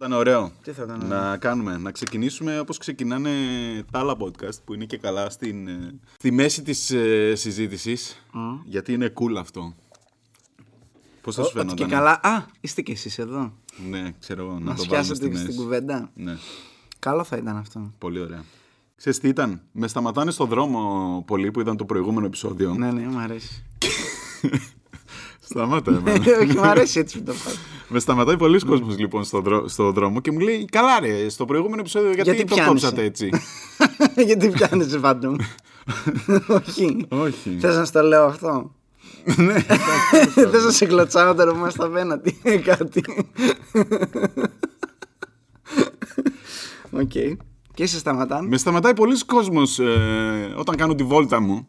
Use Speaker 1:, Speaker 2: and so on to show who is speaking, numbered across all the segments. Speaker 1: Ήταν ωραίο.
Speaker 2: Τι θα ήταν. ναι.
Speaker 1: Να κάνουμε, να ξεκινήσουμε όπως ξεκινάνε τα άλλα podcast που είναι και καλά στην, ε, στη μέση της ε, συζήτησης, γιατί είναι cool αυτό. Πώς θα σου
Speaker 2: Ότι
Speaker 1: φαίνονταν.
Speaker 2: και καλά. Α, είστε κι εσείς εδώ.
Speaker 1: Ναι, ξέρω εγώ, να
Speaker 2: Να
Speaker 1: το βάλουμε στη
Speaker 2: πιάσετε
Speaker 1: μέση.
Speaker 2: στην κουβέντα.
Speaker 1: Ναι,
Speaker 2: Καλό θα ήταν αυτό.
Speaker 1: πολύ ωραία. Ξέρεις τι ήταν, με σταματάνε στο δρόμο πολλοί που ήταν το προηγούμενο επεισόδιο.
Speaker 2: Ναι, ναι, μου αρέσει.
Speaker 1: Σταμάτα εμένα.
Speaker 2: Όχι, μου αρέσει έτσι που το πας.
Speaker 1: με σταματάει πολλοί κόσμος λοιπόν στο, δρό- στο δρόμο και μου λέει καλά ρε, στο προηγούμενο επεισόδιο γιατί,
Speaker 2: Γιατί
Speaker 1: το
Speaker 2: πιάνεσαι».
Speaker 1: κόψατε έτσι.
Speaker 2: Γιατί πιάνεσαι πάντων. Όχι.
Speaker 1: Όχι.
Speaker 2: Θες να στο λέω αυτό.
Speaker 1: Ναι.
Speaker 2: Θες να σε κλωτσάω όταν είμαστε απέναντι. Ε, Κάτι. Οκ. Και σε σταματάνε.
Speaker 1: Με σταματάει πολλοί κόσμος ε, όταν κάνω τη βόλτα μου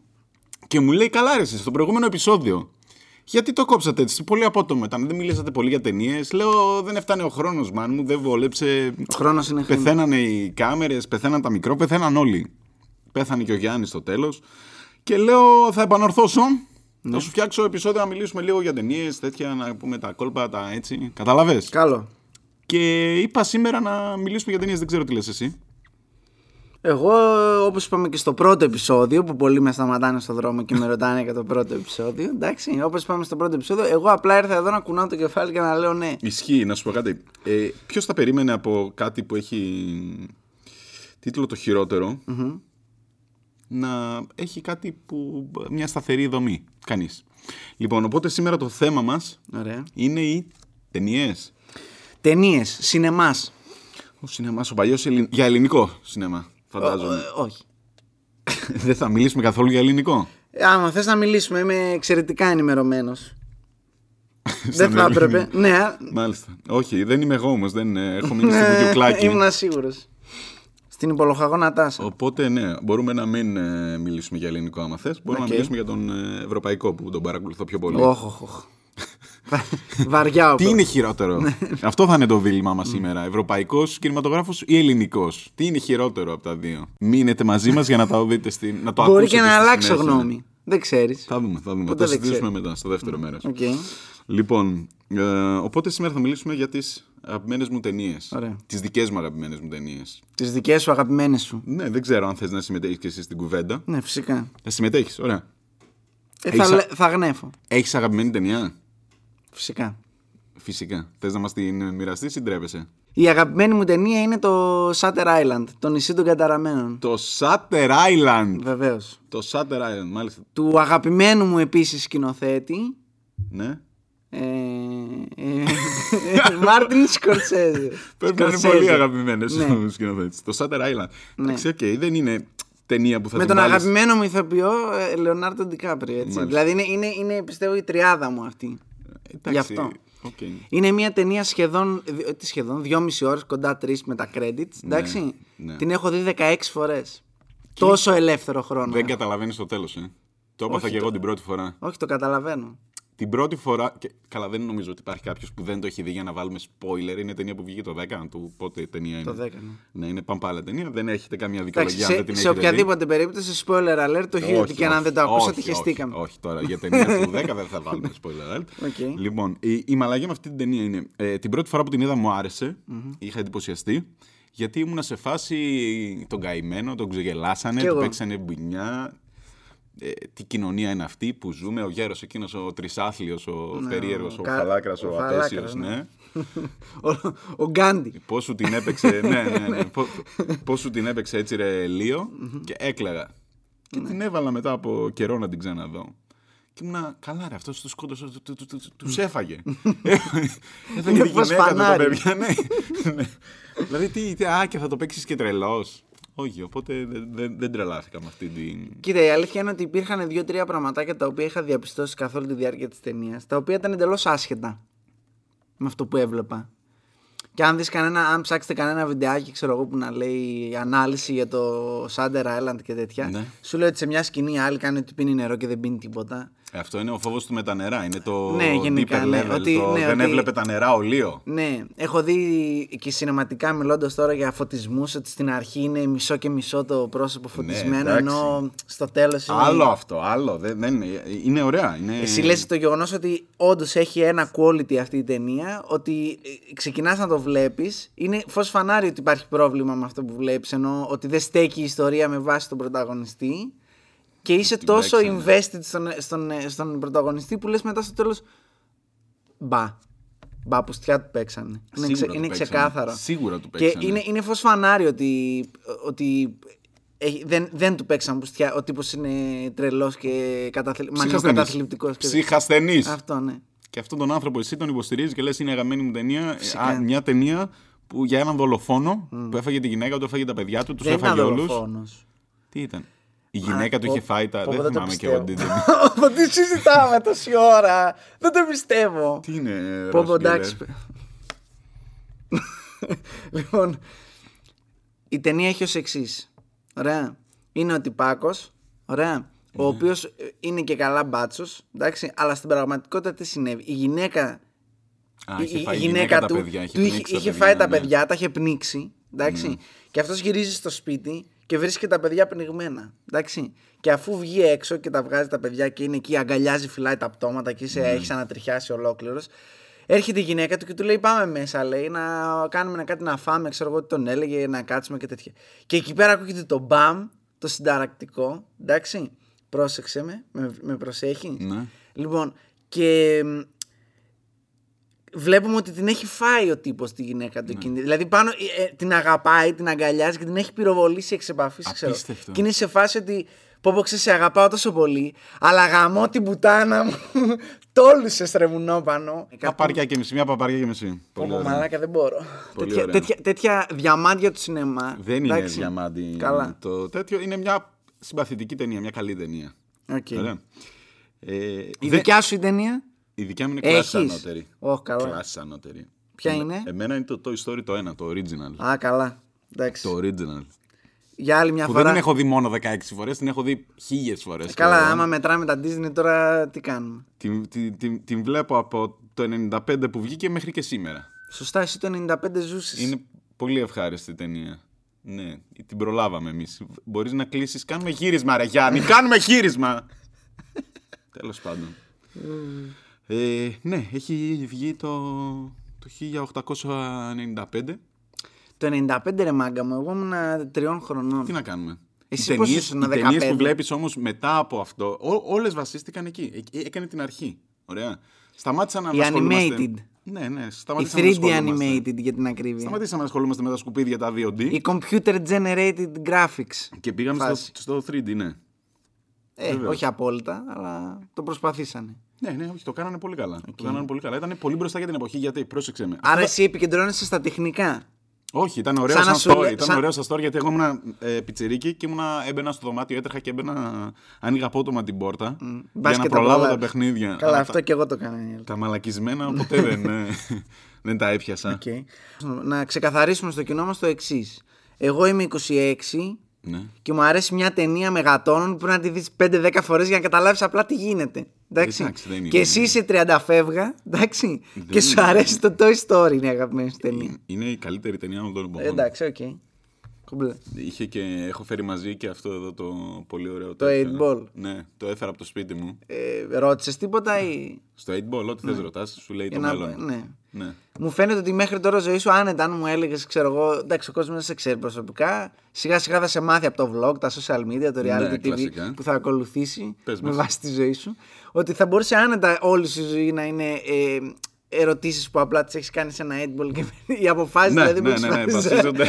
Speaker 1: και μου λέει καλά ρε, εσύ, στο προηγούμενο επεισόδιο. Γιατί το κόψατε έτσι, πολύ απότομο ήταν. Δεν μιλήσατε πολύ για ταινίες. Λέω, δεν έφτανε ο χρόνος, μαν μου, δεν βόλεψε.
Speaker 2: Ο χρόνος είναι χρήμα.
Speaker 1: Πεθαίνανε οι κάμερες, πεθαίναν τα μικρό, πεθαίναν όλοι. Πέθανε και ο Γιάννης στο τέλος. Και λέω, θα επανορθώσω. Θα σου φτιάξω επεισόδιο να μιλήσουμε λίγο για ταινίες, τέτοια, να πούμε τα κόλπα, τα έτσι. Καταλαβες.
Speaker 2: Καλό.
Speaker 1: Και είπα σήμερα να μιλήσουμε για ταινίες, δεν ξέρω τι λες εσύ.
Speaker 2: Εγώ, όπως είπαμε και στο πρώτο επεισόδιο, που πολλοί με σταματάνε στον δρόμο και με ρωτάνε για το πρώτο επεισόδιο, εντάξει, όπως είπαμε στο πρώτο επεισόδιο, εγώ απλά ήρθα εδώ να κουνάω το κεφάλι και να λέω ναι.
Speaker 1: Ισχύει, να σου πω κάτι. Ε, Ποιος θα περίμενε από κάτι που έχει τίτλο το χειροτερο να έχει κάτι που. μια σταθερή δομή. Κανείς. Λοιπόν, οπότε σήμερα το θέμα μας
Speaker 2: Ωραία.
Speaker 1: είναι οι ταινίες.
Speaker 2: Ταινίες, σινεμάς.
Speaker 1: Ο σινεμάς, ο παλιός. για ελληνικό σινεμά, φαντάζομαι.
Speaker 2: ε, Όχι.
Speaker 1: Δεν θα μιλήσουμε καθόλου για ελληνικό.
Speaker 2: Ε, Άμα θες να μιλήσουμε, είμαι εξαιρετικά ενημερωμένος.
Speaker 1: Σαν
Speaker 2: Δεν θα
Speaker 1: ελληνικό.
Speaker 2: έπρεπε. Ναι, α-
Speaker 1: Μάλιστα. Όχι, δεν είμαι εγώ όμως. Δεν ε, έχω μείνει στο κουκιουκλάκι.
Speaker 2: ήμουν σίγουρο. Στην υπολογαγόνα τάσα.
Speaker 1: Οπότε ναι, μπορούμε να μην ε, μιλήσουμε για ελληνικό άμα θες. Μπορούμε
Speaker 2: Οκ.
Speaker 1: να μιλήσουμε για τον ε, ευρωπαϊκό που τον παρακολουθώ πιο πολύ.
Speaker 2: Όχ, όχ, όχ. Βαριά ο
Speaker 1: Τι είναι χειρότερο. Αυτό θα είναι το δίλημά μας σήμερα. Ευρωπαϊκός κινηματογράφος ή ελληνικός. Τι είναι χειρότερο από τα δύο. Μείνετε μαζί μας για να τα δείτε στην... να το
Speaker 2: Μπορεί
Speaker 1: ακούσετε
Speaker 2: και να
Speaker 1: στη
Speaker 2: αλλάξω
Speaker 1: συνέχεια. ναι.
Speaker 2: γνώμη. Δεν ξέρεις.
Speaker 1: Θα δούμε, θα δούμε.
Speaker 2: Ποτέ
Speaker 1: θα
Speaker 2: δεν
Speaker 1: συζητήσουμε μετά, στο δεύτερο μέρος.
Speaker 2: Οκ.
Speaker 1: Λοιπόν, ε, οπότε σήμερα θα μιλήσουμε για τις αγαπημένες μου ταινίες.
Speaker 2: Ωραία.
Speaker 1: Τις δικές μου αγαπημένες μου ταινίες.
Speaker 2: Τις δικές σου αγαπημένες σου.
Speaker 1: Ναι, δεν ξέρω αν θες να συμμετέχεις και εσύ στην κουβέντα.
Speaker 2: Ναι, φυσικά.
Speaker 1: Θα συμμετέχεις, ωραία.
Speaker 2: Ε,
Speaker 1: Έχεις
Speaker 2: θα,
Speaker 1: α-
Speaker 2: λε- θα γνέφω.
Speaker 1: Έχεις αγαπημένη ταινία.
Speaker 2: Φυσικά.
Speaker 1: Φυσικά. Θες να μας την μοιραστείς ή ντρέπεσαι.
Speaker 2: Η αγαπημένη μου ταινία είναι το Shutter Island, το νησί των καταραμένων.
Speaker 1: Το Shutter Island.
Speaker 2: Βεβαίως.
Speaker 1: Το Shutter Island, μάλιστα.
Speaker 2: Του αγαπημένου μου επίσης σκηνοθέτη.
Speaker 1: Ναι.
Speaker 2: Ε, ε, Μάρτιν Σκορσέζε.
Speaker 1: Πρέπει να είναι
Speaker 2: Σκορσέζε.
Speaker 1: πολύ αγαπημένος
Speaker 2: Ναι.
Speaker 1: ο σκηνοθέτης. Το Shutter Island. Εντάξει, οκ, δεν είναι ταινία που θα
Speaker 2: Με
Speaker 1: την
Speaker 2: τον
Speaker 1: βάλεις-
Speaker 2: αγαπημένο μου ηθοποιό ε, Λεωνάρντο Ντικάπριο. Έτσι.
Speaker 1: Μάλιστα. Ε,
Speaker 2: Δηλαδή είναι, είναι, είναι, πιστεύω η τριάδα μου αυτή.
Speaker 1: Εντάξει,
Speaker 2: Γι' αυτό. Ναι.
Speaker 1: οκ.
Speaker 2: Είναι μια ταινία σχεδόν, δυ- τι σχεδόν, δυόμιση ώρες, κοντά τρεις με τα credits, εντάξει.
Speaker 1: ναι.
Speaker 2: Την έχω δει 16 φορές. Τόσο ελεύθερο χρόνο.
Speaker 1: Δεν καταλαβαίνεις το τέλος, ε. Το έπαθα και εγώ την πρώτη φορά.
Speaker 2: Όχι, το καταλαβαίνω.
Speaker 1: Την πρώτη φορά. Και... Καλά, δεν νομίζω ότι υπάρχει κάποιος που δεν το έχει δει για να βάλουμε spoiler. Είναι ταινία που βγήκε το 10, αν του πότε ταινία είναι.
Speaker 2: Το 10. ναι.
Speaker 1: Ναι, είναι παμπάλα ταινία. Δεν έχετε καμία
Speaker 2: Εντάξει,
Speaker 1: δικαιολογία αν δεν
Speaker 2: σε,
Speaker 1: την
Speaker 2: σε
Speaker 1: έχετε δει.
Speaker 2: οποιαδήποτε περίπτωση, spoiler alert, το χείρο και αν δεν το ακούσατε, χεστήκαμε.
Speaker 1: Όχι, όχι, τώρα για ταινία του 10 δεν θα βάλουμε spoiler alert.
Speaker 2: Οκ.
Speaker 1: Λοιπόν, η, η μαλαγία με αυτή την ταινία είναι. Ε, την πρώτη φορά που την είδα μου άρεσε, είχα εντυπωσιαστεί. Γιατί ήμουνα σε φάση τον καημένο, τον ξεγελάσανε,
Speaker 2: Κι
Speaker 1: του
Speaker 2: εγώ.
Speaker 1: παίξανε μπουνιά. Ε, τι κοινωνία είναι αυτή που ζούμε, ο γέρος εκείνος, ο τρισάθλιος, ο περίεργο, ο
Speaker 2: κα-
Speaker 1: χαλάκρα,
Speaker 2: Ναι, ο
Speaker 1: ο
Speaker 2: χαλάκρας,
Speaker 1: απέσιο,
Speaker 2: ναι.
Speaker 1: ναι.
Speaker 2: Ο, ο Γκάντι.
Speaker 1: Πώς σου την έπαιξε, ναι, ναι, ναι. Πώ- Πώς σου την έπαιξε έτσι, ρε Λίο, και έκλαιγα. Και
Speaker 2: Ναι.
Speaker 1: την έβαλα μετά από καιρό να την ξαναδώ. Και ήμουνα καλά, ρε, αυτός τους σκότωσε, του- του- του- του- τους έφαγε. Ε, Έφαγε
Speaker 2: Είναι
Speaker 1: τη
Speaker 2: φως
Speaker 1: γυναίκα του τα
Speaker 2: Ναι, φανάρι.
Speaker 1: παιδιά, ναι. Ναι. Δηλαδή, τι, τι- α, και θα το παίξεις και τρελός. Όχι, οπότε δεν- δεν- δεν τρελάθηκα με αυτή την.
Speaker 2: Κοίτα, η αλήθεια είναι ότι υπήρχαν δύο-τρία πραγματάκια τα οποία είχα διαπιστώσει καθ' όλη τη διάρκεια της ταινίας, τα οποία ήταν εντελώς άσχετα με αυτό που έβλεπα. Και αν δεις κανένα, αν ψάξετε κανένα βιντεάκι, ξέρω εγώ, που να λέει ανάλυση για το Σάντερ Island και τέτοια,
Speaker 1: Ναι.
Speaker 2: σου λέει ότι σε μια σκηνή η άλλη κάνει ότι πίνει νερό και δεν πίνει τίποτα.
Speaker 1: Ε, αυτό είναι ο φόβος του με τα νερά. Είναι το
Speaker 2: Ναι, γενικά,
Speaker 1: deeper
Speaker 2: ναι,
Speaker 1: level,
Speaker 2: ότι-
Speaker 1: το
Speaker 2: ναι,
Speaker 1: δεν
Speaker 2: ότι-
Speaker 1: έβλεπε τα νερά ο Λίο.
Speaker 2: Ναι, έχω δει και συναισθηματικά μιλώντας τώρα για φωτισμούς ότι στην αρχή είναι μισό και μισό το πρόσωπο φωτισμένο,
Speaker 1: Ναι, εντάξει.
Speaker 2: ενώ στο τέλος είναι.
Speaker 1: Άλλο αυτό, άλλο. Δεν, δεν είναι, είναι ωραία. Είναι...
Speaker 2: Ναι. Εσύ λες το γεγονός ότι όντως έχει ένα quality αυτή η ταινία, ότι ξεκινάς να το βλέπεις, είναι φως φανάρι ότι υπάρχει πρόβλημα με αυτό που βλέπεις, ενώ ότι δεν στέκει η ιστορία με βάση τον πρωταγωνιστή και είσαι
Speaker 1: Την ναι.
Speaker 2: τόσο
Speaker 1: παίξανε.
Speaker 2: invested στον, ε, στον, στον πρωταγωνιστή που λες μετά στο τέλος. Μπα. Μπα, πουστιά του παίξανε. Είναι,
Speaker 1: Σίγουρα
Speaker 2: ξε-
Speaker 1: του
Speaker 2: είναι
Speaker 1: παίξανε.
Speaker 2: ξεκάθαρο.
Speaker 1: Σίγουρα του
Speaker 2: Και
Speaker 1: παίξανε.
Speaker 2: είναι, είναι φως φανάρι ότι, ότι έχει- δεν, δεν του παίξαν πουστιά. Ο τύπος είναι τρελός και καταθλι...
Speaker 1: Ψυχασθενής.
Speaker 2: καταθλιπτικό.
Speaker 1: Ψυχασθενής.
Speaker 2: Αυτό, ναι.
Speaker 1: Και αυτόν τον άνθρωπο εσύ τον υποστηρίζεις και λες: Είναι αγαπημένη μου ταινία. ε,
Speaker 2: Φυσικά.
Speaker 1: Α, μια ταινία που για έναν δολοφόνο που έφαγε τη γυναίκα του, έφαγε τα παιδιά του, τους
Speaker 2: δεν ήταν
Speaker 1: έφαγε όλους.
Speaker 2: δολοφόνος.
Speaker 1: Τι ήταν. Η γυναίκα του είχε φάει τα. Δεν θυμάμαι και εγώ
Speaker 2: εγώ
Speaker 1: τι
Speaker 2: Τι συζητάμε τόση ώρα. Δεν το πιστεύω.
Speaker 1: Τι είναι. ε,
Speaker 2: Πω πω
Speaker 1: Ροσκέλερ?
Speaker 2: εντάξει. λοιπόν, η ταινία έχει ως εξής. Ωραία. Είναι ο Τυπάκος, ωραία, ο οποίος ε, είναι και καλά μπάτσος, εντάξει, αλλά στην πραγματικότητα τι συνέβη. Η γυναίκα
Speaker 1: Α,
Speaker 2: η,
Speaker 1: είχε
Speaker 2: η-
Speaker 1: φάει
Speaker 2: η
Speaker 1: η
Speaker 2: γυναίκα
Speaker 1: τα
Speaker 2: του
Speaker 1: παιδιά, είχε
Speaker 2: του είχε,
Speaker 1: πνίξει τα
Speaker 2: είχε φάει τα
Speaker 1: ναι.
Speaker 2: παιδιά, τα είχε πνίξει. Εντάξει. Και αυτός γυρίζει στο σπίτι και βρίσκει τα παιδιά πνιγμένα. Εντάξει. Και αφού βγει έξω και τα βγάζει τα παιδιά και είναι εκεί, αγκαλιάζει, φυλάει τα πτώματα και
Speaker 1: Ναι.
Speaker 2: είσαι, έχεις ανατριχιάσει ολόκληρος. Έρχεται η γυναίκα του και του λέει: Πάμε μέσα, λέει, να κάνουμε ένα κάτι να φάμε. Ξέρω εγώ τι τον έλεγε, να κάτσουμε και τέτοια. Και εκεί πέρα ακούγεται το μπαμ, το συνταρακτικό. Εντάξει. Πρόσεξε με, με, με προσέχεις.
Speaker 1: Ναι.
Speaker 2: Λοιπόν, και μ, βλέπουμε ότι την έχει φάει ο τύπος τη γυναίκα
Speaker 1: Ναι.
Speaker 2: του. εκείνη. Δηλαδή πάνω ε, ε, την αγαπάει, την αγκαλιάζει και την έχει πυροβολήσει εξ επαφής.
Speaker 1: Απίστευτο.
Speaker 2: Και είναι σε φάση ότι. Πω πω ξέρεις, σε αγαπάω τόσο πολύ, αλλά γαμώ την πουτάνα μου. Τόλουσε τρεμουνό πάνω.
Speaker 1: Παπάρια και μισή, μια παπάρια και μισή. Πολύ ωραία.
Speaker 2: μαλάκα δεν μπορώ.
Speaker 1: Πολύ
Speaker 2: τέτοια,
Speaker 1: ωραία.
Speaker 2: τέτοια, τέτοια διαμάντια του σινεμά.
Speaker 1: Δεν είναι
Speaker 2: εντάξει.
Speaker 1: διαμάντι
Speaker 2: Καλά.
Speaker 1: το τέτοιο. Είναι μια συμπαθητική ταινία, μια καλή ταινία.
Speaker 2: Οκ.
Speaker 1: Ωραία. Ε,
Speaker 2: Η
Speaker 1: δε-
Speaker 2: δικιά σου η ταινία.
Speaker 1: η δικιά μου είναι
Speaker 2: Έχεις?
Speaker 1: κλάση ανώτερη.
Speaker 2: Ωχ, καλά.
Speaker 1: Κλάσης ανώτερη.
Speaker 2: Ποια
Speaker 1: Ε-
Speaker 2: είναι?
Speaker 1: Εμένα είναι το Toy Story το 1, το original.
Speaker 2: Α, καλά. Εντάξει.
Speaker 1: Το original.
Speaker 2: Για άλλη μια
Speaker 1: Που
Speaker 2: φορά.
Speaker 1: δεν την έχω δει μόνο 16 φορές, την έχω δει χίλιες φορές.
Speaker 2: Ε, Καλά, άμα μετράμε τα Disney τώρα τι κάνουμε.
Speaker 1: Την, την, την, την βλέπω από το 95 που βγήκε μέχρι και σήμερα.
Speaker 2: Σωστά, εσύ το 95 ζούσες.
Speaker 1: Είναι πολύ ευχάριστη ταινία. Ναι, την προλάβαμε εμείς. Μπορείς να κλείσεις. Κάνουμε γύρισμα, ρε Γιάννη, κάνουμε γύρισμα! Τέλος πάντων. ε, ναι, έχει βγει το, το 1895.
Speaker 2: Το 95 ρε μάγκα μου, εγώ ήμουν τριών χρονών.
Speaker 1: Τι να κάνουμε.
Speaker 2: Εσύ
Speaker 1: οι
Speaker 2: πώς
Speaker 1: ταινίες,
Speaker 2: ήσουν,
Speaker 1: οι ταινίες
Speaker 2: 15?
Speaker 1: που βλέπεις όμως μετά από αυτό, ό, όλες βασίστηκαν εκεί. Ε, έκανε την αρχή. Ωραία. Σταμάτησαν να
Speaker 2: Η
Speaker 1: ασχολούμαστε-
Speaker 2: animated.
Speaker 1: Ναι, ναι.
Speaker 2: Η
Speaker 1: Σταμάτησαν
Speaker 2: 3D
Speaker 1: να ασχολούμαστε.
Speaker 2: animated για την ακρίβεια.
Speaker 1: Σταματήσαμε να ασχολούμαστε με τα σκουπίδια τα 2D.
Speaker 2: Η computer generated graphics.
Speaker 1: Και πήγαμε
Speaker 2: Φάση.
Speaker 1: στο, στο 3D, ναι.
Speaker 2: Ε, όχι απόλυτα, αλλά το προσπαθήσανε.
Speaker 1: Ναι, ναι, όχι, το κάνανε πολύ καλά. Το κάνανε πολύ καλά. Ήταν πολύ μπροστά για την εποχή, γιατί πρόσεξε με.
Speaker 2: Άρα εσύ επικεντρώνεσαι στα τεχνικά.
Speaker 1: Όχι, ήταν ωραίο
Speaker 2: Σαν να
Speaker 1: σαν,
Speaker 2: σου
Speaker 1: story.
Speaker 2: λέ-
Speaker 1: Ήταν
Speaker 2: σαν-
Speaker 1: ωραίο σαν story, γιατί εγώ ήμουν ε, πιτσιρίκι και ήμουνα, έμπαινα στο δωμάτιο, έτρεχα και έμπαινα. Άνοιγα απότομα την πόρτα.
Speaker 2: Μπας
Speaker 1: Για να
Speaker 2: και τα
Speaker 1: προλάβω τα
Speaker 2: προλάβεις.
Speaker 1: παιχνίδια.
Speaker 2: Καλά,
Speaker 1: Αλλά
Speaker 2: αυτό και εγώ το έκανα.
Speaker 1: Τα μαλακισμένα ποτέ δεν, ε, δεν τα έπιασα.
Speaker 2: Okay. Να ξεκαθαρίσουμε στο κοινό μας το εξής. Εγώ είμαι 26
Speaker 1: Ναι.
Speaker 2: και μου αρέσει μια ταινία με γατόνων που πρέπει να τη δεις 5-10 φορές για να καταλάβεις απλά τι γίνεται. Εντάξει.
Speaker 1: Εντάξει, δεν είναι.
Speaker 2: και εσύ είσαι 30 φεύγα, εντάξει. και
Speaker 1: είναι.
Speaker 2: σου αρέσει το Toy Story, είναι αγαπημένη σου ταινία.
Speaker 1: Είναι η καλύτερη ταινία όλων των εποχών.
Speaker 2: Εντάξει, οκ. Κομπλέ.
Speaker 1: Είχε και, έχω φέρει μαζί και αυτό εδώ το πολύ ωραίο.
Speaker 2: Το
Speaker 1: τέτοιο.
Speaker 2: 8-ball.
Speaker 1: Ναι, το έφερα από το σπίτι μου.
Speaker 2: Ε, Ρώτησες τίποτα ή.
Speaker 1: Στο 8-ball, ό,τι θες ρωτάς, σου λέει
Speaker 2: για
Speaker 1: το
Speaker 2: να-
Speaker 1: μέλλον.
Speaker 2: Ναι.
Speaker 1: Ναι.
Speaker 2: Μου φαίνεται ότι μέχρι τώρα η ζωή σου, άνετα, αν μου έλεγες, ξέρω εγώ, εντάξει, ο κόσμος δεν σε ξέρει προσωπικά. Σιγά σιγά θα σε μάθει από το vlog, τα social media, το reality
Speaker 1: Ναι,
Speaker 2: TV
Speaker 1: κλασικά.
Speaker 2: που θα ακολουθήσει
Speaker 1: Πες
Speaker 2: με
Speaker 1: μας.
Speaker 2: βάση τη ζωή σου. Ότι θα μπορούσε άνετα όλη σου η ζωή να είναι ε, ερωτήσεις που απλά τις έχεις κάνει σε ένα headball και οι αποφάσεις
Speaker 1: Ναι,
Speaker 2: δηλαδή
Speaker 1: ναι,
Speaker 2: που
Speaker 1: ναι,
Speaker 2: σου
Speaker 1: ναι,
Speaker 2: βάζεις. Ναι.
Speaker 1: βασίζονται.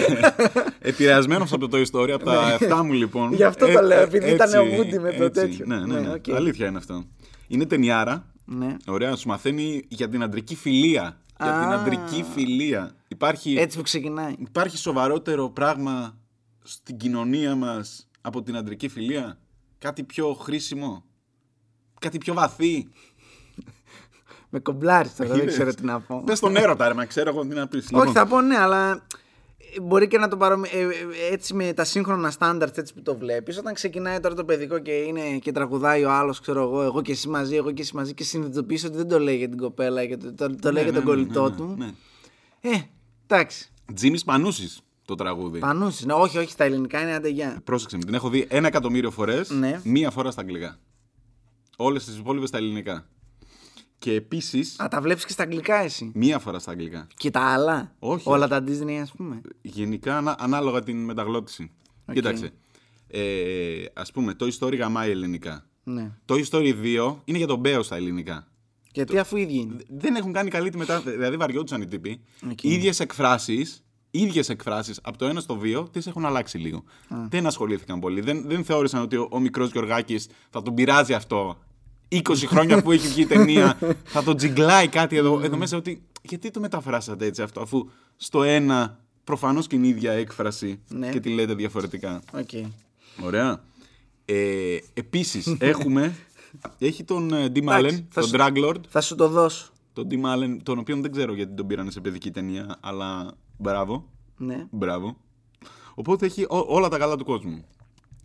Speaker 1: Επηρεασμένος από το Toy Story, από τα 7 μου λοιπόν.
Speaker 2: Γι' αυτό το
Speaker 1: Ε,
Speaker 2: λέω,
Speaker 1: ε,
Speaker 2: επειδή ήταν ο
Speaker 1: έτσι,
Speaker 2: Woody με το
Speaker 1: έτσι.
Speaker 2: τέτοιο.
Speaker 1: Ναι, ναι,
Speaker 2: Ναι,
Speaker 1: ναι.
Speaker 2: οκ.
Speaker 1: Αλήθεια είναι αυτό. Είναι ταινιάρα.
Speaker 2: Ναι.
Speaker 1: Ωραία, σου μαθαίνει για την αντρική φιλία. Για την
Speaker 2: Α. Ε,
Speaker 1: αντρική φιλία. Υπάρχει,
Speaker 2: Έτσι που ξεκινάει.
Speaker 1: υπάρχει σοβαρότερο πράγμα στην κοινωνία μας από την αντρική φιλία. Κάτι πιο χρήσιμο. Κάτι πιο βαθύ.
Speaker 2: Με κομπλάρι τώρα, δεν
Speaker 1: Είδες.
Speaker 2: ξέρω τι να πω.
Speaker 1: Λοιπόν. Πες τον έρωτα, ρε, μα ξέρω εγώ τι να πεις.
Speaker 2: Όχι, θα πω ναι, αλλά μπορεί και να το πάρω ε, ε, έτσι με τα σύγχρονα στάνταρτ έτσι που το βλέπεις. Όταν ξεκινάει τώρα το παιδικό και, είναι, και τραγουδάει ο άλλος, ξέρω εγώ, εγώ και εσύ μαζί, εγώ και εσύ μαζί, και συνειδητοποιήσει ότι δεν το λέει για την κοπέλα, και το, το, το λέει για τον κολλητό του.
Speaker 1: Ναι.
Speaker 2: Ε, εντάξει.
Speaker 1: Τζίμις Πανούσης το τραγούδι.
Speaker 2: Πανούσης. Ναι, όχι, όχι, στα ελληνικά είναι αντεγιά.
Speaker 1: Πρόσεξε με, την έχω δει ένα εκατομμύριο φορές,
Speaker 2: Ναι.
Speaker 1: μία φορά στα αγγλικά. Όλες τις υπόλοιπες στα ελληνικά. Και επίσης,
Speaker 2: Α, τα βλέπεις και στα αγγλικά εσύ.
Speaker 1: μία φορά στα αγγλικά.
Speaker 2: Και τα άλλα.
Speaker 1: Όχι. Ε,
Speaker 2: Όλα τα Disney, ας πούμε.
Speaker 1: Γενικά ανα- ανάλογα την μεταγλώτηση. Κοίταξε. Ε, Ας πούμε, το Story γαμάει ελληνικά.
Speaker 2: Ναι.
Speaker 1: Το Story 2 είναι για τον Μπέο στα ελληνικά.
Speaker 2: Γιατί αφού οι ίδιοι είναι.
Speaker 1: δεν έχουν κάνει καλή τη μετάφραση. Δηλαδή βαριόντουσαν οι τύποι.
Speaker 2: Οκ.
Speaker 1: Ίδιες εκφράσεις, ίδιες εκφράσεις από το ένα στο δύο τις έχουν αλλάξει λίγο. Δεν ασχολήθηκαν πολύ. Δεν, δεν θεώρησαν ότι ο, ο μικρός Γιωργάκης θα τον πειράζει αυτό. 20 χρόνια που έχει βγει η ταινία θα τον τζιγκλάει κάτι εδώ, εδώ μέσα ότι γιατί το μεταφράσατε έτσι αυτό αφού στο ένα προφανώς και είναι η ίδια έκφραση
Speaker 2: Ναι.
Speaker 1: και τη λέτε διαφορετικά.
Speaker 2: Okay.
Speaker 1: Ωραία. Ε, επίσης έχουμε, έχει τον ε, Ντι Μάλεν,
Speaker 2: Εντάξει, θα
Speaker 1: τον
Speaker 2: σου-
Speaker 1: Draglord
Speaker 2: Θα σου το δώσω.
Speaker 1: τον Tim Allen, τον οποίο δεν ξέρω γιατί τον πήραν σε παιδική ταινία, αλλά μπράβο,
Speaker 2: Ναι.
Speaker 1: μπράβο. Οπότε έχει ό- όλα τα καλά του κόσμου.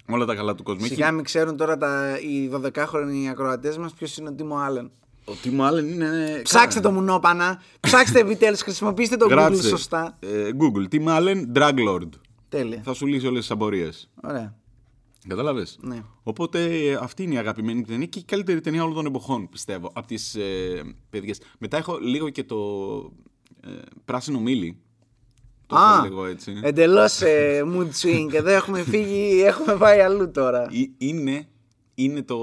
Speaker 1: Όλα τα καλά του κόσμου.
Speaker 2: Σιγά μην ξέρουν τώρα τα, οι 12χρονοι ακροατές μας ποιος είναι ο Τίμο Άλεν.
Speaker 1: Έχει... Ο Tim Allen είναι...
Speaker 2: Ψάξτε το μουνόπανα. Ψάξτε επιτέλου. Χρησιμοποιήστε το Google
Speaker 1: Γράψε.
Speaker 2: σωστά.
Speaker 1: Ε, Google, Tim Allen, Drug Lord.
Speaker 2: Τέλεια.
Speaker 1: Θα σου λύσει όλες τις απορίες.
Speaker 2: Ωραία.
Speaker 1: Κατάλαβες.
Speaker 2: Ναι.
Speaker 1: Οπότε ε, αυτή είναι η αγαπημένη μου ταινία και η καλύτερη ταινία όλων των εποχών, πιστεύω, από τις ε, παιδικές. Μετά έχω λίγο και το ε, πράσινο μήλι. Το
Speaker 2: Α, ε,
Speaker 1: έχω λίγο έτσι.
Speaker 2: Εντελώς mood swing. Εδώ έχουμε φύγει, έχουμε πάει αλλού τώρα.
Speaker 1: Ε, Είναι, είναι το.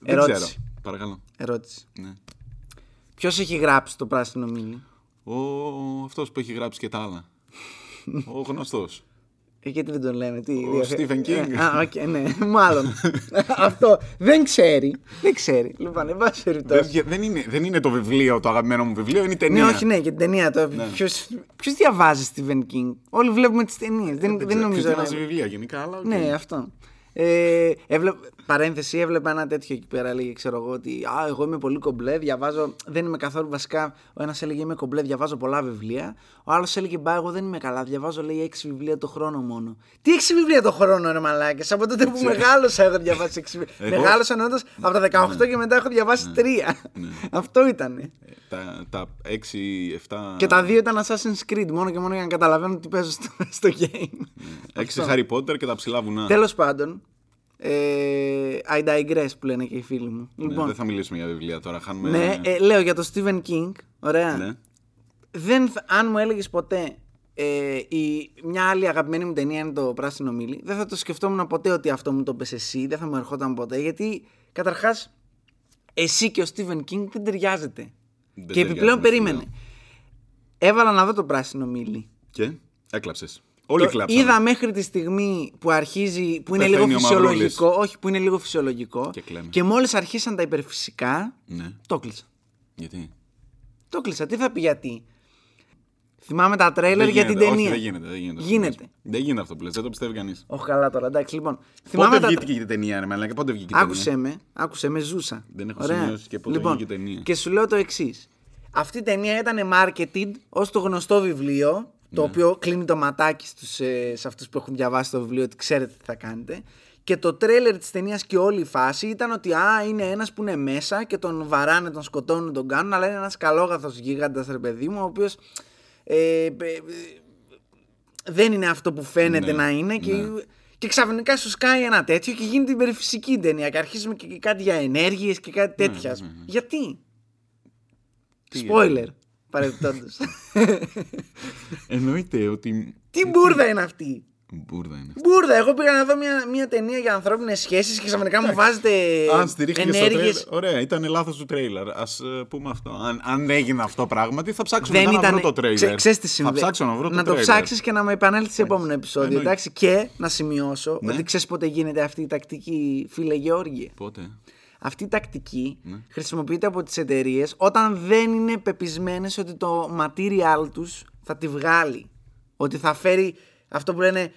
Speaker 1: Δεν
Speaker 2: Ερώτηση.
Speaker 1: ξέρω. Παρακαλώ.
Speaker 2: Ερώτηση.
Speaker 1: Ναι.
Speaker 2: Ποιος έχει γράψει το πράσινο μήλι,
Speaker 1: Ο, ο αυτός που έχει γράψει και τα άλλα. ο γνωστός.
Speaker 2: Ε, Γιατί δεν τον λένε, τι.
Speaker 1: Ο
Speaker 2: διαφε-
Speaker 1: Stephen King.
Speaker 2: Ε, Α, οκ, ναι, μάλλον. Αυτό δεν ξέρει. Δεν ξέρει. Λοιπόν, εν πάση περιπτώσει.
Speaker 1: δεν, δεν, είναι, δεν είναι το βιβλίο, το αγαπημένο μου βιβλίο, είναι η ταινία.
Speaker 2: Ναι, όχι, ναι, για την ταινία. Το... Ποιος, ποιος διαβάζει Stephen King. Όλοι βλέπουμε τις ταινίες. Δεν, δεν
Speaker 1: Ε, Ποιος
Speaker 2: νομίζω να...
Speaker 1: διαβάζει βιβλία γενικά, αλλά. οκ.
Speaker 2: Ναι, αυτό. Ε, έβλεπ- Παρένθεση, έβλεπα ένα τέτοιο εκεί πέρα. Λέγε, ξέρω εγώ, ότι Α, εγώ είμαι πολύ κομπλέ, διαβάζω. Δεν είμαι καθόλου βασικά. Ο ένας έλεγε Είμαι κομπλέ, διαβάζω πολλά βιβλία. Ο άλλος έλεγε Μπα, εγώ δεν είμαι καλά. Διαβάζω, λέει, έξι βιβλία το χρόνο μόνο. Τι έξι βιβλία το χρόνο, ρε Μαλάκες, Από τότε που μεγάλωσα έχω διαβάσει έξι βιβλία.
Speaker 1: Εγώ- Ναι.
Speaker 2: Μεγάλωσα εννοώντας από τα 18 και μετά έχω διαβάσει τρία. Αυτό ήταν.
Speaker 1: Ε, Τα, τα 6-7.
Speaker 2: Και τα δύο ήταν Assassin's Creed, μόνο και μόνο για να καταλαβαίνω τι παίζω στο, στο game.
Speaker 1: 6 Harry Potter και τα ψηλά βουνά.
Speaker 2: Τέλος πάντων. Ε, I digress που λένε και οι φίλοι μου.
Speaker 1: Ναι,
Speaker 2: λοιπόν,
Speaker 1: δεν θα μιλήσουμε για βιβλία τώρα. Χάνουμε.
Speaker 2: ναι, ε, λέω για το Stephen King. Ωραία.
Speaker 1: Ναι.
Speaker 2: Δεν, θα- αν μου έλεγες ποτέ ε, η, μια άλλη αγαπημένη μου ταινία είναι το Πράσινο Μήλι, δεν θα το σκεφτόμουν ποτέ ότι αυτό μου το πες εσύ, δεν θα μου ερχόταν ποτέ. Γιατί καταρχάς εσύ και ο Stephen King δεν ταιριάζετε.
Speaker 1: Δεν ναι.
Speaker 2: και επιπλέον
Speaker 1: ταιριάζουμε,
Speaker 2: περίμενε.
Speaker 1: φίλε.
Speaker 2: Έβαλα να δω το Πράσινο Μήλι.
Speaker 1: Και έκλαψες. Όλοι
Speaker 2: Το
Speaker 1: κλάψαν.
Speaker 2: Είδα μέχρι τη στιγμή που αρχίζει, που είναι
Speaker 1: Πεθαίνει
Speaker 2: λίγο
Speaker 1: ο Μαυρούλης.
Speaker 2: φυσιολογικό, όχι, που είναι λίγο φυσιολογικό.
Speaker 1: Και κλαίμε.
Speaker 2: μόλις αρχίσαν τα υπερφυσικά,
Speaker 1: Ναι.
Speaker 2: το κλείσα.
Speaker 1: Γιατί.
Speaker 2: Το κλείσα. Τι θα πει γιατί. Θυμάμαι τα τρέλερ
Speaker 1: Δεν
Speaker 2: για την
Speaker 1: γίνεται,
Speaker 2: ταινία.
Speaker 1: Όχι, δεν γίνεται. Δεν γίνεται. αυτό που
Speaker 2: Γίνεται.
Speaker 1: λες. Δεν γίνεται αυτό που λες, Δεν το πιστεύει κανείς.
Speaker 2: Όχι καλά τώρα, εντάξει λοιπόν.
Speaker 1: Πότε
Speaker 2: τα-
Speaker 1: βγήκε και η ταινία, ρε Μαλάκα, πότε βγήκε η ταινία.
Speaker 2: Άκουσε με, άκουσε με, ζούσα.
Speaker 1: Δεν έχω
Speaker 2: Ωραία.
Speaker 1: σημειώσει και πότε
Speaker 2: λοιπόν,
Speaker 1: βγήκε η ταινία.
Speaker 2: Και σου λέω το εξής. Αυτή η ταινία ήταν marketed ως το γνωστό βιβλίο,
Speaker 1: Ναι.
Speaker 2: το οποίο κλείνει το ματάκι στους, ε, σε αυτούς που έχουν διαβάσει το βιβλίο ότι ξέρετε τι θα κάνετε. Και το τρέλερ της ταινίας και όλη η φάση ήταν ότι α, είναι ένας που είναι μέσα και τον βαράνε, τον σκοτώνουν, τον κάνουν, αλλά είναι ένας καλόγαθος γίγαντας ρε παιδί μου, ο ε, οποίο. δεν είναι αυτό που φαίνεται
Speaker 1: Ναι,
Speaker 2: να είναι και,
Speaker 1: ναι.
Speaker 2: και ξαφνικά σου σκάει ένα τέτοιο και γίνεται υπερφυσική ταινία και αρχίζουμε και, και κάτι για ενέργειες και κάτι
Speaker 1: Ναι,
Speaker 2: τέτοιας. ας πούμε. Γιατί?
Speaker 1: Τι
Speaker 2: Spoiler, παρεμπιπτόντως.
Speaker 1: Εννοείται ότι.
Speaker 2: Τι μπουρδα είναι αυτή.
Speaker 1: Μπούρδα είναι.
Speaker 2: Μπουρδα, εγώ πήγα να δω μια, μια ταινία για ανθρώπινες σχέσεις και ξαφνικά μου βάζετε
Speaker 1: Αν στηρίχθηκε στο τρέιλερ.
Speaker 2: Ε, ενέργειες.
Speaker 1: Ωραία, ήταν λάθος του τρέιλερ. Ας πούμε αυτό. Αν, αν έγινε αυτό πράγματι, θα ψάξω
Speaker 2: Δεν
Speaker 1: μετά
Speaker 2: ήταν.
Speaker 1: να βρω το τρέιλερ.
Speaker 2: Ξέ- ξέρεις τι
Speaker 1: Θα
Speaker 2: συμβαίνει.
Speaker 1: ψάξω να βρω το τρέιλερ.
Speaker 2: ψάξεις και να με επανέλθεις σε επόμενο επεισόδιο.
Speaker 1: Εννοείται.
Speaker 2: Εντάξει, και να σημειώσω
Speaker 1: Ναι.
Speaker 2: ότι ξέρεις πότε γίνεται αυτή η τακτική, φίλε Γεώργη.
Speaker 1: Πότε.
Speaker 2: Αυτή η τακτική
Speaker 1: Ναι.
Speaker 2: χρησιμοποιείται από τις εταιρείες όταν δεν είναι πεπισμένες ότι το material τους θα τη βγάλει. Ότι θα φέρει αυτό που λένε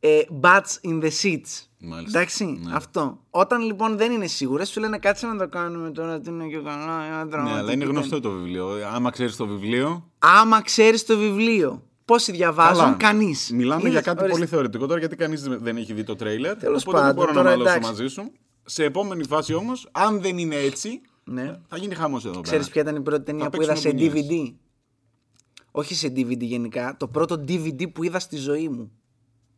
Speaker 2: ε, butts in the seats.
Speaker 1: Μάλιστα. Ναι.
Speaker 2: Εντάξει, αυτό. Όταν λοιπόν δεν είναι σίγουρες σου λένε κάτσε να το κάνουμε τώρα, τι είναι και καλά, ε,
Speaker 1: Ναι,
Speaker 2: δραματική
Speaker 1: αλλά είναι
Speaker 2: ταινία».
Speaker 1: γνωστό το βιβλίο. Άμα ξέρεις το βιβλίο.
Speaker 2: Άμα ξέρεις το βιβλίο Πόσοι διαβάζουν, κανείς.
Speaker 1: Μιλάμε για κάτι πολύ θεωρητικό τώρα, γιατί κανείς δεν έχει δει το τρέιλερ.
Speaker 2: Τέλος
Speaker 1: οπότε
Speaker 2: πάντων,
Speaker 1: δεν μπορώ
Speaker 2: τώρα
Speaker 1: να μαλώσω
Speaker 2: εντάξει.
Speaker 1: μαζί σου. Σε επόμενη φάση όμως, αν δεν είναι έτσι,
Speaker 2: Ναι.
Speaker 1: θα γίνει χαμός εδώ
Speaker 2: Ξέρεις
Speaker 1: πέρα.
Speaker 2: ποια ήταν η πρώτη ταινία που είδα σε
Speaker 1: παίξουμε μπουνιές.
Speaker 2: DVD. Όχι σε DVD γενικά. Το πρώτο DVD που είδα στη ζωή μου.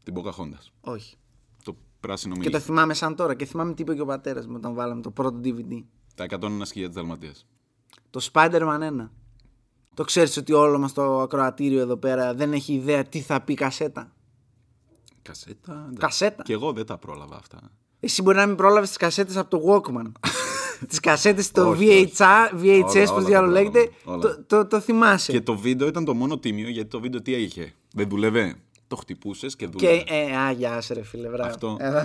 Speaker 1: Την Ποκαχόντα.
Speaker 2: Όχι.
Speaker 1: Το πράσινο
Speaker 2: Και
Speaker 1: μήνυμα.
Speaker 2: το θυμάμαι σαν τώρα. Και θυμάμαι τι είπε και ο πατέρας μου όταν βάλαμε το πρώτο DVD.
Speaker 1: Τα 101 σκυλιά της Δαλματίας.
Speaker 2: Το Spider-Man 1. Το ξέρεις ότι όλο μας το ακροατήριο εδώ πέρα δεν έχει ιδέα τι θα πει κασέτα.
Speaker 1: Κασέτα. εντάξει.
Speaker 2: Κασέτα.
Speaker 1: Και εγώ δεν τα πρόλαβα αυτά.
Speaker 2: Εσύ μπορεί να μην πρόλαβες τις κασέτες από το Walkman. τις κασέτες στο
Speaker 1: Όχι, όχι.
Speaker 2: VHR, VHS,
Speaker 1: Όλα- όλα
Speaker 2: πώ
Speaker 1: τα
Speaker 2: διάλογο λέγεται.
Speaker 1: πρόλαβα. Όλα.
Speaker 2: Το, το, το θυμάσαι.
Speaker 1: Και το βίντεο ήταν το μόνο τίμιο γιατί το βίντεο τι είχε. Δεν δούλευε. Το χτυπούσες και δούλευε.
Speaker 2: Και, ε, α, γεια σου, ρε φίλε, μπράβο.
Speaker 1: Αυτό.
Speaker 2: Ε,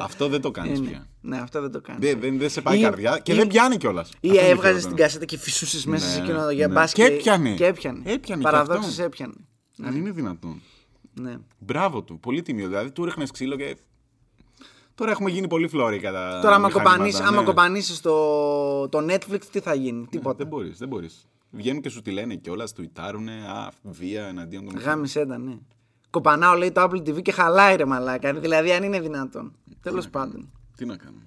Speaker 1: Αυτό δεν το κάνεις
Speaker 2: ναι.
Speaker 1: πια.
Speaker 2: ναι, αυτό δεν το κάνεις.
Speaker 1: Δεν, δεν, δεν σε πάει η
Speaker 2: Ή-
Speaker 1: καρδιά και
Speaker 2: ή-
Speaker 1: δεν πιάνει κιόλας.
Speaker 2: Ή έβγαζε την κασέτα και φυσούσες μέσα
Speaker 1: Ναι,
Speaker 2: σε εκείνο το για
Speaker 1: ναι.
Speaker 2: μπάσκετ.
Speaker 1: Και έπιανε.
Speaker 2: Και έπιανε.
Speaker 1: Έπιανε και
Speaker 2: Παραδόξως
Speaker 1: αυτό.
Speaker 2: έπιανε.
Speaker 1: Αν είναι δυνατόν.
Speaker 2: Ναι.
Speaker 1: Μπράβο του. Πολύ τίμιο. Δηλαδή του ρίχνες ξύλο και. Τώρα έχουμε γίνει πολύ φλόροι κατά.
Speaker 2: Τώρα, άμα
Speaker 1: μηχανήματα,
Speaker 2: κοπανίσεις-
Speaker 1: ναι.
Speaker 2: άμα κοπανίσει το, το Netflix, τι θα γίνει. Τίποτα.
Speaker 1: Δεν μπορείς, δεν μπορείς. Βγαίνουν και σου τη λένε κιόλας, του ιτάρουνε. Α, βία εναντίον των.
Speaker 2: Γάμισε τα, ναι. Κοπανάω, λέει το Apple TV και χαλάει ρε μαλάκα. Δηλαδή, αν είναι δυνατόν.
Speaker 1: Ναι.
Speaker 2: Τέλος πάντων.
Speaker 1: Τι να κάνουμε.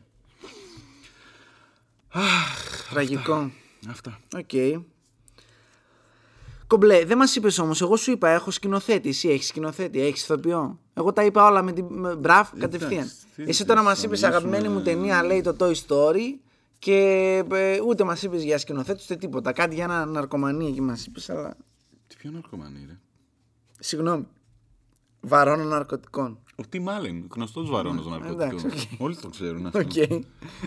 Speaker 2: Τραγικό.
Speaker 1: Αυτά.
Speaker 2: Οκ. Κομπλέ, δεν μας είπες όμως. Εγώ σου είπα, έχω σκηνοθέτη. Εσύ έχεις σκηνοθέτη, έχεις ηθοποιό. Εγώ τα είπα όλα με την. με- Μπραφ, κατευθείαν.
Speaker 1: τι
Speaker 2: Εσύ τώρα
Speaker 1: θες,
Speaker 2: μας
Speaker 1: θα
Speaker 2: είπες,
Speaker 1: μιλήσουμε- ε,
Speaker 2: αγαπημένη μου ταινία λέει το Toy Story. Και ε, ούτε μας είπες για σκηνοθέτη ούτε τίποτα. Κάτι για ένα ναρκωμανί εκεί μας είπες, αλλά.
Speaker 1: Τι πιο ναρκωμανή, ρε.
Speaker 2: Συγγνώμη. Βαρών ναρκωτικών.
Speaker 1: Ο Τι Μάλεν, γνωστό βαρόνο ναρκωτικού.
Speaker 2: Ναι, εντάξει,
Speaker 1: Όλοι το ξέρουν αυτό.
Speaker 2: Οκ.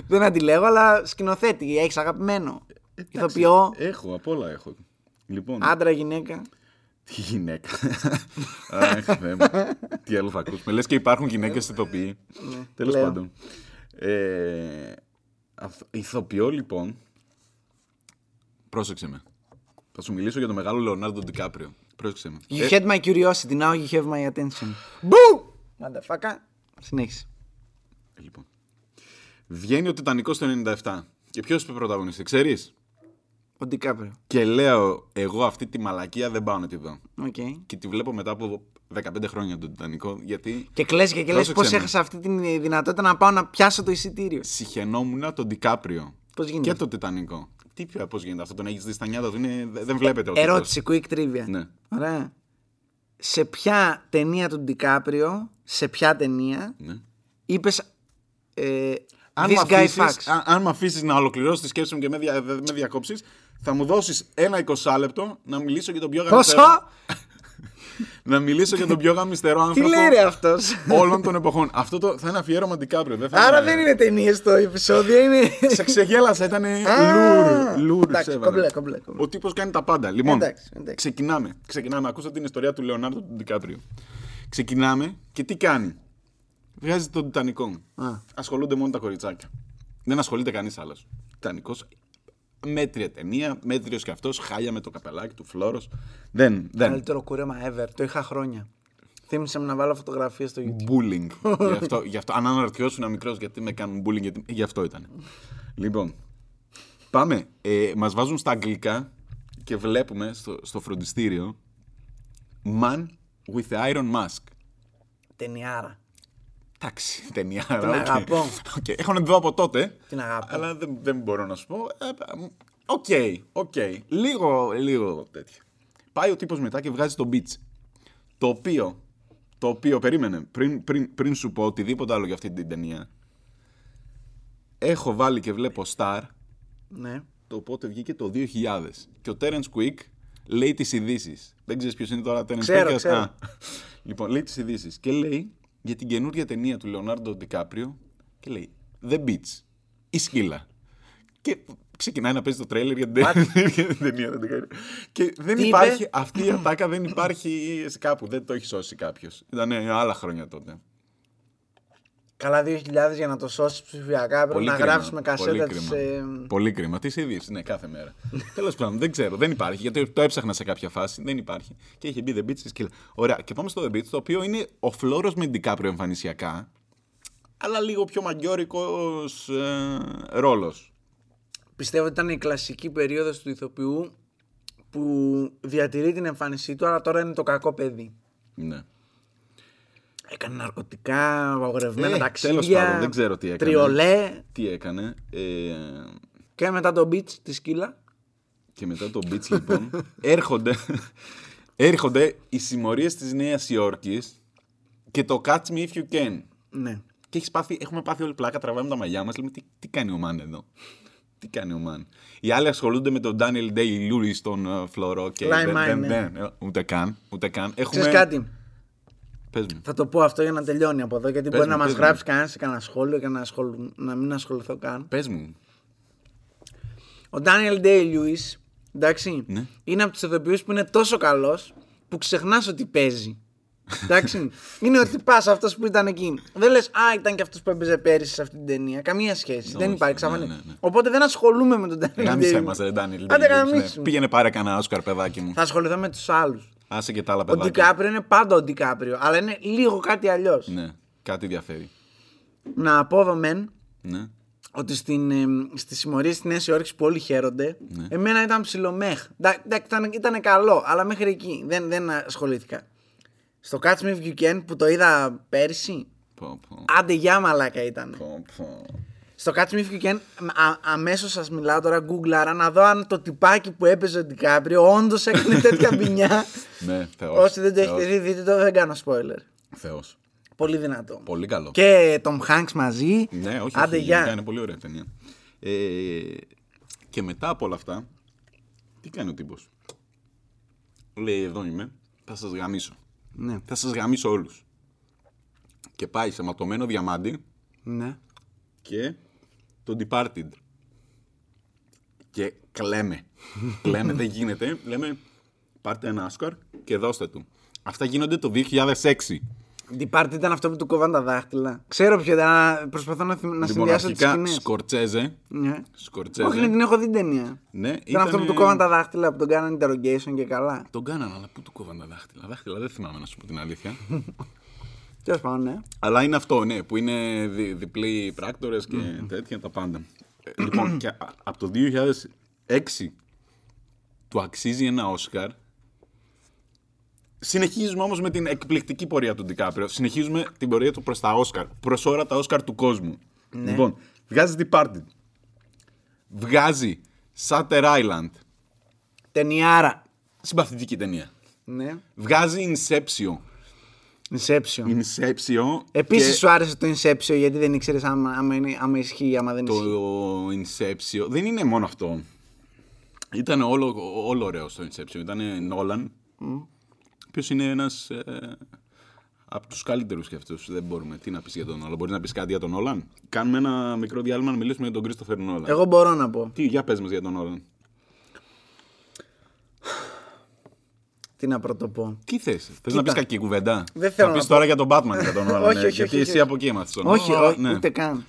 Speaker 2: δεν αντιλέγω, αλλά σκηνοθέτη. Έχεις αγαπημένο.
Speaker 1: Ε,
Speaker 2: Ηθοποιό,
Speaker 1: Έχω, απ' όλα έχω. Λοιπόν,
Speaker 2: άντρα, γυναίκα.
Speaker 1: Ε. τι γυναίκα. Αχ, Θεέ μου. Τι άλλο θα ακούσουμε. Λες και υπάρχουν γυναίκες ηθοποιοί. Τέλος
Speaker 2: λέω.
Speaker 1: πάντων. Ε, αυ- Ηθοποιό, λοιπόν. Πρόσεξε με. Θα σου μιλήσω για τον μεγάλο Λεωνάρντο Ντικάπριο. Πρόσεξε με. Ε,
Speaker 2: You had my curiosity, now you have my attention.
Speaker 1: Μπου!
Speaker 2: Motherfucker. Συνέχισε.
Speaker 1: Λοιπόν. Βγαίνει ο Τιτανικός το 97. Και ποιος είπε πρωταγωνιστή, ξέρεις.
Speaker 2: Ο Ντικάπριο.
Speaker 1: Και λέω, εγώ αυτή τη μαλακία δεν πάω να τη δω.
Speaker 2: Οκ.
Speaker 1: Και τη βλέπω μετά από 15 χρόνια τον Τιτανικό, γιατί
Speaker 2: Και κλαις και, και λες
Speaker 1: Πρόσεξε
Speaker 2: πώς
Speaker 1: με.
Speaker 2: έχασα αυτή τη δυνατότητα να πάω να πιάσω το εισιτήριο.
Speaker 1: συχαινόμουν τον Ντικάπριο.
Speaker 2: Πώς γίνεται
Speaker 1: Και
Speaker 2: αυτό?
Speaker 1: το Τιτανικό. Τι πιο, πώς γίνεται αυτό, τον έχεις δει στα νιάτα του, είναι, δε- δεν βλέπετε ο τύπος.
Speaker 2: Ερώτηση, quick trivia.
Speaker 1: Ναι.
Speaker 2: Ωραία. Σε ποια ταινία του Ντικάπριο, σε ποια ταινία,
Speaker 1: Ναι.
Speaker 2: είπες ε,
Speaker 1: Αν
Speaker 2: This
Speaker 1: μ'
Speaker 2: guy
Speaker 1: αφήσεις-
Speaker 2: fucks.
Speaker 1: αν- αν μ' αφήσεις να ολοκληρώσει τη σκέψη μου και με, δια, δε- με διακόψεις, θα μου δώσεις ένα 20 λεπτό να μιλήσω για τον πιο
Speaker 2: Πόσο!
Speaker 1: γαμιστερό. Να μιλήσω για τον πιο γαμιστερό
Speaker 2: Τι
Speaker 1: άνθρωπο.
Speaker 2: λέει ρε αυτός.
Speaker 1: Όλων των εποχών. Αυτό το, θα είναι αφιέρωμα Ντικάπριο. Δεν θα
Speaker 2: Άρα δεν είναι ταινίες το επεισόδιο, είναι.
Speaker 1: Σε ξεγέλασα, ήταν λουρ. Λουρ,
Speaker 2: εντάξει,
Speaker 1: σε έβαλα.
Speaker 2: κομπλέ, κομπλέ, κομπλέ.
Speaker 1: Ο τύπος κάνει τα πάντα. Λοιπόν,
Speaker 2: Εντάξει, εντάξει.
Speaker 1: ξεκινάμε. Ξεκινάμε. Ακούσα την ιστορία του Λεωνάρντο του Ντικάπριου. Ξεκινάμε και τι κάνει. Βγάζει τον Τιτανικό.
Speaker 2: Α.
Speaker 1: Ασχολούνται μόνο τα κοριτσάκια. Δεν ασχολείται κανείς άλλος. Τιτανικός. Μέτρια ταινία, μέτριος κι αυτός, χάλια με το καπελάκι του, φλόρος. Δεν, δεν.
Speaker 2: Καλύτερο κούρεμα ever. Το είχα χρόνια. Θύμισε μου να βάλω φωτογραφίες στο YouTube.
Speaker 1: Bullying. γι, αυτό, γι' αυτό, αν αναρωτιώσουν μικρός γιατί με κάνουν bullying, γιατί... γι' αυτό ήταν. λοιπόν, πάμε. Ε, μας βάζουν στα αγγλικά και βλέπουμε στο, στο φροντιστήριο Man with the Iron Mask.
Speaker 2: Ταινιάρα.
Speaker 1: Εντάξει, ταινιάρα.
Speaker 2: Την
Speaker 1: οκ.
Speaker 2: αγαπώ.
Speaker 1: Οκ, Έχω να τη δω από τότε.
Speaker 2: Την αγαπώ.
Speaker 1: Αλλά δεν, δεν μπορώ να σου πω. Ε, μ, Οκ, οκ. Λίγο, λίγο τέτοιο. Πάει ο τύπος μετά και βγάζει τον beach. Το οποίο, το οποίο, περίμενε, πριν, πριν, πριν σου πω οτιδήποτε άλλο για αυτή την ταινία. Έχω βάλει και βλέπω Star,
Speaker 2: Ναι.
Speaker 1: το πότε βγήκε το 2000. Και ο Terence Quick λέει τις ειδήσεις. Δεν ξέρεις ποιος είναι τώρα ο Terence
Speaker 2: Ξέρω,
Speaker 1: Quick. ας-
Speaker 2: ξέρω.
Speaker 1: Α. Λοιπόν, λέει τις ειδήσεις και λέει για την καινούργια ταινία του Λεωνάρντο Ντικάπριο και λέει The Beach, η σκύλα. Και ξεκινάει να παίζει το τρέλερ για την ταινία- για την ταινία. του Ντικάπριο. Και δεν
Speaker 2: είπε?
Speaker 1: υπάρχει, αυτή η ατάκα δεν υπάρχει σε κάπου, δεν το έχει σώσει κάποιος. Ήταν άλλα χρόνια τότε.
Speaker 2: Καλά 2000 για να το σώσεις ψηφιακά. Πρέπει να
Speaker 1: κρίμα,
Speaker 2: γράψουμε κασέτα ε,
Speaker 1: πολύ
Speaker 2: της.
Speaker 1: κρίμα. Πολύ κρίμα. Τις ειδήσει, ναι, κάθε μέρα. Τέλος πάντων, δεν ξέρω, δεν υπάρχει. Γιατί το έψαχνα σε κάποια φάση, δεν υπάρχει. Και είχε μπει The Beach και Ωραία, και πάμε στο The Beach, το οποίο είναι ο φλόρος με την Κάπριο εμφανισιακά, αλλά λίγο πιο μαγκιόρικο ε, ρόλος.
Speaker 2: Πιστεύω ότι ήταν η κλασική περίοδος του ηθοποιού που διατηρεί την εμφάνισή του, αλλά τώρα είναι το κακό παιδί.
Speaker 1: Ναι.
Speaker 2: Έκανε ναρκωτικά, αγορευμένα
Speaker 1: Ε, τέλος
Speaker 2: ταξίδια.
Speaker 1: πάντων, δεν ξέρω τι έκανε.
Speaker 2: Τριολέ.
Speaker 1: Τι έκανε. Ε,
Speaker 2: Και μετά το beach τη σκύλα.
Speaker 1: και μετά το beach λοιπόν έρχονται, έρχονται οι συμμορίες της Νέας Υόρκης και το catch me if you can.
Speaker 2: Ναι.
Speaker 1: Και έχεις πάθει, έχουμε πάθει όλη πλάκα, τραβάμε τα μαλλιά μας, λέμε τι, τι κάνει ο Μαν εδώ. Τι κάνει ο Μαν. Οι άλλοι ασχολούνται με τον Daniel Day Lewis στον ε, φλωρό και
Speaker 2: Κλάιν
Speaker 1: δεν,
Speaker 2: Μάιν,
Speaker 1: δεν,
Speaker 2: ναι.
Speaker 1: δεν, ε, ούτε καν, ούτε καν. Έχουμε...
Speaker 2: Ξέρεις κάτι,
Speaker 1: Πες μου.
Speaker 2: θα το πω αυτό για να τελειώνει από εδώ, γιατί μπορεί
Speaker 1: μου,
Speaker 2: να μας
Speaker 1: πες μου.
Speaker 2: γράψει κανένας σε κανένα σχόλιο και να, ασχολου- να μην ασχοληθώ καν.
Speaker 1: Πες μου.
Speaker 2: Ο Daniel Day-Lewis, εντάξει,
Speaker 1: Ναι.
Speaker 2: είναι από τους ηθοποιούς που είναι τόσο καλός που ξεχνάς ότι παίζει. Εντάξει, είναι ότι πας αυτός που ήταν εκεί. Δεν λες, Α, ήταν και αυτός που έπαιζε πέρυσι σε αυτή την ταινία. Καμία σχέση. δεν
Speaker 1: όχι,
Speaker 2: υπάρχει
Speaker 1: ναι,
Speaker 2: ξαφνικά.
Speaker 1: ναι, ναι.
Speaker 2: Οπότε δεν ασχολούμαι με τον Daniel
Speaker 1: Γάμισε
Speaker 2: Day-Lewis.
Speaker 1: μας ρε Daniel
Speaker 2: Άντε,
Speaker 1: Day Lewis.
Speaker 2: γαμίσου.
Speaker 1: ναι. Πήγαινε πάρε κανένα Όσκαρ παιδάκι μου.
Speaker 2: Θα ασχοληθώ με τους άλλους.
Speaker 1: Άσε και τα άλλα
Speaker 2: Ο
Speaker 1: παιδάκια.
Speaker 2: Ντικάπριο είναι πάντα ο Ντικάπριο, αλλά είναι λίγο κάτι αλλιώς.
Speaker 1: Ναι, κάτι διαφέρει.
Speaker 2: Να πω εδώ μεν
Speaker 1: Ναι.
Speaker 2: ότι στην, ε, στις συμμορίες στη Νέα Υόρκη που όλοι χαίρονται, εμένα ήταν ψιλομέχ. Ντα- εντάξει, Ήταν, ήταν καλό, αλλά μέχρι εκεί δεν, δεν ασχολήθηκα. Στο Catch Me If You Can που το είδα πέρσι,
Speaker 1: Πω, πω,
Speaker 2: άντε για μαλάκα ήταν.
Speaker 1: πω, πω.
Speaker 2: Στο Catch Me If You Can α, αμέσως σας μιλάω τώρα, γκουγκλάρα, να δω αν το τυπάκι που έπαιζε ο Ντικάπριο όντως έκανε τέτοια μπινιά.
Speaker 1: Ναι, θεός.
Speaker 2: Όσοι δεν το έχετε
Speaker 1: Θεός.
Speaker 2: δει, δείτε το, δεν κάνω spoiler.
Speaker 1: Θεός.
Speaker 2: Πολύ δυνατό.
Speaker 1: Πολύ καλό.
Speaker 2: Και Tom Hanks μαζί.
Speaker 1: Ναι, όχι,
Speaker 2: Άντε,
Speaker 1: όχι
Speaker 2: γεια.
Speaker 1: γενικά είναι πολύ ωραία η ταινία. Ε, και μετά από όλα αυτά, τι κάνει ο τύπος. Λέει, εδώ είμαι, θα σας γαμίσω.
Speaker 2: Ναι.
Speaker 1: Θα σας γαμίσω όλους. Και πάει σε ματωμένο διαμάντι
Speaker 2: ναι.
Speaker 1: και το Departed. Και κλαίμε. κλαίμε, δεν γίνεται. Λέμε, πάρτε ένα Όσκαρ και δώστε του. Αυτά γίνονται το 2006.
Speaker 2: Departed ήταν αυτό που του κόβαν τα δάχτυλα. Ξέρω ποιο ήταν, αλλά προσπαθώ να, θυμ- να
Speaker 1: Λοιπόν,
Speaker 2: συνδυάσω τις
Speaker 1: αρχικά
Speaker 2: σκηνές.
Speaker 1: Σκορτσέζε.
Speaker 2: Ναι.
Speaker 1: Σκορτσέζε.
Speaker 2: Όχι, ναι, την έχω δει την ταινία.
Speaker 1: Ναι,
Speaker 2: Ήταν, αυτό που του κόβαν τα δάχτυλα, που τον κάνανε interrogation και καλά.
Speaker 1: Τον κάνανε, αλλά πού του κόβαν τα δάχτυλα. Δάχτυλα δεν θυμάμαι να σου πω την αλήθεια.
Speaker 2: Τέλος πάντων, ναι.
Speaker 1: αλλά είναι αυτό, ναι, που είναι δι- διπλοί πράκτορες και τέτοια τα πάντα. Ε, λοιπόν, και α- από το 2006 του αξίζει ένα Όσκαρ. Συνεχίζουμε όμως με την εκπληκτική πορεία του Ντικάπριο. Συνεχίζουμε την πορεία του προς τα Όσκαρ. Προς όλα τα Όσκαρ του κόσμου. Λοιπόν, βγάζει Departed. Βγάζει Shutter Island.
Speaker 2: Ταινιάρα.
Speaker 1: Συμπαθητική ταινία.
Speaker 2: Ναι.
Speaker 1: Βγάζει Inception.
Speaker 2: Inception.
Speaker 1: Inception.
Speaker 2: Επίσης
Speaker 1: και
Speaker 2: σου άρεσε το Inception γιατί δεν ήξερες άμα, άμα, είναι- άμα ισχύει ή άμα δεν ισχύει.
Speaker 1: Το Inception. Δεν είναι μόνο αυτό. Ήταν όλο, όλο ωραίο στο Inception. Ήταν Νόλαν. Ο οποίος είναι ε, ένα. από τους καλύτερους και αυτούς. Δεν μπορούμε. Τι να πεις για τον Νόλαν. Μπορεί να πεις κάτι για τον Νόλαν. Κάνουμε ένα μικρό διάλειμμα να μιλήσουμε για τον Κρίστοφερ Νόλαν.
Speaker 2: Εγώ μπορώ να πω.
Speaker 1: Τι, για πες μας για τον Νόλαν.
Speaker 2: Τι να πρωτοπώ.
Speaker 1: Τι θες, Θες να πεις κακή κουβέντα.
Speaker 2: Δεν
Speaker 1: Θα
Speaker 2: θέλω να
Speaker 1: πεις
Speaker 2: πω.
Speaker 1: τώρα για τον Batman για τον Νόλαν.
Speaker 2: Όχι,
Speaker 1: ε,
Speaker 2: όχι, όχι,
Speaker 1: Γιατί
Speaker 2: όχι,
Speaker 1: εσύ
Speaker 2: όχι.
Speaker 1: από εκεί έμαθες τον
Speaker 2: όχι,
Speaker 1: Νόλαν.
Speaker 2: όχι
Speaker 1: ναι.
Speaker 2: ούτε καν.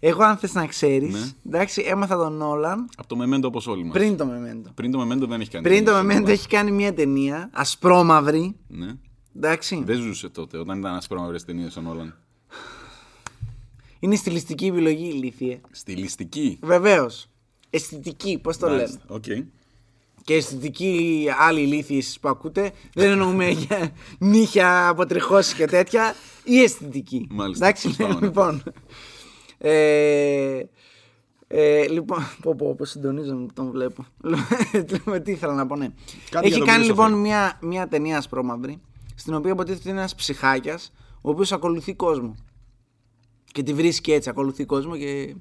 Speaker 2: Εγώ, αν θες να ξέρεις, εντάξει, έμαθα τον Νόλαν
Speaker 1: Από το Μεμέντο όπως όλοι μας.
Speaker 2: πριν το Μεμέντο.
Speaker 1: Πριν το Μεμέντο δεν έχει κάνει.
Speaker 2: Πριν το
Speaker 1: τίποτα.
Speaker 2: Μεμέντο έχει κάνει μια ταινία ασπρόμαυρη.
Speaker 1: Ναι.
Speaker 2: Εντάξει.
Speaker 1: Δεν ζούσε τότε, όταν ήταν ασπρόμαυρες ταινίες ο Νόλαν.
Speaker 2: Είναι στιλιστική επιλογή η ηλίθιε.
Speaker 1: Στιλιστική.
Speaker 2: Βεβαίως. Αισθητική, πώς το λέμε.
Speaker 1: Μάλιστα. Οκ.
Speaker 2: Και αισθητική άλλοι ηλίθιοι εσείς που ακούτε. Δεν εννοούμε για νύχια από τριχώσει και τέτοια. Η αισθητική.
Speaker 1: Μάλιστα.
Speaker 2: Εντάξει,
Speaker 1: Πάμε, ναι.
Speaker 2: λοιπόν. Ε, ε, λοιπόν, πω πω, πω συντονίζομαι που τον βλέπω. Λοιπόν, τι ήθελα να πω, ναι.
Speaker 1: Κάτι για
Speaker 2: Έχει
Speaker 1: τον
Speaker 2: κάνει
Speaker 1: Christopher.
Speaker 2: λοιπόν μια, μια ταινία ασπρόμαυρη, στην οποία υποτίθεται είναι ένας ψυχάκιας, ο οποίος ακολουθεί κόσμο. Και τη βρίσκει έτσι, ακολουθεί κόσμο και...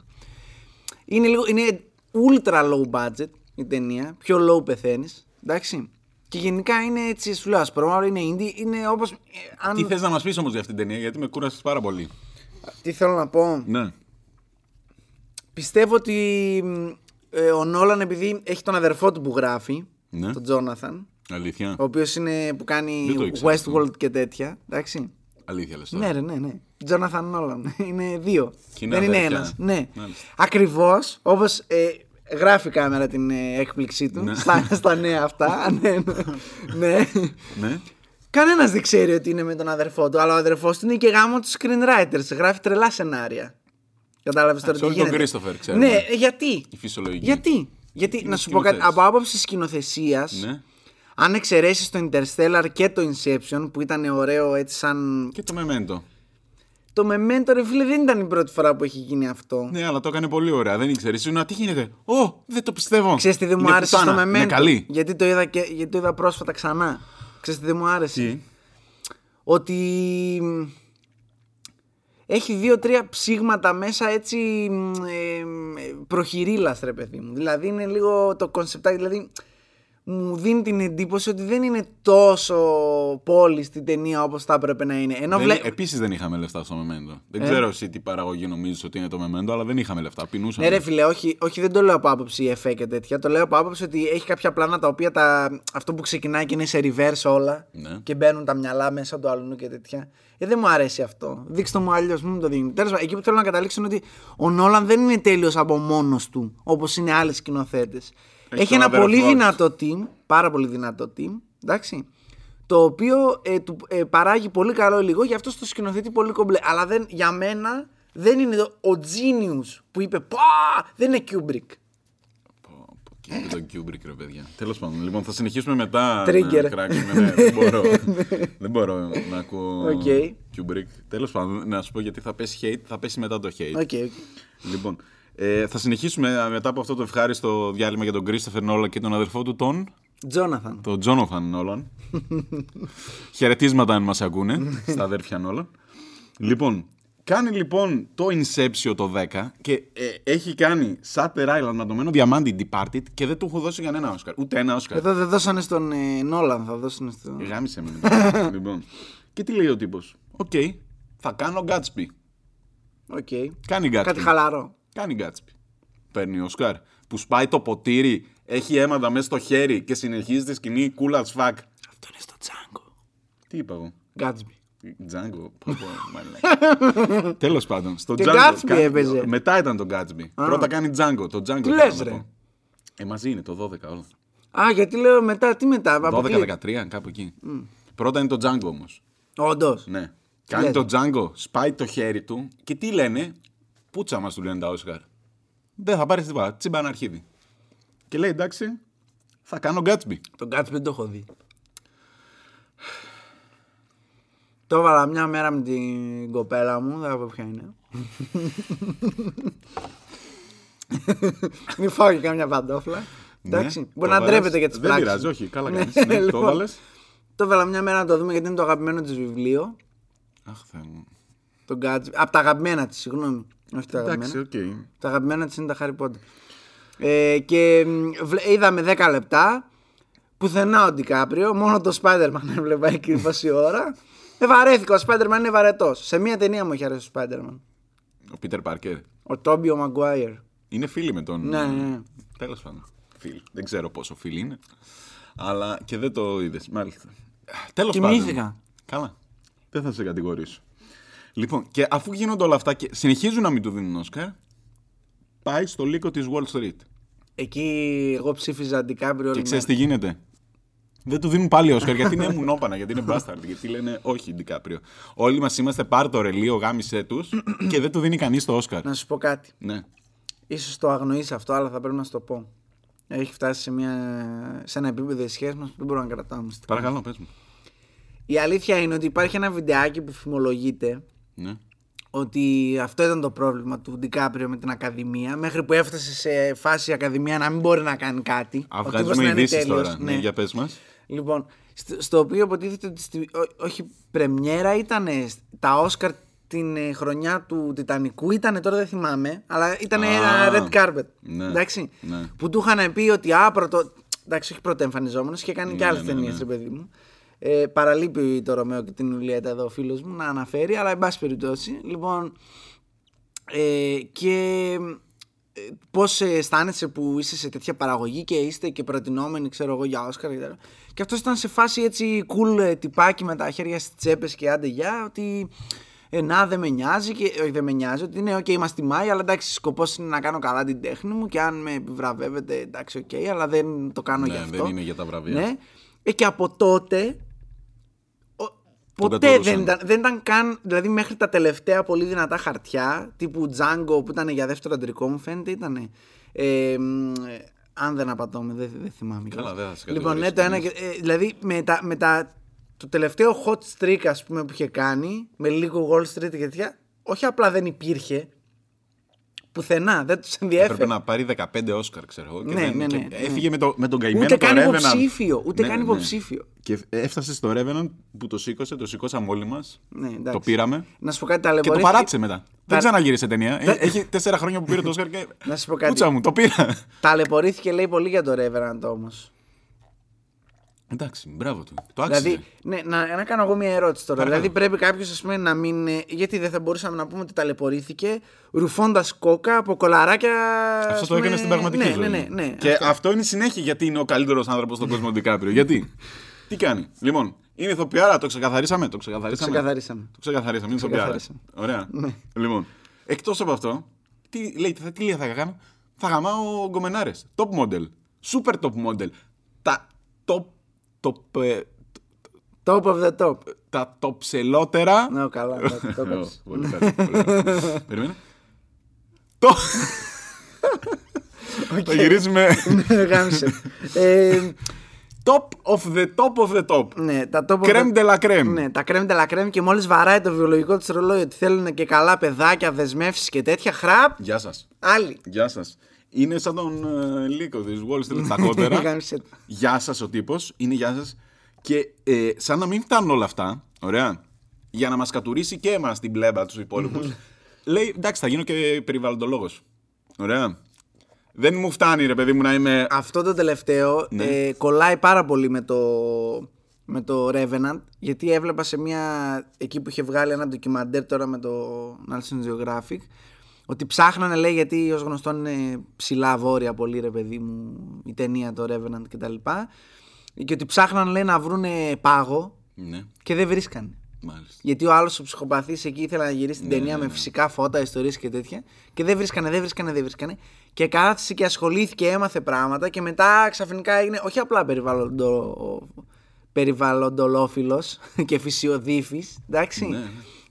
Speaker 2: Είναι, λίγο, είναι ultra low budget η ταινία, πιο low πεθαίνεις. εντάξει. Και γενικά είναι έτσι, σου λέω ασπρόμαυρο, είναι indie, είναι όπως... ε, αν...
Speaker 1: Τι θες να μας πεις όμως για αυτή την ταινία, γιατί με κούρασες πάρα πολύ.
Speaker 2: τι θέλω να πω...
Speaker 1: Ναι.
Speaker 2: Πιστεύω ότι μ, ε, ο Νόλαν επειδή έχει τον αδερφό του που γράφει,
Speaker 1: Ναι.
Speaker 2: τον Τζόναθαν,
Speaker 1: Αλήθεια.
Speaker 2: ο οποίος είναι που κάνει
Speaker 1: Δεν το ήξερα αυτό.
Speaker 2: Westworld και τέτοια, εντάξει.
Speaker 1: Αλήθεια λες τώρα.
Speaker 2: Ναι, ρε, ναι, ναι. Τζόναθαν Νόλαν. Είναι δύο.
Speaker 1: Και είναι
Speaker 2: Δεν είναι
Speaker 1: αδέρφια.
Speaker 2: ένας. Ναι.
Speaker 1: Μάλιστα.
Speaker 2: Ακριβώς, όπως ε, γράφει η κάμερα την ε, έκπληξή του στα, στα νέα αυτά. ναι, ναι. ναι.
Speaker 1: Ναι.
Speaker 2: Κανένας δεν ξέρει ότι είναι με τον αδερφό του, αλλά ο αδερφός του είναι και γάμο του screenwriters. Γράφει τρελά σενάρια. Κατάλαβες τώρα
Speaker 1: σε
Speaker 2: τι
Speaker 1: όλο τον
Speaker 2: γίνεται.
Speaker 1: Christopher, ξέρουμε.
Speaker 2: Ναι, ε, γιατί.
Speaker 1: Η φυσιολογική.
Speaker 2: Γιατί. Γιατί
Speaker 1: Είναι
Speaker 2: να σου πω κάτι,
Speaker 1: σκηνοθέτης.
Speaker 2: από άποψη σκηνοθεσίας,
Speaker 1: Ναι.
Speaker 2: αν εξαιρέσεις το Interstellar και το Inception που ήταν ωραίο έτσι σαν.
Speaker 1: Και το Memento.
Speaker 2: Το Memento ρε φίλε δεν ήταν η πρώτη φορά που έχει γίνει αυτό.
Speaker 1: Ναι, αλλά το έκανε πολύ ωραία. Δεν ήξερε. Ήσουν, «Α, τι γίνεται. Ω, δεν το πιστεύω.
Speaker 2: Ξέρεις τι δεν μου
Speaker 1: Είναι
Speaker 2: άρεσε στο
Speaker 1: πουτάνα.
Speaker 2: Memento.
Speaker 1: Είναι καλή.
Speaker 2: Γιατί το είδα, και, γιατί το είδα πρόσφατα ξανά. Ξέρεις τι δεν μου άρεσε.
Speaker 1: Τι.
Speaker 2: Ότι μ, έχει δύο-τρία ψήγματα μέσα έτσι μ, ε, μ, ε, προχειρήλας ρε παιδί μου. Δηλαδή είναι λίγο το κονσεπτάκι, δηλαδή μου δίνει την εντύπωση ότι δεν είναι τόσο πόλη στην ταινία όπως θα έπρεπε να είναι. Ενώ
Speaker 1: Δεν...
Speaker 2: βλέ...
Speaker 1: Επίσης δεν είχαμε λεφτά στο Memento.
Speaker 2: Ε.
Speaker 1: Δεν ξέρω εσύ τι παραγωγή νομίζεις ότι είναι το Memento, αλλά δεν είχαμε λεφτά. Πεινούσαμε.
Speaker 2: Ναι, ρε φίλε, όχι, όχι, δεν το λέω από άποψη εφέ και τέτοια. Το λέω από άποψη ότι έχει κάποια πλάνα τα οποία τα, αυτό που ξεκινάει και είναι σε reverse όλα
Speaker 1: Ναι.
Speaker 2: και μπαίνουν τα μυαλά μέσα του αλλού και τέτοια. Ε, δεν μου αρέσει αυτό. Δείξτε το μου αλλιώς, μην μου το δίνει. Τέλο εκεί που θέλω να καταλήξω είναι ότι ο Νόλαν δεν είναι τέλειος από μόνος του όπως είναι άλλοι σκηνοθέτες. Έχει,
Speaker 1: τον
Speaker 2: ένα
Speaker 1: αδερφό
Speaker 2: πολύ
Speaker 1: του.
Speaker 2: δυνατό team, πάρα πολύ δυνατό team, εντάξει, το οποίο ε, του ε, παράγει πολύ καλό υλικό, γι' αυτό στο σκηνοθέτει πολύ κομπλέ. Αλλά δεν, για μένα δεν είναι το- ο genius που είπε Πα! Δεν είναι Kubrick.
Speaker 1: Πω, πω, Και το Kubrick, ρε παιδιά. Τέλος πάντων, λοιπόν, θα συνεχίσουμε μετά.
Speaker 2: Trigger.
Speaker 1: να κράξουμε, ναι, δεν, μπορώ, δεν μπορώ να ακούω
Speaker 2: Οκ.
Speaker 1: Kubrick. Τέλος πάντων, να σου πω γιατί θα πέσει hate, θα πέσει μετά το hate.
Speaker 2: Οκ, οκ.
Speaker 1: Λοιπόν, ε, θα συνεχίσουμε α, μετά από αυτό το ευχάριστο διάλειμμα για τον Κρίστοφερ Νόλαν και τον αδερφό του τον,
Speaker 2: Τζόναθαν.
Speaker 1: τον Τζόνοφαν Νόλαν. Χαιρετίσματα αν μας ακούνε, στα αδέρφια Νόλαν. Λοιπόν, κάνει λοιπόν το Inception το 10 και ε, έχει κάνει Shutter Island ανατομένο διαμάντι Departed και δεν του έχω δώσει κανένα Όσκαρ. Ούτε ένα Όσκαρ.
Speaker 2: Εδώ δεν δώσανε στον ε, Νόλαν, θα δώσανε στον.
Speaker 1: Γάμισε με. μετά. λοιπόν. Και τι λέει ο τύπος. Οκ, θα κάνω Gatsby.
Speaker 2: Οκ.
Speaker 1: Κάνει Gatsby.
Speaker 2: Κάτι χαλαρό.
Speaker 1: Κάνει Γκάτσπι. Παίρνει Όσκαρ. Που σπάει το ποτήρι, έχει αίματα μέσα στο χέρι και συνεχίζει τη σκηνή cool as fuck.
Speaker 2: Αυτό είναι στο Τζάγκο.
Speaker 1: Τι είπα εγώ.
Speaker 2: Γκάτσμπι.
Speaker 1: Τζάγκο. Τέλος πάντων. Στο
Speaker 2: Και
Speaker 1: Django
Speaker 2: Gatsby
Speaker 1: κάνει-
Speaker 2: έπαιζε.
Speaker 1: Μετά ήταν το Γκάτσπι. Πρώτα κάνει Τζάγκο. Το Django.
Speaker 2: Τι
Speaker 1: ήθελα
Speaker 2: λες,
Speaker 1: να
Speaker 2: ρε?
Speaker 1: πω. Ε, μαζί είναι το 12 όλο.
Speaker 2: Α, γιατί λέω μετά, τι μετά. αποκλείεται.
Speaker 1: 12-13, κάπου εκεί. Πρώτα είναι το Django όμως.
Speaker 2: Όντως.
Speaker 1: Ναι. Κάνει
Speaker 2: λες,
Speaker 1: το Django, σπάει το χέρι του και τι λένε. Πούτσα μας του λένε τα Όσκαρ. Δεν θα πάρεις τίποτα. Τσιμπαν αρχίδι. Και λέει εντάξει, θα κάνω Gatsby.
Speaker 2: Τον Κάτσπι δεν το έχω δει. Το έβαλα μια μέρα με την κοπέλα μου, δεν θα πω ποια είναι. Μην φάω και καμιά παντόφλα. Εντάξει.
Speaker 1: Ναι,
Speaker 2: Μπορεί
Speaker 1: το
Speaker 2: να
Speaker 1: βάλες.
Speaker 2: ντρέπεται για τις
Speaker 1: Δεν
Speaker 2: πράξει.
Speaker 1: πειράζει, όχι. Καλά κάνεις. ναι,
Speaker 2: λοιπόν.
Speaker 1: το έβαλες.
Speaker 2: Το έβαλα μια μέρα να το δούμε γιατί είναι το αγαπημένο της βιβλίο.
Speaker 1: Αχ, Θεέ μου.
Speaker 2: Τον Gatsby. Από τα αγαπημένα της, συγγνώμη. Όχι τα αγαπημένα.
Speaker 1: Εντάξει, οκ.
Speaker 2: Τα αγαπημένα της είναι τα Harry Potter. Ε, και μ, βλέ- είδαμε 10 λεπτά. Πουθενά ο Ντικάπριο, μόνο το Spider-Man έβλεπα εκεί πόση ώρα. Ε, βαρέθηκα. Ο Spider-Man είναι βαρετός. Σε μία ταινία μου έχει αρέσει ο Spider-Man.
Speaker 1: Ο Πίτερ Πάρκερ.
Speaker 2: Ο Τόμπι ο Μαγκουάιερ.
Speaker 1: Είναι φίλοι με τον.
Speaker 2: Ναι, ναι, ναι.
Speaker 1: Τέλος πάντων. Φίλοι. Δεν ξέρω πόσο φίλοι είναι. Αλλά και δεν το είδες. Μάλιστα. Τέλος πάντων.
Speaker 2: Κοιμήθηκα.
Speaker 1: Καλά. Δεν θα σε κατηγορήσω. Λοιπόν, και αφού γίνονται όλα αυτά και συνεχίζουν να μην του δίνουν Όσκαρ, πάει στο λύκο της Wall Street.
Speaker 2: Εκεί εγώ ψήφιζα Ντικάπριο.
Speaker 1: Και
Speaker 2: όλη
Speaker 1: ξέρεις
Speaker 2: μέρα.
Speaker 1: τι γίνεται. Δεν του δίνουν πάλι Όσκαρ γιατί είναι μουνόπανα, γιατί είναι μπάσταρντ. Γιατί λένε όχι, Ντικάπριο. Όλοι μας είμαστε πάρ το ρελίο, γάμισε τους και δεν του δίνει κανείς το Όσκαρ.
Speaker 2: Να σου πω κάτι.
Speaker 1: ναι.
Speaker 2: Ίσως το αγνοείς αυτό, αλλά θα πρέπει να σου το πω. Έχει φτάσει σε, μια... σε ένα επίπεδο η σχέσης μας που δεν μπορούμε να κρατάμε. μυστικά.
Speaker 1: Παρακαλώ, πες μου.
Speaker 2: Η αλήθεια είναι ότι υπάρχει ένα βιντεάκι που φημολογείται
Speaker 1: Ναι.
Speaker 2: ότι αυτό ήταν το πρόβλημα του Ντικάπριο με την Ακαδημία. Μέχρι που έφτασε σε φάση η Ακαδημία να μην μπορεί να κάνει κάτι.
Speaker 1: Α,
Speaker 2: Ο τύπος
Speaker 1: βγάζουμε
Speaker 2: να είναι
Speaker 1: ειδήσεις
Speaker 2: τέλειος,
Speaker 1: τώρα.
Speaker 2: ναι.
Speaker 1: Ναι. για πες μας.
Speaker 2: Λοιπόν, στο, στο οποίο υποτίθεται ότι. στη- ό- όχι, πρεμιέρα ήταν τα Όσκαρ την ε, χρονιά του Τιτανικού. Ήταν τώρα δεν θυμάμαι, αλλά ήταν
Speaker 1: Α,
Speaker 2: ένα red carpet.
Speaker 1: ναι,
Speaker 2: εντάξει,
Speaker 1: ναι.
Speaker 2: Που του είχαν πει ότι. Α, πρωτο... Εντάξει, όχι πρωτοεμφανιζόμενος και κάνει και
Speaker 1: Ναι,
Speaker 2: άλλες
Speaker 1: ναι,
Speaker 2: ταινίες,
Speaker 1: ναι.
Speaker 2: ρε παιδί μου. Ε, παραλείπει το Ρωμαίο και την Ιουλιέτα εδώ ο φίλος μου να αναφέρει, αλλά εν πάση περιπτώσει. Λοιπόν, ε, και πώς αισθάνεσαι που είσαι σε τέτοια παραγωγή και είστε και προτινόμενοι, ξέρω εγώ, για Όσκαρ και τέτοια. Και αυτός ήταν σε φάση έτσι cool ε, τυπάκι με τα χέρια στις τσέπες και άντε γεια, ότι ε, να δεν με νοιάζει, και, όχι δεν με νοιάζει, ότι ναι, οκ, είμαστε Μάη, αλλά εντάξει, σκοπός είναι να κάνω καλά την τέχνη μου και αν με επιβραβεύετε, εντάξει, οκ, αλλά δεν το κάνω
Speaker 1: Ναι,
Speaker 2: για αυτό.
Speaker 1: δεν είναι για τα βραβεία.
Speaker 2: Ναι. Ε, και από τότε Ποτέ
Speaker 1: κατουρούσαν.
Speaker 2: δεν ήταν, δεν ήταν καν, δηλαδή μέχρι τα τελευταία πολύ δυνατά χαρτιά, τύπου Django που ήταν για δεύτερο αντρικό μου φαίνεται, ήταν Αν δεν απατώμε, δεν, δεν θυμάμαι.
Speaker 1: Καλά, δεν θα σε
Speaker 2: Λοιπόν, ναι,
Speaker 1: κατηγορήσει
Speaker 2: το ένα. και- ε, δηλαδή, με τα, με τα- το τελευταίο hot streak, ας πούμε, που είχε κάνει, με λίγο Wall Street και τέτοια, όχι απλά δεν υπήρχε. Πουθενά, δεν τους ενδιέφερε.
Speaker 1: Έπρεπε να πάρει 15 Όσκαρ, ξέρω εγώ. και
Speaker 2: Ναι,
Speaker 1: δεν-
Speaker 2: ναι,
Speaker 1: και
Speaker 2: ναι, ναι.
Speaker 1: Έφυγε με, το, με τον καημένο
Speaker 2: Ούτε
Speaker 1: τον
Speaker 2: καν
Speaker 1: Revenant.
Speaker 2: υποψήφιο. Ούτε
Speaker 1: Ναι,
Speaker 2: καν
Speaker 1: ναι.
Speaker 2: υποψήφιο.
Speaker 1: Και έφτασε στο Revenant που το σήκωσε, το σήκωσαμε όλοι μας.
Speaker 2: Ναι, εντάξει.
Speaker 1: το πήραμε.
Speaker 2: Να σου πω κάτι
Speaker 1: Και το
Speaker 2: ταλαιπωρήθηκε-
Speaker 1: παράτησε μετά. Δεν
Speaker 2: Τα-
Speaker 1: ξαναγύρισε ταινία. Ε, Έχει τέσσερα χρόνια που πήρε το Όσκαρ και.
Speaker 2: Να σου πω κάτι.
Speaker 1: Κούτσα μου, το πήρα.
Speaker 2: Ταλαιπωρήθηκε λέει πολύ για το Reverend όμως.
Speaker 1: Εντάξει, μπράβο του. Το άξιζε.
Speaker 2: Δηλαδή, ναι, να, να κάνω εγώ μια ερώτηση τώρα.
Speaker 1: Παρακαλώ.
Speaker 2: Δηλαδή, πρέπει κάποιος να μην. ε, Γιατί δεν θα μπορούσαμε να πούμε ότι ταλαιπωρήθηκε ρουφώντας κόκα από κολαράκια.
Speaker 1: Αυτό
Speaker 2: ας
Speaker 1: το
Speaker 2: πούμε,
Speaker 1: έκανε στην πραγματική
Speaker 2: ναι,
Speaker 1: ζωή.
Speaker 2: Ναι, ναι, ναι.
Speaker 1: Και αυτό. είναι η συνέχεια γιατί είναι ο καλύτερος άνθρωπος στον κόσμο ο Ντικάπριο. Γιατί. Τι κάνει. Λοιπόν, είναι ηθοποιάρα, το ξεκαθαρίσαμε. Το ξεκαθαρίσαμε.
Speaker 2: Ξεκαθαρίσαμε.
Speaker 1: Το ξεκαθαρίσαμε. Είναι ηθοποιάρα.
Speaker 2: ξεκαθαρίσαμε.
Speaker 1: Ωραία.
Speaker 2: Ναι.
Speaker 1: Λοιπόν, εκτός από αυτό, τι λέει, θα, τι λέει, θα κάνω. Θα γαμάω γκομενάρες. Top model. Super top model. Τα top. top ε,
Speaker 2: Top of the top.
Speaker 1: τα τοψελότερα.
Speaker 2: Ναι, καλά. το- Το
Speaker 1: Ω,
Speaker 2: έκανες.
Speaker 1: πολύ καλό, πολύ καλό. Περίμενε. Το. Θα γυρίσουμε.
Speaker 2: Ναι, Γάμισε. Ε,
Speaker 1: Top of the top of the top.
Speaker 2: Ναι, τα top of
Speaker 1: Crème
Speaker 2: the-
Speaker 1: de la crème.
Speaker 2: Ναι, τα crème de la crème και μόλις βαράει το βιολογικό του ρολόι ότι θέλουν και καλά παιδάκια, δεσμεύσεις και τέτοια. Χραπ,
Speaker 1: Γεια σας.
Speaker 2: άλλη.
Speaker 1: Γεια σας. Είναι σαν τον ε, Λίκο τη Wall Street τα κότερα.
Speaker 2: Γάμισε το.
Speaker 1: Γεια σας ο τύπος. Είναι γεια σας. Και ε, σαν να μην φτάνουν όλα αυτά, ωραία, για να μας κατουρίσει και εμάς την πλέμπα τους υπόλοιπους, λέει εντάξει, θα γίνω και περιβαλλοντολόγος. Ωραία. Δεν μου φτάνει, ρε παιδί μου, να είμαι.
Speaker 2: Αυτό το τελευταίο ε, κολλάει πάρα πολύ με το, με το Revenant γιατί έβλεπα σε μια εκεί που είχε βγάλει ένα ντοκιμαντέρ τώρα με το National Geographic ότι ψάχνανε λέει γιατί ως γνωστόν είναι ψηλά βόρεια πολύ ρε παιδί μου η ταινία το Revenant και τα λοιπά και ότι ψάχνανε λέει να βρούνε πάγο
Speaker 1: Ναι,
Speaker 2: και δεν βρίσκανε.
Speaker 1: μάλιστα.
Speaker 2: Γιατί ο άλλος ο ψυχοπαθής εκεί ήθελε να γυρίσει
Speaker 1: Ναι,
Speaker 2: την ταινία με φυσικά φώτα, ιστορίες και τέτοια. Και δεν βρίσκανε, δεν βρίσκανε, δεν βρίσκανε. Και κάθισε και ασχολήθηκε, έμαθε πράγματα και μετά ξαφνικά έγινε όχι απλά περιβαλλοντο... περιβαλλοντολόφιλος και φυσιοδίφης. Εντάξει.
Speaker 1: Ναι, ναι.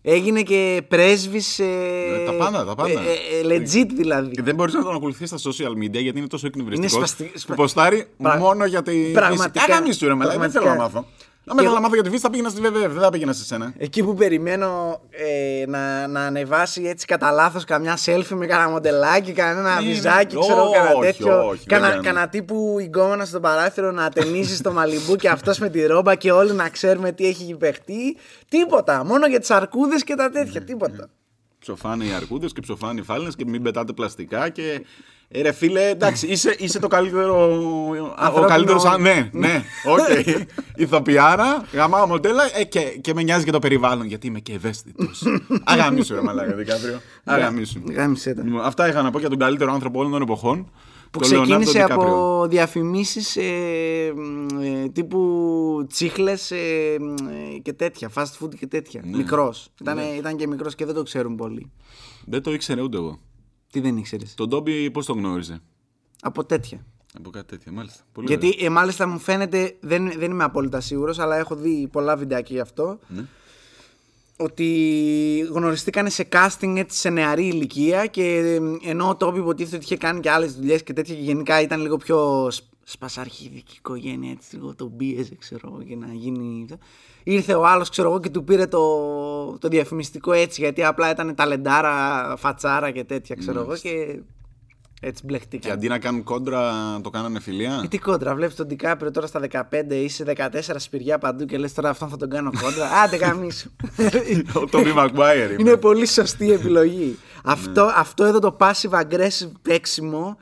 Speaker 2: Έγινε και πρέσβη.
Speaker 1: Ε, τα πάντα, τα πάντα.
Speaker 2: legit δηλαδή.
Speaker 1: Και δεν μπορείς να τον ακολουθείς στα social media γιατί είναι τόσο εκνευριστικός.
Speaker 2: Είναι σπαστι- σπα-
Speaker 1: Που ποστάρει
Speaker 2: Πρα-
Speaker 1: μόνο για τη.
Speaker 2: Πραγματικά.
Speaker 1: φύση. Άρα μισού ρε μαλάκα, δεν
Speaker 2: Πραγματικά.
Speaker 1: θέλω να μάθω. Αν θέλω
Speaker 2: εγώ-
Speaker 1: να μάθω για τη φύση θα πήγαινα στη ΒΒΕ, δεν θα πήγαινα σε σένα.
Speaker 2: Εκεί που περιμένω ε, να, να ανεβάσει έτσι κατά λάθος καμιά selfie με κανένα μοντελάκι, κανένα
Speaker 1: Ναι, ναι.
Speaker 2: βυζάκι, ξέρω εγώ,
Speaker 1: Όχι,
Speaker 2: κανένα τέτοιο.
Speaker 1: όχι, δεν
Speaker 2: Κανα-
Speaker 1: κάνω.
Speaker 2: Κανένα τύπου ηγόμενα στο παράθυρο να ταινίζει στο μαλιμπού και αυτός με τη ρόμπα και όλοι να ξέρουμε τι έχει παιχτεί. Τίποτα. Μόνο για τις αρκούδες και τα τέτοια.
Speaker 1: Ναι,
Speaker 2: Τίποτα.
Speaker 1: Ψοφάνε οι αρκούδες και ψοφάνε οι φάλαινες και μην πετάτε πλαστικά και. Ε, ρε φίλε, εντάξει, είσαι, είσαι το καλύτερο. ο
Speaker 2: Ανθρώπινο
Speaker 1: καλύτερο.
Speaker 2: όνομα.
Speaker 1: Ναι, ναι, οκ. Ηθοποιάρα, γαμάω μοντέλα ε, και, και με νοιάζει για το περιβάλλον γιατί είμαι και ευαίσθητος. Αγαμίσου, ρε μαλάκα,
Speaker 2: Ναι.
Speaker 1: Δικάπριο. Αγαμίσου.
Speaker 2: Γάμισε τα.
Speaker 1: Λοιπόν, Αυτά είχα να πω για τον καλύτερο άνθρωπο όλων των εποχών.
Speaker 2: Που
Speaker 1: τον Λεωνάρντο
Speaker 2: ξεκίνησε
Speaker 1: Ντικάπριο.
Speaker 2: από διαφημίσει τύπου τσίχλες και τέτοια, fast food και τέτοια.
Speaker 1: Ναι.
Speaker 2: Μικρός. Ήταν, ήταν και μικρός και δεν το ξέρουν πολύ.
Speaker 1: Δεν το ήξερε ούτε εγώ.
Speaker 2: Τι δεν ήξερες.
Speaker 1: Τον Ντόμπι πώς τον γνώριζε.
Speaker 2: Από τέτοια.
Speaker 1: Από κάτι τέτοιο, μάλιστα. Πολύ ωραίο.
Speaker 2: Γιατί ε, μάλιστα μου φαίνεται, δεν, δεν είμαι απόλυτα σίγουρος, αλλά έχω δει πολλά βιντεάκια γι' αυτό. Ότι γνωριστήκανε σε casting έτσι σε νεαρή ηλικία και ε, ενώ ο Τόμπι υποτίθεται ότι είχε κάνει και άλλες δουλειές και τέτοια και γενικά ήταν λίγο πιο σ- σπασαρχιδική οικογένεια, έτσι λίγο τον πίεζε, ξέρω εγώ, για να γίνει. αυτό. Ήρθε ο άλλος, ξέρω εγώ, και του πήρε το, το διαφημιστικό έτσι, γιατί απλά ήταν ταλεντάρα, φατσάρα και τέτοια, ξέρω εγώ, και έτσι
Speaker 1: Και
Speaker 2: μπλεχτήκαν.
Speaker 1: αντί να κάνουν κόντρα, το κάνανε φιλία.
Speaker 2: Ε, Τι κόντρα, βλέπεις τον Ντικάπριο τώρα στα 15 ή σε 14 σπηριά παντού και λες τώρα αυτόν θα τον κάνω κόντρα. Άντε γαμίσου.
Speaker 1: Ο Τόμπι Μακουάιερ.
Speaker 2: Είναι πολύ σωστή επιλογή. αυτό, αυτό εδώ το passive aggressive παίξιμο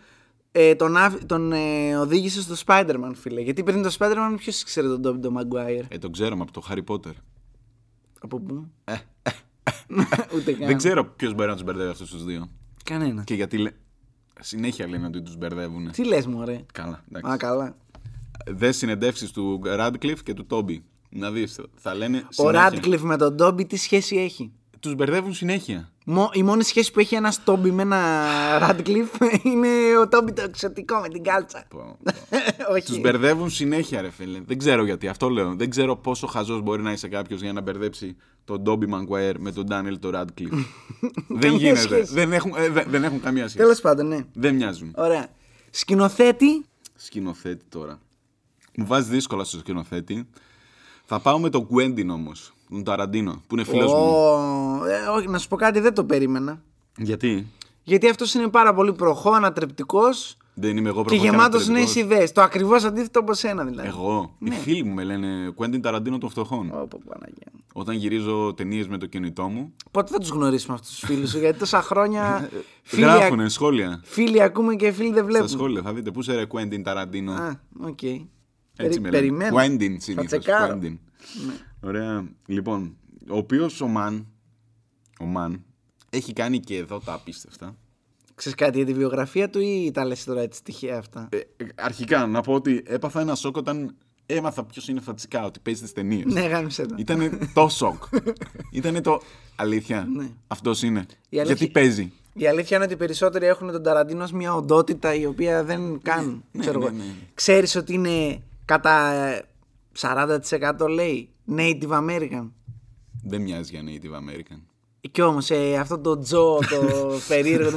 Speaker 2: ε, τον, άφη- τον ε, οδήγησε στο Spider-Man, φίλε. Γιατί πριν το Spider-Man, ποιος ήξερε τον Τόμπι τον Maguire.
Speaker 1: Ε, τον ξέραμε από το Χάρι Πότερ.
Speaker 2: Από πού. Ούτε καν.
Speaker 1: Δεν ξέρω ποιος μπορεί να τους μπερδεύει αυτούς τους δύο.
Speaker 2: Κανένα.
Speaker 1: Και γιατί λέ- συνέχεια λένε ότι τους μπερδεύουν.
Speaker 2: Τι λες, μωρέ.
Speaker 1: Καλά,
Speaker 2: Α,
Speaker 1: εντάξει.
Speaker 2: καλά.
Speaker 1: Δε συνεντεύξεις του Radcliffe και του Τόμπι. Να δεις, θα λένε.
Speaker 2: Ο Radcliffe με τον Τόμπι τι σχέση έχει.
Speaker 1: Τους μπερδεύουν συνέχεια.
Speaker 2: Μο- η μόνη σχέση που έχει ένας Τόμπι με ένα Ράντκλιφ είναι ο Τόμπι το εξωτικό με την κάλτσα.
Speaker 1: Του
Speaker 2: Όχι.
Speaker 1: μπερδεύουν συνέχεια, ρε φίλε. Δεν ξέρω γιατί. Αυτό λέω. Δεν ξέρω πόσο χαζός μπορεί να είσαι κάποιος για να μπερδέψει τον Ντόμπι Μαγκουέρ με τον Ντάνιελ τον Ράντκλιφ. δεν
Speaker 2: Καμία
Speaker 1: γίνεται.
Speaker 2: σχέση.
Speaker 1: Δεν έχουν, ε, δε- δεν έχουν καμία σχέση.
Speaker 2: Τέλος πάντων, ναι.
Speaker 1: Δεν μοιάζουν.
Speaker 2: Ωραία. Σκηνοθέτη
Speaker 1: σκηνοθέτη τώρα. Μου βάζει δύσκολα στο σκηνοθέτη. Θα πάω με τον Γκουέντιν όμω. Τον Ταραντίνο, που είναι φίλος μου.
Speaker 2: Ω, ε, όχι, να σου πω κάτι, δεν το περίμενα.
Speaker 1: Γιατί
Speaker 2: Γιατί αυτός είναι πάρα πολύ προχώ, ανατρεπτικός
Speaker 1: δεν είμαι εγώ
Speaker 2: και
Speaker 1: προφανώς
Speaker 2: γεμάτος νέες
Speaker 1: ανατρεπτικός.
Speaker 2: ιδέες. Το ακριβώς αντίθετο από σένα δηλαδή.
Speaker 1: Εγώ. Οι φίλοι μου με λένε Κουέντιν Ταραντίνο των Φτωχών.
Speaker 2: Όπο, Παναγία μου.
Speaker 1: Όταν γυρίζω ταινίες με το κινητό μου,
Speaker 2: Πότε θα τους γνωρίσουμε αυτούς τους φίλους σου, γιατί τόσα χρόνια φίλοι,
Speaker 1: Ε, γράφουνε σχόλια.
Speaker 2: φίλοι ακούμε και φίλοι δεν
Speaker 1: Στα
Speaker 2: βλέπουν.
Speaker 1: σχόλια θα δείτε πού σε ρε Κουέντιν Ταραντίνο.
Speaker 2: Α, οκ.
Speaker 1: Έτσι με λένε.
Speaker 2: περιμένω.
Speaker 1: Κουέντιν συνήθω.
Speaker 2: Θα τσεκάρω. Ναι.
Speaker 1: Ωραία. Λοιπόν, ο οποίος ο Μαν, ο Μαν έχει κάνει και εδώ τα απίστευτα.
Speaker 2: Ξέρεις κάτι για τη βιογραφία του ή τα λες τώρα έτσι τυχαία αυτά.
Speaker 1: Ε, αρχικά να πω ότι έπαθα ένα σοκ όταν έμαθα ποιος είναι φατσικά, ότι παίζει τι ταινίες.
Speaker 2: ναι, γάμισε τα.
Speaker 1: Ήταν το σοκ. Ήταν το. Αλήθεια. Αυτός είναι.
Speaker 2: Ναι. αλήθεια-
Speaker 1: Γιατί παίζει.
Speaker 2: Η αλήθεια είναι ότι οι περισσότεροι έχουν τον Ταραντίνο ως μια οντότητα η οποία δεν καν.
Speaker 1: ναι,
Speaker 2: ξέρω
Speaker 1: ναι,
Speaker 2: εγώ.
Speaker 1: ναι.
Speaker 2: Ξέρεις ότι είναι κατά ε, 40% λέει Native American.
Speaker 1: Δεν μοιάζει για Native American.
Speaker 2: Κι όμως ε, αυτό το τζο, το περίεργο, το,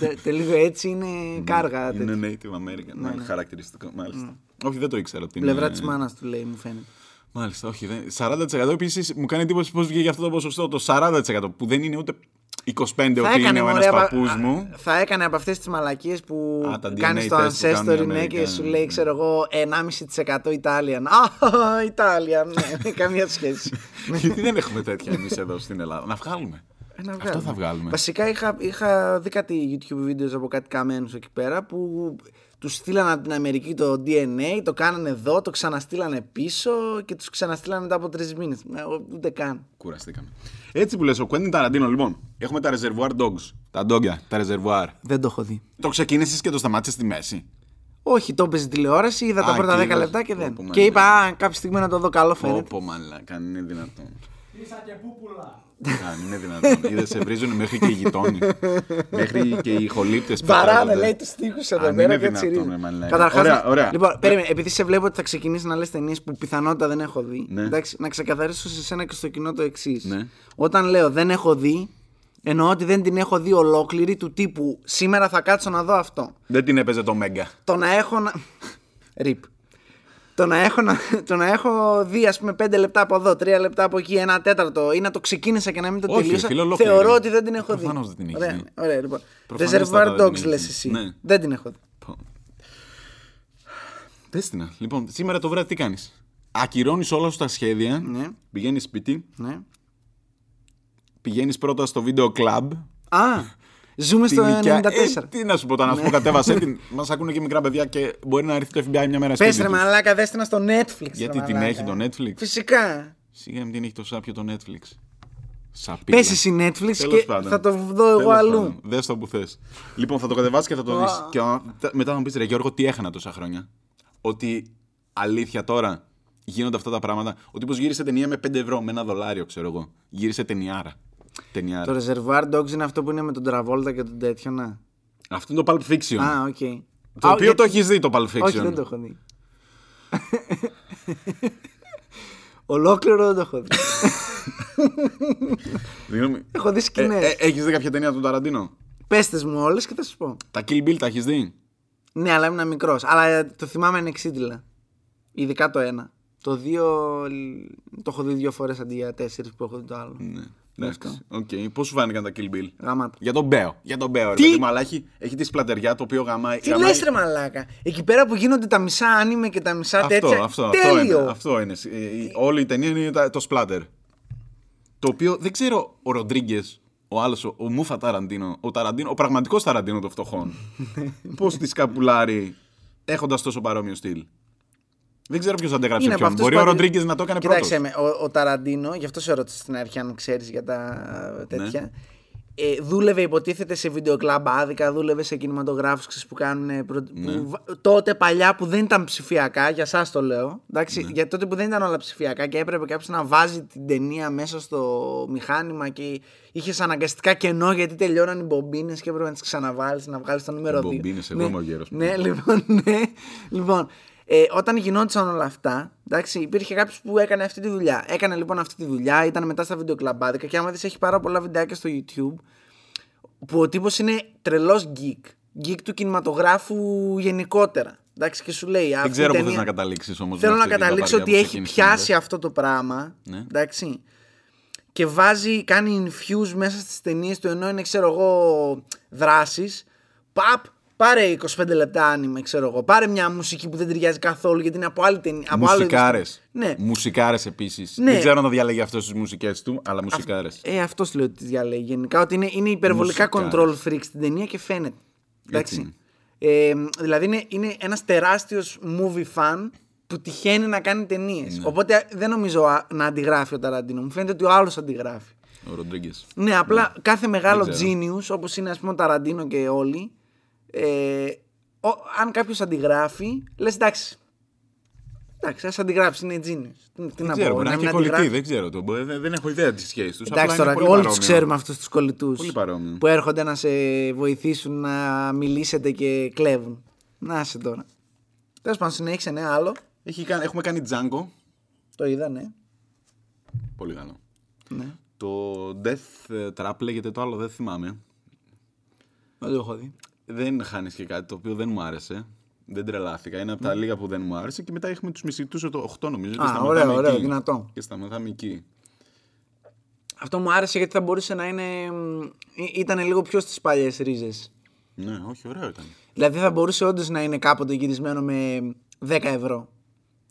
Speaker 2: το- το λίγο έτσι είναι κάργα. τέτοιο.
Speaker 1: Ναι,
Speaker 2: Ναι.
Speaker 1: Είναι Native American. Ναι, χαρακτηριστικό, μάλιστα. Όχι, δεν το ήξερα. Την
Speaker 2: Πλευρά της μάνας του λέει, μου φαίνεται.
Speaker 1: Μάλιστα, όχι. Δεν... 40% επίσης μου κάνει εντύπωση πώς βγήκε αυτό το ποσοστό. Το 40% που δεν είναι ούτε 25% ότι είναι ο
Speaker 2: μωρέ,
Speaker 1: ένας
Speaker 2: απα-
Speaker 1: παππούς
Speaker 2: α-
Speaker 1: μου.
Speaker 2: Θα έκανε από αυτές τις μαλακίες που
Speaker 1: Α, τα DNA
Speaker 2: κάνεις το
Speaker 1: test που κάνουν οι
Speaker 2: Ancestor ναι, και
Speaker 1: Αμερικάνοι,
Speaker 2: σου
Speaker 1: ναι.
Speaker 2: λέει, ξέρω εγώ, 1,5% Italian. Α, Italian, ναι, καμία σχέση.
Speaker 1: Γιατί δεν έχουμε τέτοια εμείς εδώ στην Ελλάδα. Να βγάλουμε.
Speaker 2: Ε, να
Speaker 1: Αυτό θα βγάλουμε.
Speaker 2: Βασικά είχα, είχα δει κάτι YouTube βίντεο από κάτι καμένους εκεί πέρα που τους στείλανε από την Αμερική το DNA, το κάνανε εδώ, το ξαναστείλανε πίσω και τους ξαναστείλανε μετά από τρεις μήνες. Ούτε καν.
Speaker 1: Κουραστήκαμε. Έτσι που λες, ο Κουέντιν Ταραντίνο, λοιπόν. Έχουμε τα reservoir dogs. Τα ντόγκια, τα reservoir.
Speaker 2: Δεν το έχω δει.
Speaker 1: Το ξεκίνησες και το σταμάτησες στη μέση.
Speaker 2: Όχι, το έπαιζε τηλεόραση, είδα
Speaker 1: Α,
Speaker 2: τα πρώτα
Speaker 1: και
Speaker 2: 10
Speaker 1: είδες.
Speaker 2: λεπτά και δεν.
Speaker 1: Όπου
Speaker 2: Και
Speaker 1: μάλλον.
Speaker 2: είπα, Α, κάποια στιγμή να το δω καλό φαίνεται.
Speaker 1: Όπω μαλάκα, αν είναι δυνατόν.
Speaker 3: Ίσα και πούπουλα.
Speaker 1: Αν είναι δυνατόν. Είδες, σε βρίζουν μέχρι και οι γειτόνι. μέχρι και οι χολύπτες
Speaker 2: Βαράνε, λέει τους τείχους εδώ
Speaker 1: Αν
Speaker 2: πέρα
Speaker 1: είναι
Speaker 2: και
Speaker 1: δυνατόν,
Speaker 2: τσιρίζει.
Speaker 1: ρε μαλάκα.
Speaker 2: Καταρχάς,
Speaker 1: Ωραία, ωραία.
Speaker 2: Λοιπόν, περίμενε, επειδή σε βλέπω ότι θα ξεκινήσεις να λες ταινίες που πιθανότητα δεν έχω δει.
Speaker 1: Ναι.
Speaker 2: Εντάξει, να ξεκαθαρίσω σε σένα και στο κοινό το εξής.
Speaker 1: Ναι.
Speaker 2: Όταν λέω δεν έχω δει, εννοώ ότι δεν την έχω δει ολόκληρη του τύπου σήμερα θα κάτσω να δω αυτό.
Speaker 1: Δεν την έπαιζε το Μέγκα.
Speaker 2: Το να έχω να. Ριπ. Το να, έχω, να- το να έχω δει, ας πούμε, 5 λεπτά από εδώ, 3 λεπτά από εκεί, ένα τέταρτο ή να το ξεκίνησα και να μην το
Speaker 1: Όχι, ρε
Speaker 2: τελείωσα.
Speaker 1: φίλε, ολόκληρη.
Speaker 2: θεωρώ ότι δεν την έχω
Speaker 1: Προφανώς
Speaker 2: δει.
Speaker 1: δεν την έχεις
Speaker 2: ωραία,
Speaker 1: δει.
Speaker 2: ωραία, λοιπόν.
Speaker 1: Προφανέστατα δεν
Speaker 2: Reservoir
Speaker 1: την
Speaker 2: Dogs
Speaker 1: έχεις
Speaker 2: λε
Speaker 1: δει.
Speaker 2: εσύ.
Speaker 1: Ναι.
Speaker 2: Δεν την έχω δει.
Speaker 1: Πες την, α. Λοιπόν, σήμερα το βράδυ τι κάνεις. Ακυρώνεις όλα σου τα σχέδια.
Speaker 2: Ναι.
Speaker 1: Πηγαίνεις σπίτι.
Speaker 2: Ναι.
Speaker 1: Πηγαίνεις πρώτα στο βίντεο κλαμπ.
Speaker 2: Α, ζούμε στο Ναι. 94.
Speaker 1: Ε, τι να σου πω, να σου πω κατέβασέ την. Μας ακούνε και μικρά παιδιά και μπορεί να έρθει το FBI μια μέρα
Speaker 2: Πες
Speaker 1: σπίτι
Speaker 2: ρε
Speaker 1: τους.
Speaker 2: μαλάκα, δες την στο Netflix.
Speaker 1: Γιατί
Speaker 2: ρε
Speaker 1: την
Speaker 2: μαλάκα.
Speaker 1: έχει το Netflix.
Speaker 2: Φυσικά.
Speaker 1: Σιγά μην την έχει το σάπιο το Netflix. Σαπίλα.
Speaker 2: Πες εσύ Netflix
Speaker 1: Τέλος
Speaker 2: και
Speaker 1: πάντων.
Speaker 2: θα το δω εγώ
Speaker 1: Τέλος
Speaker 2: αλλού.
Speaker 1: πάντων. Δες το που θες. Λοιπόν, θα το κατεβάσεις και θα το δεις. και α, τε- μετά θα μου πεις, ρε Γιώργο, τι έχανα τόσα χρόνια. Ότι αλήθεια τώρα γίνονται αυτά τα πράγματα. Ότι πως γύρισε ταινία με 5 ευρώ, με ένα δολάριο, ξέρω εγώ. Γύρισε ταινιάρα. Ταινιάρα.
Speaker 2: Το Reservoir Dogs είναι αυτό που είναι με τον Τραβόλτα και τον τέτοιο, να.
Speaker 1: Αυτό είναι το Pulp Fiction.
Speaker 2: Α, οκ.
Speaker 1: Ναι. το
Speaker 2: Α,
Speaker 1: οποίο
Speaker 2: για-
Speaker 1: το έχεις δει το Pulp Fiction.
Speaker 2: Όχι, δεν το έχω δει. Ολόκληρο δεν το έχω δει.
Speaker 1: Συγγνώμη.
Speaker 2: έχω δει
Speaker 1: Ε,
Speaker 2: σκηνές.
Speaker 1: ε, έχεις δει κάποια ταινία του Ταραντίνο.
Speaker 2: Πέστε μου όλες και θα σου πω.
Speaker 1: Τα Kill Bill τα έχεις δει. Ε,
Speaker 2: Ναι, αλλά ήμουν μικρός. Αλλά ε, το θυμάμαι ανεξίτηλα. Ειδικά το ένα. Το δύο λ, το έχω δει δύο φορές αντί για τέσσερις που έχω δει το άλλο.
Speaker 1: Ναι. Εντάξει. Οκ. Πώς σου φάνηκαν τα Kill Bill.
Speaker 2: Γαμάτα.
Speaker 1: Για τον Μπέο. Για τον Μπέο.
Speaker 2: Τι?
Speaker 1: Τι? Αλλά έχει, έχει τη σπλατεριά το οποίο γαμάει.
Speaker 2: Τι
Speaker 1: γαμάει-
Speaker 2: λες, ρε Μαλάκα. Εκεί πέρα που γίνονται τα μισά άνιμε και τα μισά
Speaker 1: Αυτό,
Speaker 2: τέτοια.
Speaker 1: αυτό, αυτό
Speaker 2: τέλειο.
Speaker 1: είναι. Αυτό είναι. Ε, η- Όλη η ταινία είναι τα- το σπλάτερ. Το οποίο δεν ξέρω ο Ροντρίγκες, ο άλλος, ο, ο Μούφα Ταραντίνο, ο, Ταραντίνο, ο πραγματικός Ταραντίνο των φτωχών. Πώς τη σκαπουλάρει έχοντας τόσο παρόμοιο στυλ. Δεν ξέρω ποιος αντέγραψε
Speaker 2: Είναι από
Speaker 1: ποιον.
Speaker 2: αυτούς
Speaker 1: Μπορεί
Speaker 2: που
Speaker 1: ο
Speaker 2: αντιδρ-
Speaker 1: Ροντρίγκες να το έκανε πρώτο.
Speaker 2: Κοιτάξτε με, ο, ο Ταραντίνο, γι' αυτό σε ρώτησα στην αρχή αν ξέρεις για τα ε, τέτοια.
Speaker 1: Ναι.
Speaker 2: Ε, δούλευε, υποτίθεται, σε βιντεοκλαμπ άδικα, δούλευε σε κινηματογράφους που κάνουν. ε, προ-
Speaker 1: Ναι.
Speaker 2: που βα- τότε παλιά που δεν ήταν ψηφιακά, για εσά το λέω.
Speaker 1: Ναι.
Speaker 2: Εντάξει, Για τότε που δεν ήταν όλα ψηφιακά και έπρεπε κάποιος να βάζει την ταινία μέσα στο μηχάνημα και είχες αναγκαστικά κενό γιατί τελειώναν οι μπομπίνες και έπρεπε να τις ξαναβάλεις, να βγάλεις το νούμερο 2.
Speaker 1: μπομπίνες, εγώ είμαι ο γέρος που
Speaker 2: Ναι, λοιπόν, ναι. Λοιπόν, ε, όταν γινόντουσαν όλα αυτά, εντάξει, υπήρχε κάποιος που έκανε αυτή τη δουλειά. Έκανε λοιπόν αυτή τη δουλειά, ήταν μετά στα βιντεοκλαμπάδικα και άμα δεις έχει πάρα πολλά βιντεάκια στο YouTube που ο τύπος είναι τρελός geek. Geek του κινηματογράφου γενικότερα. Εντάξει, και σου λέει.
Speaker 1: Δεν ξέρω πού θες να καταλήξεις όμως.
Speaker 2: Θέλω να καταλήξω ότι έχει πιάσει αυτό το πράγμα.
Speaker 1: Ναι.
Speaker 2: Εντάξει. Και βάζει, κάνει infuse μέσα στις ταινίες του ενώ είναι, ξέρω εγώ, δράσεις. Παπ, πάρε 25 λεπτά άνιμε, ξέρω εγώ. Πάρε μια μουσική που δεν ταιριάζει καθόλου γιατί είναι από άλλη ταινία. από άλλο είδος
Speaker 1: Μουσικάρε.
Speaker 2: ταινία. Ναι.
Speaker 1: Μουσικάρες επίσης.
Speaker 2: Ναι.
Speaker 1: Δεν ξέρω αν θα διαλέγει αυτός στι μουσικές του, αλλά μουσικάρες.
Speaker 2: Ε, αυτός λέω ότι τη διαλέγει γενικά. Ότι είναι, είναι υπερβολικά
Speaker 1: Μουσικάρες.
Speaker 2: control freak στην ταινία και φαίνεται.
Speaker 1: είναι.
Speaker 2: Εντάξει. Ε, δηλαδή είναι, είναι ένας τεράστιος movie fan που τυχαίνει να κάνει ταινίες.
Speaker 1: Ναι.
Speaker 2: Οπότε δεν νομίζω α, να αντιγράφει ο Ταραντίνο. Μου φαίνεται ότι ο άλλος αντιγράφει.
Speaker 1: Ο Ροντρίγκες.
Speaker 2: Ναι, απλά κάθε μεγάλο
Speaker 1: ξέρω.
Speaker 2: genius, όπως είναι ας πούμε ο Ταραντίνο και όλοι, ε, ο, αν κάποιος αντιγράφει, λες εντάξει. Εντάξει, ας αντιγράψει, είναι genius. Τι- Τι
Speaker 1: Δεν
Speaker 2: να
Speaker 1: ξέρω,
Speaker 2: πω,
Speaker 1: μπορεί να
Speaker 2: να
Speaker 1: είναι
Speaker 2: μην
Speaker 1: και κολλητή,
Speaker 2: αντιγράφει.
Speaker 1: δεν ξέρω. το μπο- Δεν δεν έχω ιδέα της σχέσης τους.
Speaker 2: Εντάξει τώρα, όλοι τους ξέρουμε αυτούς τους κολλητούς.
Speaker 1: Πολύ παρόμοιο.
Speaker 2: Που έρχονται να σε βοηθήσουν να μιλήσετε και κλέβουν. Να σε τώρα. Τέλος πάντων, συνέχισε ένα άλλο.
Speaker 1: Έχουμε κάνει Django.
Speaker 2: Το είδα, ναι.
Speaker 1: Πολύ καλό.
Speaker 2: ναι.
Speaker 1: Το Death Trap λέγεται το άλλο, δεν θυμάμαι.
Speaker 2: Δεν το έχω δει.
Speaker 1: δεν χάνεις και κάτι το οποίο δεν μου άρεσε. Δεν τρελάθηκα. Είναι από τα λίγα που δεν μου άρεσε. Και μετά είχαμε τους μισητούς το 8 νομίζω. και
Speaker 2: Mm. Α,
Speaker 1: σταματάμε
Speaker 2: ωραίο, ωραίο,
Speaker 1: εκεί.
Speaker 2: δυνατό.
Speaker 1: Και σταματάμε εκεί.
Speaker 2: Αυτό μου άρεσε γιατί θα μπορούσε να είναι. ήταν λίγο πιο στις παλιές ρίζες.
Speaker 1: Ναι, όχι, ωραίο ήταν.
Speaker 2: Δηλαδή θα μπορούσε όντως να είναι κάποτε γυρισμένο με 10 ευρώ.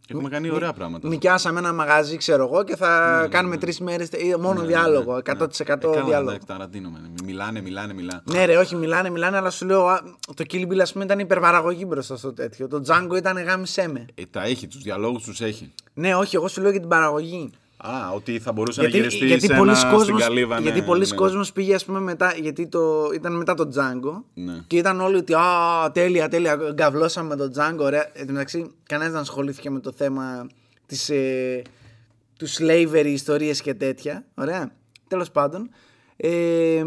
Speaker 1: Έχουμε κάνει
Speaker 2: Ναι.
Speaker 1: ωραία πράγματα.
Speaker 2: Νοικιάσαμε ένα μαγαζί, ξέρω εγώ, και θα κάνουμε τρεις μέρες. Μόνο διάλογο. 100%
Speaker 1: Ε,
Speaker 2: διάλογο.
Speaker 1: Ταραντίνο, Ναι, μιλάνε, μιλάνε, μιλάνε.
Speaker 2: Ναι, ρε, όχι, μιλάνε, μιλάνε, αλλά σου λέω α, το Kill Bill, ας πούμε, ήταν υπερβαραγωγή μπροστά στο τέτοιο. Το Django ήταν γάμισέ με.
Speaker 1: Ε, τα έχει, τους διαλόγους τους έχει.
Speaker 2: Ναι, όχι, εγώ σου λέω για την παραγωγή.
Speaker 1: Α, ότι θα μπορούσε να
Speaker 2: Γιατί,
Speaker 1: γυριστεί
Speaker 2: γιατί
Speaker 1: σε
Speaker 2: πολλοί
Speaker 1: ένα, στην
Speaker 2: κόσμος,
Speaker 1: καλύβα. ναι,
Speaker 2: γιατί πολλοί
Speaker 1: ναι.
Speaker 2: κόσμος πήγε, ας πούμε, μετά, γιατί το, ήταν μετά το Django
Speaker 1: Ναι.
Speaker 2: και ήταν όλοι ότι «Α, τέλεια, τέλεια, γκαβλώσαμε το Django, ωραία». Εν τω μεταξύ, κανένας δεν ασχολήθηκε με το θέμα της, ε, του slavery, ιστορίες και τέτοια, ωραία. Τέλος πάντων, ε, ε,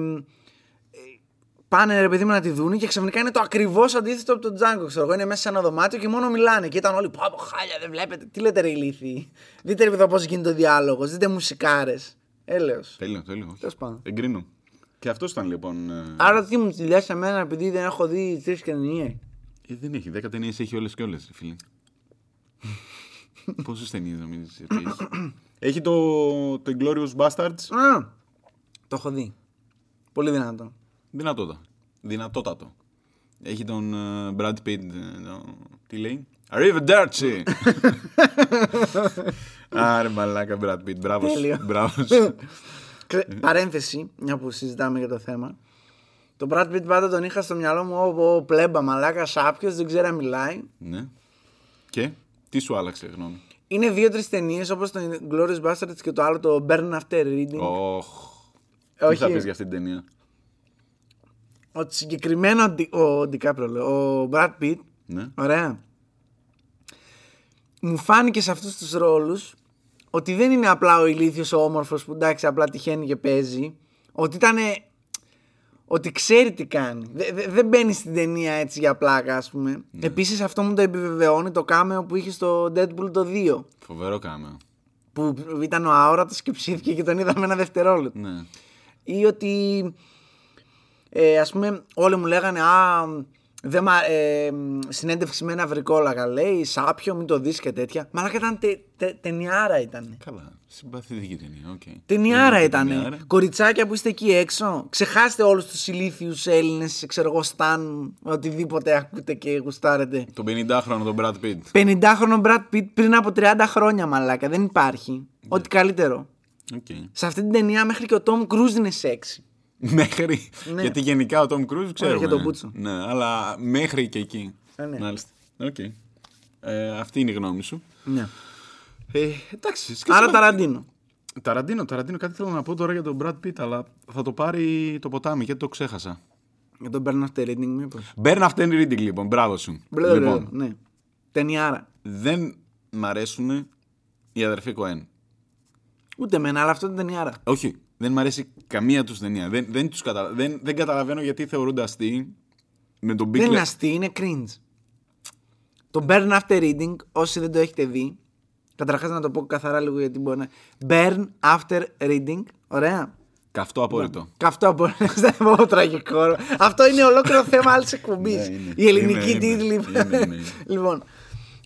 Speaker 2: πάνε ρε παιδί μου να τη δούνε και ξαφνικά είναι το ακριβώς αντίθετο από το Django, ξέρω εγώ, είναι μέσα σε ένα δωμάτιο και μόνο μιλάνε και ήταν όλοι «Πω, πω, χάλια, δεν βλέπετε, τι λέτε ρε ηλίθιοι, δείτε ρε εδώ πώς γίνεται ο διάλογος, δείτε μουσικάρες». Ε, Έλεος.
Speaker 1: Τέλειο, τέλειο. όχι.
Speaker 2: Τέλος πάντων.
Speaker 1: Εγκρίνω. Και αυτός ήταν λοιπόν. ε,
Speaker 2: Άρα τι μου τη λες εμένα επειδή δεν έχω δει τρεις ταινίες.
Speaker 1: Ε, δεν έχει. Δέκα ταινίες έχει όλες και όλες, φίλε. Πόσες ταινίες νομίζεις ότι έχεις. έχει το, το Glorious Bastards.
Speaker 2: Α, το έχω δει. Πολύ δυνατό.
Speaker 1: Δυνατότα. Δυνατότατο. Έχει τον ε, Brad Pitt. ε, το- τι λέει. Arrivederci! Άρε μαλάκα Brad Pitt. Μπράβος σου.
Speaker 2: Τέλειο.
Speaker 1: Μπράβος σου.
Speaker 2: Κρε- Παρένθεση, μια που συζητάμε για το θέμα. Το Brad Pitt πάντα τον είχα στο μυαλό μου όπου πλέμπα μαλάκα σάπιο, δεν ξέρω αν μιλάει.
Speaker 1: ναι. Και τι σου άλλαξε γνώμη.
Speaker 2: Είναι δύο-τρει ταινίες όπως το Glorious Bastards και το άλλο το Burn After Reading.
Speaker 1: Οχ. Τι
Speaker 2: Όχι.
Speaker 1: θα πεις για αυτή την ταινία.
Speaker 2: Ότι συγκεκριμένα ο Ντι- ο Ντικάπριο, λέω, ο Brad Pitt,
Speaker 1: Ναι.
Speaker 2: ωραία. Μου φάνηκε σε αυτούς τους ρόλους ότι δεν είναι απλά ο ηλίθιος ο όμορφος που εντάξει απλά τυχαίνει και παίζει. Ότι ήταν ότι ξέρει τι κάνει. Δε- δε- δεν μπαίνει στην ταινία έτσι για πλάκα, ας πούμε. Επίσης αυτό μου το επιβεβαιώνει το κάμεο που είχε στο Deadpool το 2.
Speaker 1: Φοβερό κάμεο.
Speaker 2: Που ήταν ο αόρατος και ψήθηκε και τον είδαμε ένα δευτερόλεπτο
Speaker 1: Ναι.
Speaker 2: ή ότι ε, ας πούμε όλοι μου λέγανε α, δεν μ' α- ε, μ, συνέντευξη με ένα βρικόλαγα λέει σάπιο μην το δεις και τέτοια μαλάκα ήταν τε, τε, ταινιάρα ήταν
Speaker 1: Καλά. Συμπαθητική ταινία. οκ.
Speaker 2: ταινιάρα ήταν
Speaker 1: Ναι, ταινιάρα.
Speaker 2: κοριτσάκια που είστε εκεί έξω ξεχάστε όλους τους ηλίθιους Έλληνες ξέρω εγώ Σταν οτιδήποτε ακούτε και γουστάρετε
Speaker 1: Τον 50χρονο τον Brad Pitt.
Speaker 2: 50χρονο Brad Pitt πριν από 30 χρόνια μαλάκα δεν υπάρχει ό,τι καλύτερο
Speaker 1: Οκ.
Speaker 2: σε αυτή την ταινία μέχρι και ο Tom Cruise είναι σεξι
Speaker 1: Μέχρι.
Speaker 2: Ναι.
Speaker 1: Γιατί γενικά ο Τόμ Κρούζ ξέρουμε.
Speaker 2: για τον Μπούτσο.
Speaker 1: Ναι, αλλά μέχρι και εκεί.
Speaker 2: Ε, ναι.
Speaker 1: Μάλιστα. Οκ. Ε, αυτή είναι η γνώμη σου.
Speaker 2: ναι.
Speaker 1: Ε, εντάξει. σκέψου
Speaker 2: άρα
Speaker 1: να-
Speaker 2: Ταραντίνο
Speaker 1: Ταραντίνο, Ταραντίνο, κάτι θέλω να πω τώρα για τον Brad Pitt, αλλά θα το πάρει το ποτάμι γιατί το ξέχασα.
Speaker 2: Για τον Burn After Reading, μήπως.
Speaker 1: Burn After Reading, λοιπόν. Μπράβο σου. λοιπόν,
Speaker 2: ναι. Ταινιάρα.
Speaker 1: δεν μ' αρέσουν οι αδερφοί Κοέν.
Speaker 2: Ούτε εμένα, αλλά αυτό είναι ταινιάρα.
Speaker 1: Όχι, δεν μ' αρέσει καμία τους ταινία. Δεν, δεν, τους καταλα... δεν, δεν καταλαβαίνω γιατί θεωρούνται αστείοι με τον Big
Speaker 2: Δεν είναι
Speaker 1: Le-
Speaker 2: αστείο, είναι cringe. Το Burn After Reading, όσοι δεν το έχετε δει, καταρχάς να το πω καθαρά λίγο γιατί μπορεί να. Burn After Reading, ωραία.
Speaker 1: Καυτό απόρριτο.
Speaker 2: Καυτό από δεν πω τραγικό. Αυτό είναι ολόκληρο θέμα άλλης εκπομπής.
Speaker 1: Ναι, είναι.
Speaker 2: Η ελληνική
Speaker 1: Είναι,
Speaker 2: τίτλη.
Speaker 1: είναι. Είναι, είναι, είναι.
Speaker 2: Λοιπόν.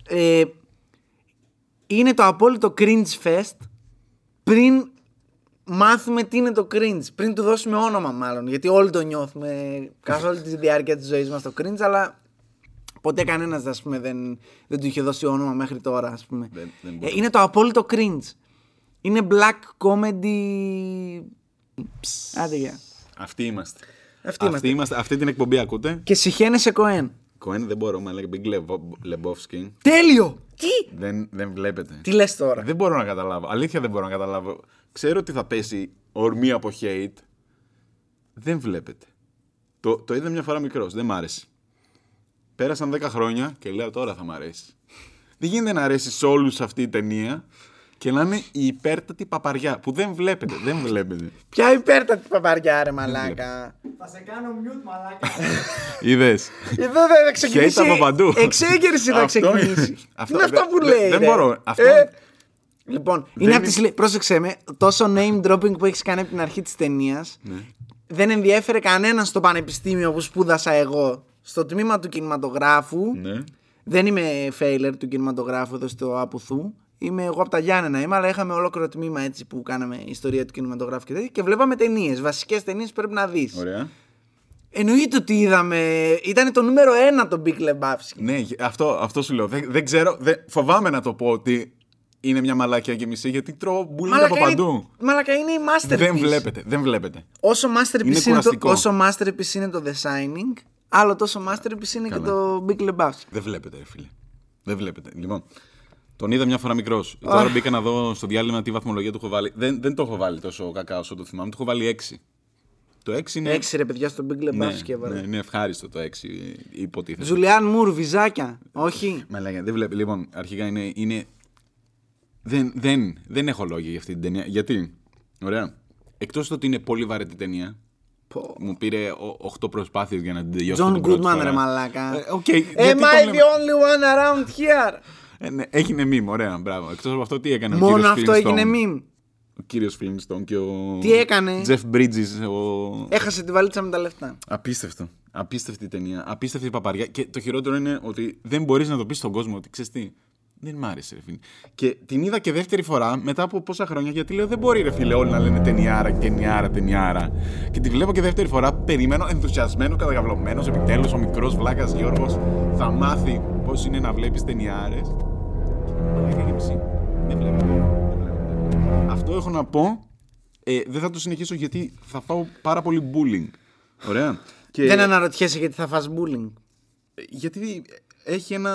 Speaker 2: ε, είναι το απόλυτο cringe fest πριν μάθουμε τι είναι το cringe. Πριν του δώσουμε όνομα, μάλλον. Γιατί όλοι το νιώθουμε καθ' όλη τη διάρκεια της ζωής μας το cringe, αλλά ποτέ κανένας δεν, δεν του είχε δώσει όνομα μέχρι τώρα, ας πούμε.
Speaker 1: Δεν- δεν
Speaker 2: Ε,
Speaker 1: μπορεί.
Speaker 2: είναι το απόλυτο cringe. Είναι black comedy. Άντε γεια.
Speaker 1: Αυτοί είμαστε.
Speaker 2: Αυτοί είμαστε.
Speaker 1: Αυτή την εκπομπή ακούτε.
Speaker 2: Και συχαίνεσαι Κοέν.
Speaker 1: Κοέν δεν μπορώ, μα λέγεται Big Lebo- Lebowski.
Speaker 2: Τέλειο! Τι!
Speaker 1: Δεν, δεν βλέπετε.
Speaker 2: Τι λες τώρα.
Speaker 1: Δεν μπορώ να καταλάβω. Αλήθεια δεν μπορώ να καταλάβω. Ξέρω ότι θα πέσει ορμή από hate. Δεν βλέπετε. Το, το είδα μια φορά μικρός. Δεν μ' άρεσε. Πέρασαν 10 χρόνια και λέω τώρα θα μ' αρέσει. Δεν γίνεται να αρέσει σε όλους αυτή η ταινία και να είναι η υπέρτατη παπαριά που δεν βλέπετε. Δεν βλέπετε.
Speaker 2: Ποια υπέρτατη παπαριά, ρε μαλάκα.
Speaker 3: Θα σε κάνω mute, μαλάκα.
Speaker 1: Είδες.
Speaker 2: Εδώ δεν Ε, θα
Speaker 1: Hate
Speaker 2: ξεκινήσει.
Speaker 1: από παντού.
Speaker 2: Εξέγερση θα
Speaker 1: Αυτό είναι.
Speaker 2: ξεκινήσει.
Speaker 1: Αυτό
Speaker 2: Είναι
Speaker 1: δεν-
Speaker 2: αυτά που
Speaker 1: δεν-
Speaker 2: λέει. ναι.
Speaker 1: δεν
Speaker 2: ρε. Ε,
Speaker 1: μπορώ. Αυτό-
Speaker 2: Λοιπόν, είναι
Speaker 1: είναι-
Speaker 2: από τις... λε- Πρόσεξε με, τόσο name dropping που έχεις κάνει από την αρχή της ταινίας.
Speaker 1: Ναι.
Speaker 2: Δεν ενδιέφερε κανέναν στο πανεπιστήμιο που σπούδασα εγώ. Στο τμήμα του κινηματογράφου.
Speaker 1: ναι.
Speaker 2: Δεν είμαι failure του κινηματογράφου εδώ στο Απουθού. Είμαι εγώ από τα Γιάννενα είμαι, αλλά είχαμε ολόκληρο τμήμα έτσι που κάναμε ιστορία του κινηματογράφου και τέτοια. Και βλέπαμε ταινίες, βασικές ταινίες που πρέπει να δεις.
Speaker 1: Ωραία.
Speaker 2: Εννοείται ότι είδαμε. Ήταν το νούμερο ένα το Big Lebowski.
Speaker 1: Ναι, γι- αυτό, αυτό σου λέω. Δεν, δεν ξέρω. Δεν, φοβάμαι να το πω ότι είναι μια μαλάκια και μισή γιατί τρώω μπουλίνγκ από
Speaker 2: είναι,
Speaker 1: παντού.
Speaker 2: μαλακα είναι η masterpiece.
Speaker 1: Δεν βλέπετε, δεν βλέπετε.
Speaker 2: Όσο masterpiece είναι, το,
Speaker 1: κουραστικό.
Speaker 2: όσο masterpiece είναι το The Signing, άλλο τόσο masterpiece είναι και
Speaker 1: Καλά.
Speaker 2: το Big Lebowski.
Speaker 1: Δεν βλέπετε, ρε φίλε. Δεν βλέπετε. Λοιπόν, τον είδα μια φορά μικρός. Τώρα μπήκα να δω στο διάλειμμα τι βαθμολογία του έχω βάλει. Δεν, δεν το έχω βάλει τόσο κακά όσο το θυμάμαι. Το έχω βάλει 6. Το 6 είναι.
Speaker 2: Έξι ρε παιδιά στο Big
Speaker 1: ναι,
Speaker 2: Lebowski έβαλε.
Speaker 1: ναι, είναι ευχάριστο το 6, υποτίθεται.
Speaker 2: Ζουλιάν Μουρ, βυζάκια. Όχι.
Speaker 1: Μα λέγανε, δεν βλέπει. Λοιπόν, αρχικά είναι. είναι... Δεν, δεν, δεν έχω λόγια για αυτή την ταινία. Γιατί, ωραία. Εκτός το ότι είναι πολύ βαρετή ταινία,
Speaker 2: Πω.
Speaker 1: μου πήρε 8 προσπάθειες για να την τελειώσω.
Speaker 2: John
Speaker 1: την πρώτη
Speaker 2: Goodman,
Speaker 1: φορά.
Speaker 2: ρε μαλάκα.
Speaker 1: Ε, οκ,
Speaker 2: Am
Speaker 1: γιατί
Speaker 2: I
Speaker 1: το
Speaker 2: the only one around here?
Speaker 1: ε, ναι, έγινε μήνυμα, ωραία, μπράβο. Εκτός από αυτό, τι έκανε ο
Speaker 2: Μόνο
Speaker 1: κύριος
Speaker 2: αυτό
Speaker 1: Flintstone.
Speaker 2: έγινε meme.
Speaker 1: Ο κύριος Flintstone και ο.
Speaker 2: Τι έκανε?
Speaker 1: Jeff Bridges, ο.
Speaker 2: Έχασε τη βαλίτσα με τα λεφτά.
Speaker 1: Απίστευτο. Απίστευτη ταινία. Απίστευτη παπαριά. Και το χειρότερο είναι ότι δεν μπορείς να το πεις στον κόσμο ότι ξέρεις τι. Δεν μ' άρεσε, ρε φίλε. Και την είδα και δεύτερη φορά μετά από πόσα χρόνια γιατί λέω δεν μπορεί, ρε φίλε, όλοι να λένε ταινιάρα, ταινιάρα, ταινιάρα. Και τη βλέπω και δεύτερη φορά. Περιμένω ενθουσιασμένο, καταγαβλωμένο. Επιτέλους ο μικρός βλάκας Γιώργος θα μάθει πώς είναι να βλέπεις ταινιάρες. Μαλάκα και μισή. Δεν βλέπω. Δεν
Speaker 2: Ναι.
Speaker 1: βλέπω. Αυτό έχω να πω. Ε, δεν θα το συνεχίσω γιατί θα φάω πάρα πολύ bullying. Ωραία. Και
Speaker 2: Δεν αναρωτιέσαι γιατί θα φας bullying.
Speaker 1: Γιατί έχει ένα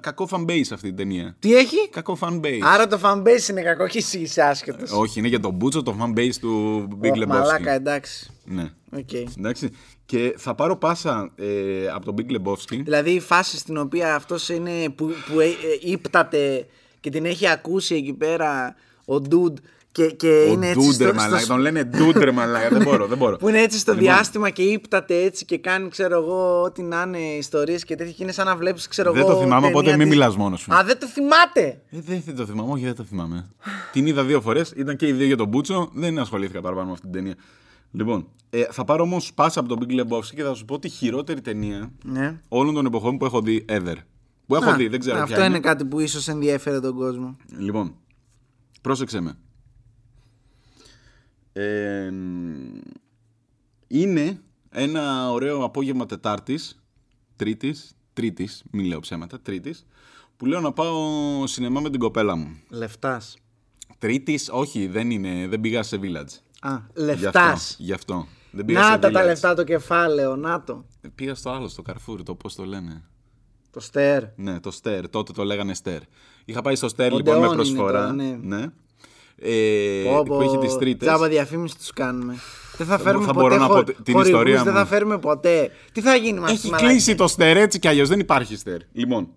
Speaker 1: κακό fan base αυτή η ταινία.
Speaker 2: Τι έχει?
Speaker 1: Κακό fan base.
Speaker 2: Άρα το fanbase είναι κακό και εσύ είσαι άσχετος.
Speaker 1: Όχι, είναι για τον Μπούτσο το fan base του Ε, Big
Speaker 2: Ωχ,
Speaker 1: Lebowski.
Speaker 2: Μαλάκα, εντάξει.
Speaker 1: Ναι.
Speaker 2: Οκ.
Speaker 1: Εντάξει. Και θα πάρω πάσα ε, από τον Big Lebowski.
Speaker 2: Δηλαδή η φάση στην οποία αυτός είναι που, που ε, ε, ύπταται και την έχει ακούσει εκεί πέρα ο Ντούντ και, και είναι
Speaker 1: ο
Speaker 2: έτσι στο,
Speaker 1: Ντούντερ
Speaker 2: στο
Speaker 1: Μαλάκα. Τον λένε Ντούντερ Μαλάκα. δεν μπορώ, δεν μπορώ.
Speaker 2: Που είναι έτσι στο
Speaker 1: Λοιπόν,
Speaker 2: διάστημα και ύπταται έτσι και κάνει, ξέρω εγώ, ό,τι να είναι ιστορίες και τέτοια. Και είναι σαν να βλέπεις, ξέρω
Speaker 1: Δεν
Speaker 2: εγώ.
Speaker 1: το θυμάμαι,
Speaker 2: ταινία
Speaker 1: οπότε μην
Speaker 2: της-
Speaker 1: μιλάς μόνος σου.
Speaker 2: Α, δεν το θυμάται!
Speaker 1: Ε, δεν δεν το θυμάμαι, όχι, δεν το θυμάμαι. την είδα δύο φορές, ήταν και οι δύο για τον Μπούτσο, δεν ασχολήθηκα παραπάνω με αυτή την ταινία. Λοιπόν, ε, θα πάρω όμως πάσα από τον Big Lebowski και θα σου πω τη χειρότερη ταινία
Speaker 2: Ναι.
Speaker 1: όλων των εποχών που έχω δει ever. Που έχω
Speaker 2: Α,
Speaker 1: δει, δεν ξέρω
Speaker 2: Αυτό
Speaker 1: ποια
Speaker 2: είναι κάτι που ίσως ενδιέφερε τον κόσμο.
Speaker 1: Λοιπόν, πρόσεξε με. Ε, μ, είναι ένα ωραίο απόγευμα Τετάρτης, Τρίτης, Τρίτης, μην λέω ψέματα, Τρίτης, που λέω να πάω σινεμά με την κοπέλα μου.
Speaker 2: Λεφτάς.
Speaker 1: Τρίτης, όχι, δεν είναι, δεν πήγα σε Village.
Speaker 2: Α,
Speaker 1: Γι'
Speaker 2: λεφτά.
Speaker 1: αυτό, γι' αυτό. Δεν πήγα
Speaker 2: Να
Speaker 1: σε
Speaker 2: τα τα
Speaker 1: Village.
Speaker 2: λεφτά το κεφάλαιο, να το.
Speaker 1: Πήγα στο άλλο, στο Carrefour, το πώς το λένε.
Speaker 2: Το στέρ.
Speaker 1: Ναι, το Στέρ. Τότε το λέγανε Στέρ. Είχα πάει στο Στέρ
Speaker 2: Ο
Speaker 1: λοιπόν
Speaker 2: Ντεόν
Speaker 1: με
Speaker 2: είναι
Speaker 1: προσφορά.
Speaker 2: τώρα, ναι.
Speaker 1: Ε,
Speaker 2: Όπου
Speaker 1: που έχει τις τρίτες.
Speaker 2: Τζάμπα διαφήμιση τους κάνουμε. Δεν θα φέρουμε
Speaker 1: θα
Speaker 2: ποτέ.
Speaker 1: μπορώ να
Speaker 2: χο-
Speaker 1: πω την
Speaker 2: χορηγούς,
Speaker 1: ιστορία
Speaker 2: Δεν
Speaker 1: μου.
Speaker 2: θα φέρουμε ποτέ. Τι θα γίνει με αυτή
Speaker 1: Έχει
Speaker 2: τη μαλακία.
Speaker 1: κλείσει το Στέρ έτσι κι αλλιώς. Δεν υπάρχει Στέρ. Λοιπόν.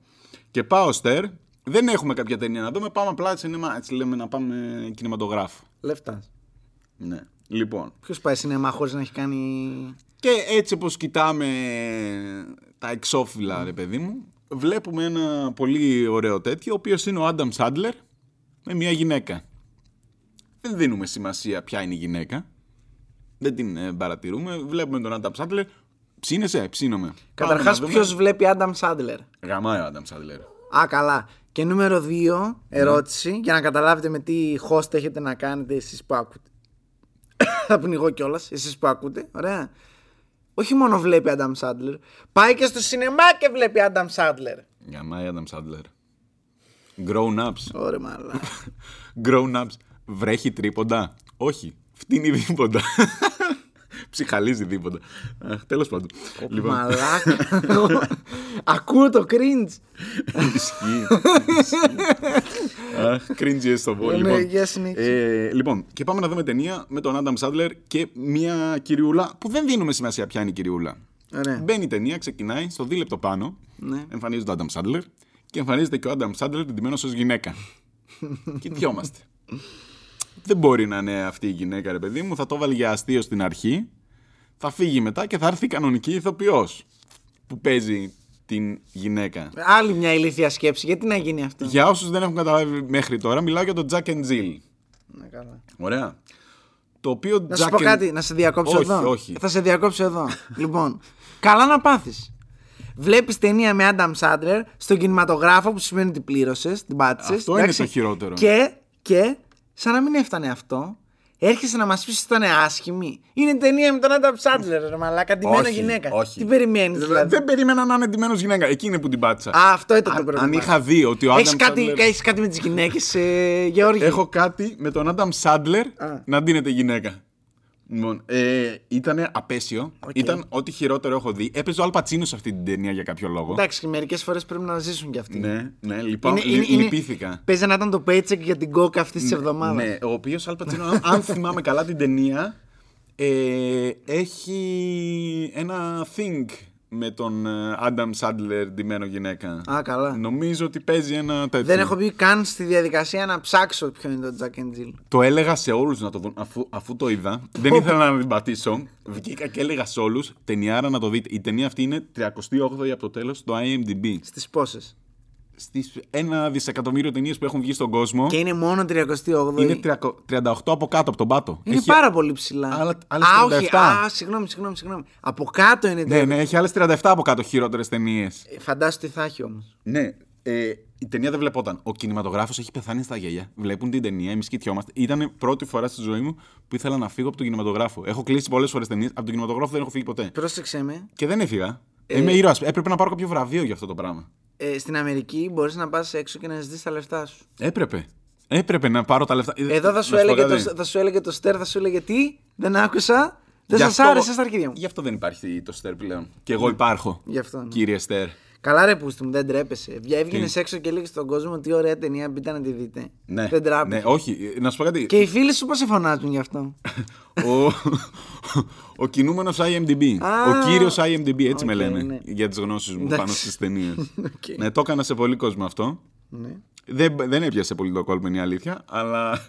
Speaker 1: Και πάω Στέρ. Δεν έχουμε κάποια ταινία να δούμε. Πάμε απλά σινεμά. Έτσι λέμε να πάμε κινηματογράφο.
Speaker 2: Λεφτά.
Speaker 1: Ναι. Λοιπόν.
Speaker 2: Ποιος πάει σινεμά χωρίς να έχει κάνει.
Speaker 1: Και έτσι όπως κοιτάμε τα εξώφυλλα, ρε παιδί μου, βλέπουμε ένα πολύ ωραίο τέτοιο, ο οποίος είναι ο Άνταμ Σάντλερ με μια γυναίκα. Δεν δίνουμε σημασία ποια είναι η γυναίκα. Δεν την ε, παρατηρούμε. Βλέπουμε τον Άνταμ Σάντλερ. Ψήνεσαι, ψήνομαι.
Speaker 2: Καταρχά, ποιος βλέπει Άνταμ Σάντλερ.
Speaker 1: Γαμάει ο Άνταμ Σάντλερ.
Speaker 2: Α, καλά. Και νούμερο 2, ερώτηση, για να καταλάβετε με τι host έχετε να κάνετε εσείς που ακούτε. Θα πνιγώ κιόλας, εσείς που ακούτε. Ωραία. Όχι μόνο βλέπει Adam Sandler, πάει και στο σινεμά και βλέπει Adam Sandler.
Speaker 1: Γαμάει Άνταμ Σάντλερ. Grown ups.
Speaker 2: Ωραία, μάλλον.
Speaker 1: Grown ups. Βρέχει τρίποντα. Όχι. Φτύνει δίποντα. Ψυχαλίζει δίποντα. Τέλος πάντων.
Speaker 2: Λοιπόν.
Speaker 1: Λοιπόν,
Speaker 2: Μαλάκα. Ακούω το cringe.
Speaker 1: Ισχύει. Αχ, cringy έστω πω.
Speaker 2: Ναι,
Speaker 1: Λοιπόν,
Speaker 2: για συνέχισε.
Speaker 1: Ε, λοιπόν, και πάμε να δούμε ταινία με τον Άνταμ Σάντλερ και μια κυριούλα που δεν δίνουμε σημασία ποια είναι η κυριούλα.
Speaker 2: Ωραία.
Speaker 1: Μπαίνει η ταινία, ξεκινάει στο δίλεπτο πάνω.
Speaker 2: Ναι.
Speaker 1: Εμφανίζεται ο Άνταμ Σάντλερ και εμφανίζεται και ο Άνταμ Σάντλερ εντυμένο ως γυναίκα. Κοιτιόμαστε. δεν μπορεί να είναι αυτή η γυναίκα, ρε παιδί μου. Θα το βάλει για αστείο στην αρχή. Θα φύγει μετά και θα έρθει η κανονική ηθοποιός που παίζει την γυναίκα.
Speaker 2: Άλλη μια ηλίθια σκέψη. Γιατί να γίνει αυτό.
Speaker 1: Για όσους δεν έχουν καταλάβει μέχρι τώρα, μιλάω για τον Jack and Jill.
Speaker 2: Ναι, καλά.
Speaker 1: Ωραία. Το οποίο
Speaker 2: Να σου πω κάτι, να σε διακόψω
Speaker 1: Όχι,
Speaker 2: εδώ.
Speaker 1: όχι.
Speaker 2: Θα σε διακόψω εδώ. λοιπόν, καλά να πάθεις. Βλέπεις ταινία με Adam Sandler στον κινηματογράφο που σημαίνει ότι πλήρωσες, την πάτησες.
Speaker 1: Αυτό είναι το χειρότερο.
Speaker 2: Και, και, σαν να μην έφτανε αυτό, έρχεσαι να μας πεις ότι ήταν άσχημη. Είναι ταινία με τον Adam Sandler, ρε μαλάκα, ντυμένο
Speaker 1: Όχι,
Speaker 2: γυναίκα.
Speaker 1: όχι.
Speaker 2: Τι περιμένεις, δηλαδή.
Speaker 1: Δεν περίμενα να είναι εντυμένο γυναίκα. Εκείνη που την πάτησα.
Speaker 2: Α, αυτό ήταν το πρόβλημα.
Speaker 1: Αν είχα δει ότι ο
Speaker 2: Έχεις
Speaker 1: Άνταμ
Speaker 2: κάτι,
Speaker 1: Σάντλερ.
Speaker 2: έχεις κάτι με τις γυναίκες, ε, Γεώργη.
Speaker 1: Έχω κάτι με τον Άνταμ Σάντλερ
Speaker 2: Α.
Speaker 1: να ντύνεται γυναίκα. Λοιπόν, ε, ήταν απέσιο.
Speaker 2: Οκ.
Speaker 1: Ήταν ό,τι χειρότερο έχω δει. Έπαιζε ο Αλπατσίνο σε αυτή την ταινία για κάποιο λόγο.
Speaker 2: Εντάξει, μερικές φορές πρέπει να ζήσουν κι αυτοί.
Speaker 1: Ναι, ναι, λοιπόν, λυπήθηκα.
Speaker 2: Παίζει να ήταν το paycheck για την κόκα αυτής της εβδομάδας.
Speaker 1: Ναι, ο οποίος Αλπατσίνο, αν- αν θυμάμαι καλά την ταινία, ε, έχει ένα thing με τον ε, Άνταμ Σάντλερ ντυμένο γυναίκα.
Speaker 2: Α, καλά.
Speaker 1: Νομίζω ότι παίζει ένα τέτοιο.
Speaker 2: Δεν έχω μπει καν στη διαδικασία να ψάξω ποιο είναι το Jack and Jill.
Speaker 1: Το έλεγα σε όλους να το δουν, αφού, αφού το είδα. δεν ήθελα να την πατήσω. Βγήκα και έλεγα σε όλους ταινιάρα να το δείτε. Η ταινία αυτή είναι 38η από το τέλος στο IMDb.
Speaker 2: Στις πόσες.
Speaker 1: Στις ένα δισεκατομμύριο ταινίες που έχουν βγει στον κόσμο.
Speaker 2: Και είναι μόνο 38.
Speaker 1: Είναι 38 από κάτω από τον πάτο.
Speaker 2: Είναι
Speaker 1: Έχει-
Speaker 2: πάρα πολύ ψηλά.
Speaker 1: Άλλα- άλλες
Speaker 2: α, όχι,
Speaker 1: 37.
Speaker 2: α, συγγνώμη, συγγνώμη, συγγνώμη. Από κάτω είναι.
Speaker 1: Ναι, ναι, έχει άλλες 37 από κάτω χειρότερες ταινίες.
Speaker 2: Ε, Φαντάζομαι τι θα έχει όμως.
Speaker 1: Ναι. Ε, η ταινία δεν βλεπόταν. Ο κινηματογράφος έχει πεθάνει στα γέλια. Βλέπουν την ταινία, εμείς κοιτιόμαστε. Ήταν πρώτη φορά στη ζωή μου που ήθελα να φύγω από τον κινηματογράφο. Έχω κλείσει πολλές φορές ταινίες. Από τον κινηματογράφο δεν έχω φύγει ποτέ.
Speaker 2: Πρόσεξε με.
Speaker 1: Και δεν έφυγα. Είμαι ήρωας. Έπρεπε να πάρω κάποιο βραβείο για αυτό το πράγμα.
Speaker 2: Ε, στην Αμερική μπορείς να πας έξω και να ζητήσεις τα λεφτά σου.
Speaker 1: Έπρεπε. Έπρεπε να πάρω τα λεφτά. Ε,
Speaker 2: Εδώ θα
Speaker 1: Να
Speaker 2: σου,
Speaker 1: πω
Speaker 2: έλεγε
Speaker 1: κάτι.
Speaker 2: το, θα σου έλεγε το στέρ, θα σου έλεγε τι. Δεν άκουσα.
Speaker 1: Γι'
Speaker 2: Δεν σας
Speaker 1: αυτό-
Speaker 2: άρεσε στα αρχίδια μου.
Speaker 1: Γι' αυτό δεν υπάρχει το Στέρ πλέον. Και εγώ υπάρχω.
Speaker 2: Γι' αυτό, ναι.
Speaker 1: Κύριε Στέρ.
Speaker 2: Καλά ρε πούστη μου, δεν τρέπεσαι. Έβγαινες έξω και έλεγες στον κόσμο τι ωραία ταινία, μπείτε να τη δείτε.
Speaker 1: Ναι.
Speaker 2: Δεν τράπεζε.
Speaker 1: Ναι, όχι. Ε, Να σου πω κάτι.
Speaker 2: Και οι φίλοι σου πώς σε φωνάζουν γι' αυτό.
Speaker 1: ο, ο κινούμενος IMDb.
Speaker 2: Α,
Speaker 1: ο κύριος IMDb, έτσι με
Speaker 2: οκ,
Speaker 1: λένε.
Speaker 2: ναι.
Speaker 1: Για τις γνώσεις μου
Speaker 2: Εντάξει.
Speaker 1: πάνω στις ταινίες.
Speaker 2: Οκ.
Speaker 1: Ναι, το έκανα σε πολύ κόσμο αυτό.
Speaker 2: Ναι.
Speaker 1: Δεν, δεν έπιασε πολύ το κόλπο, είναι η αλήθεια, αλλά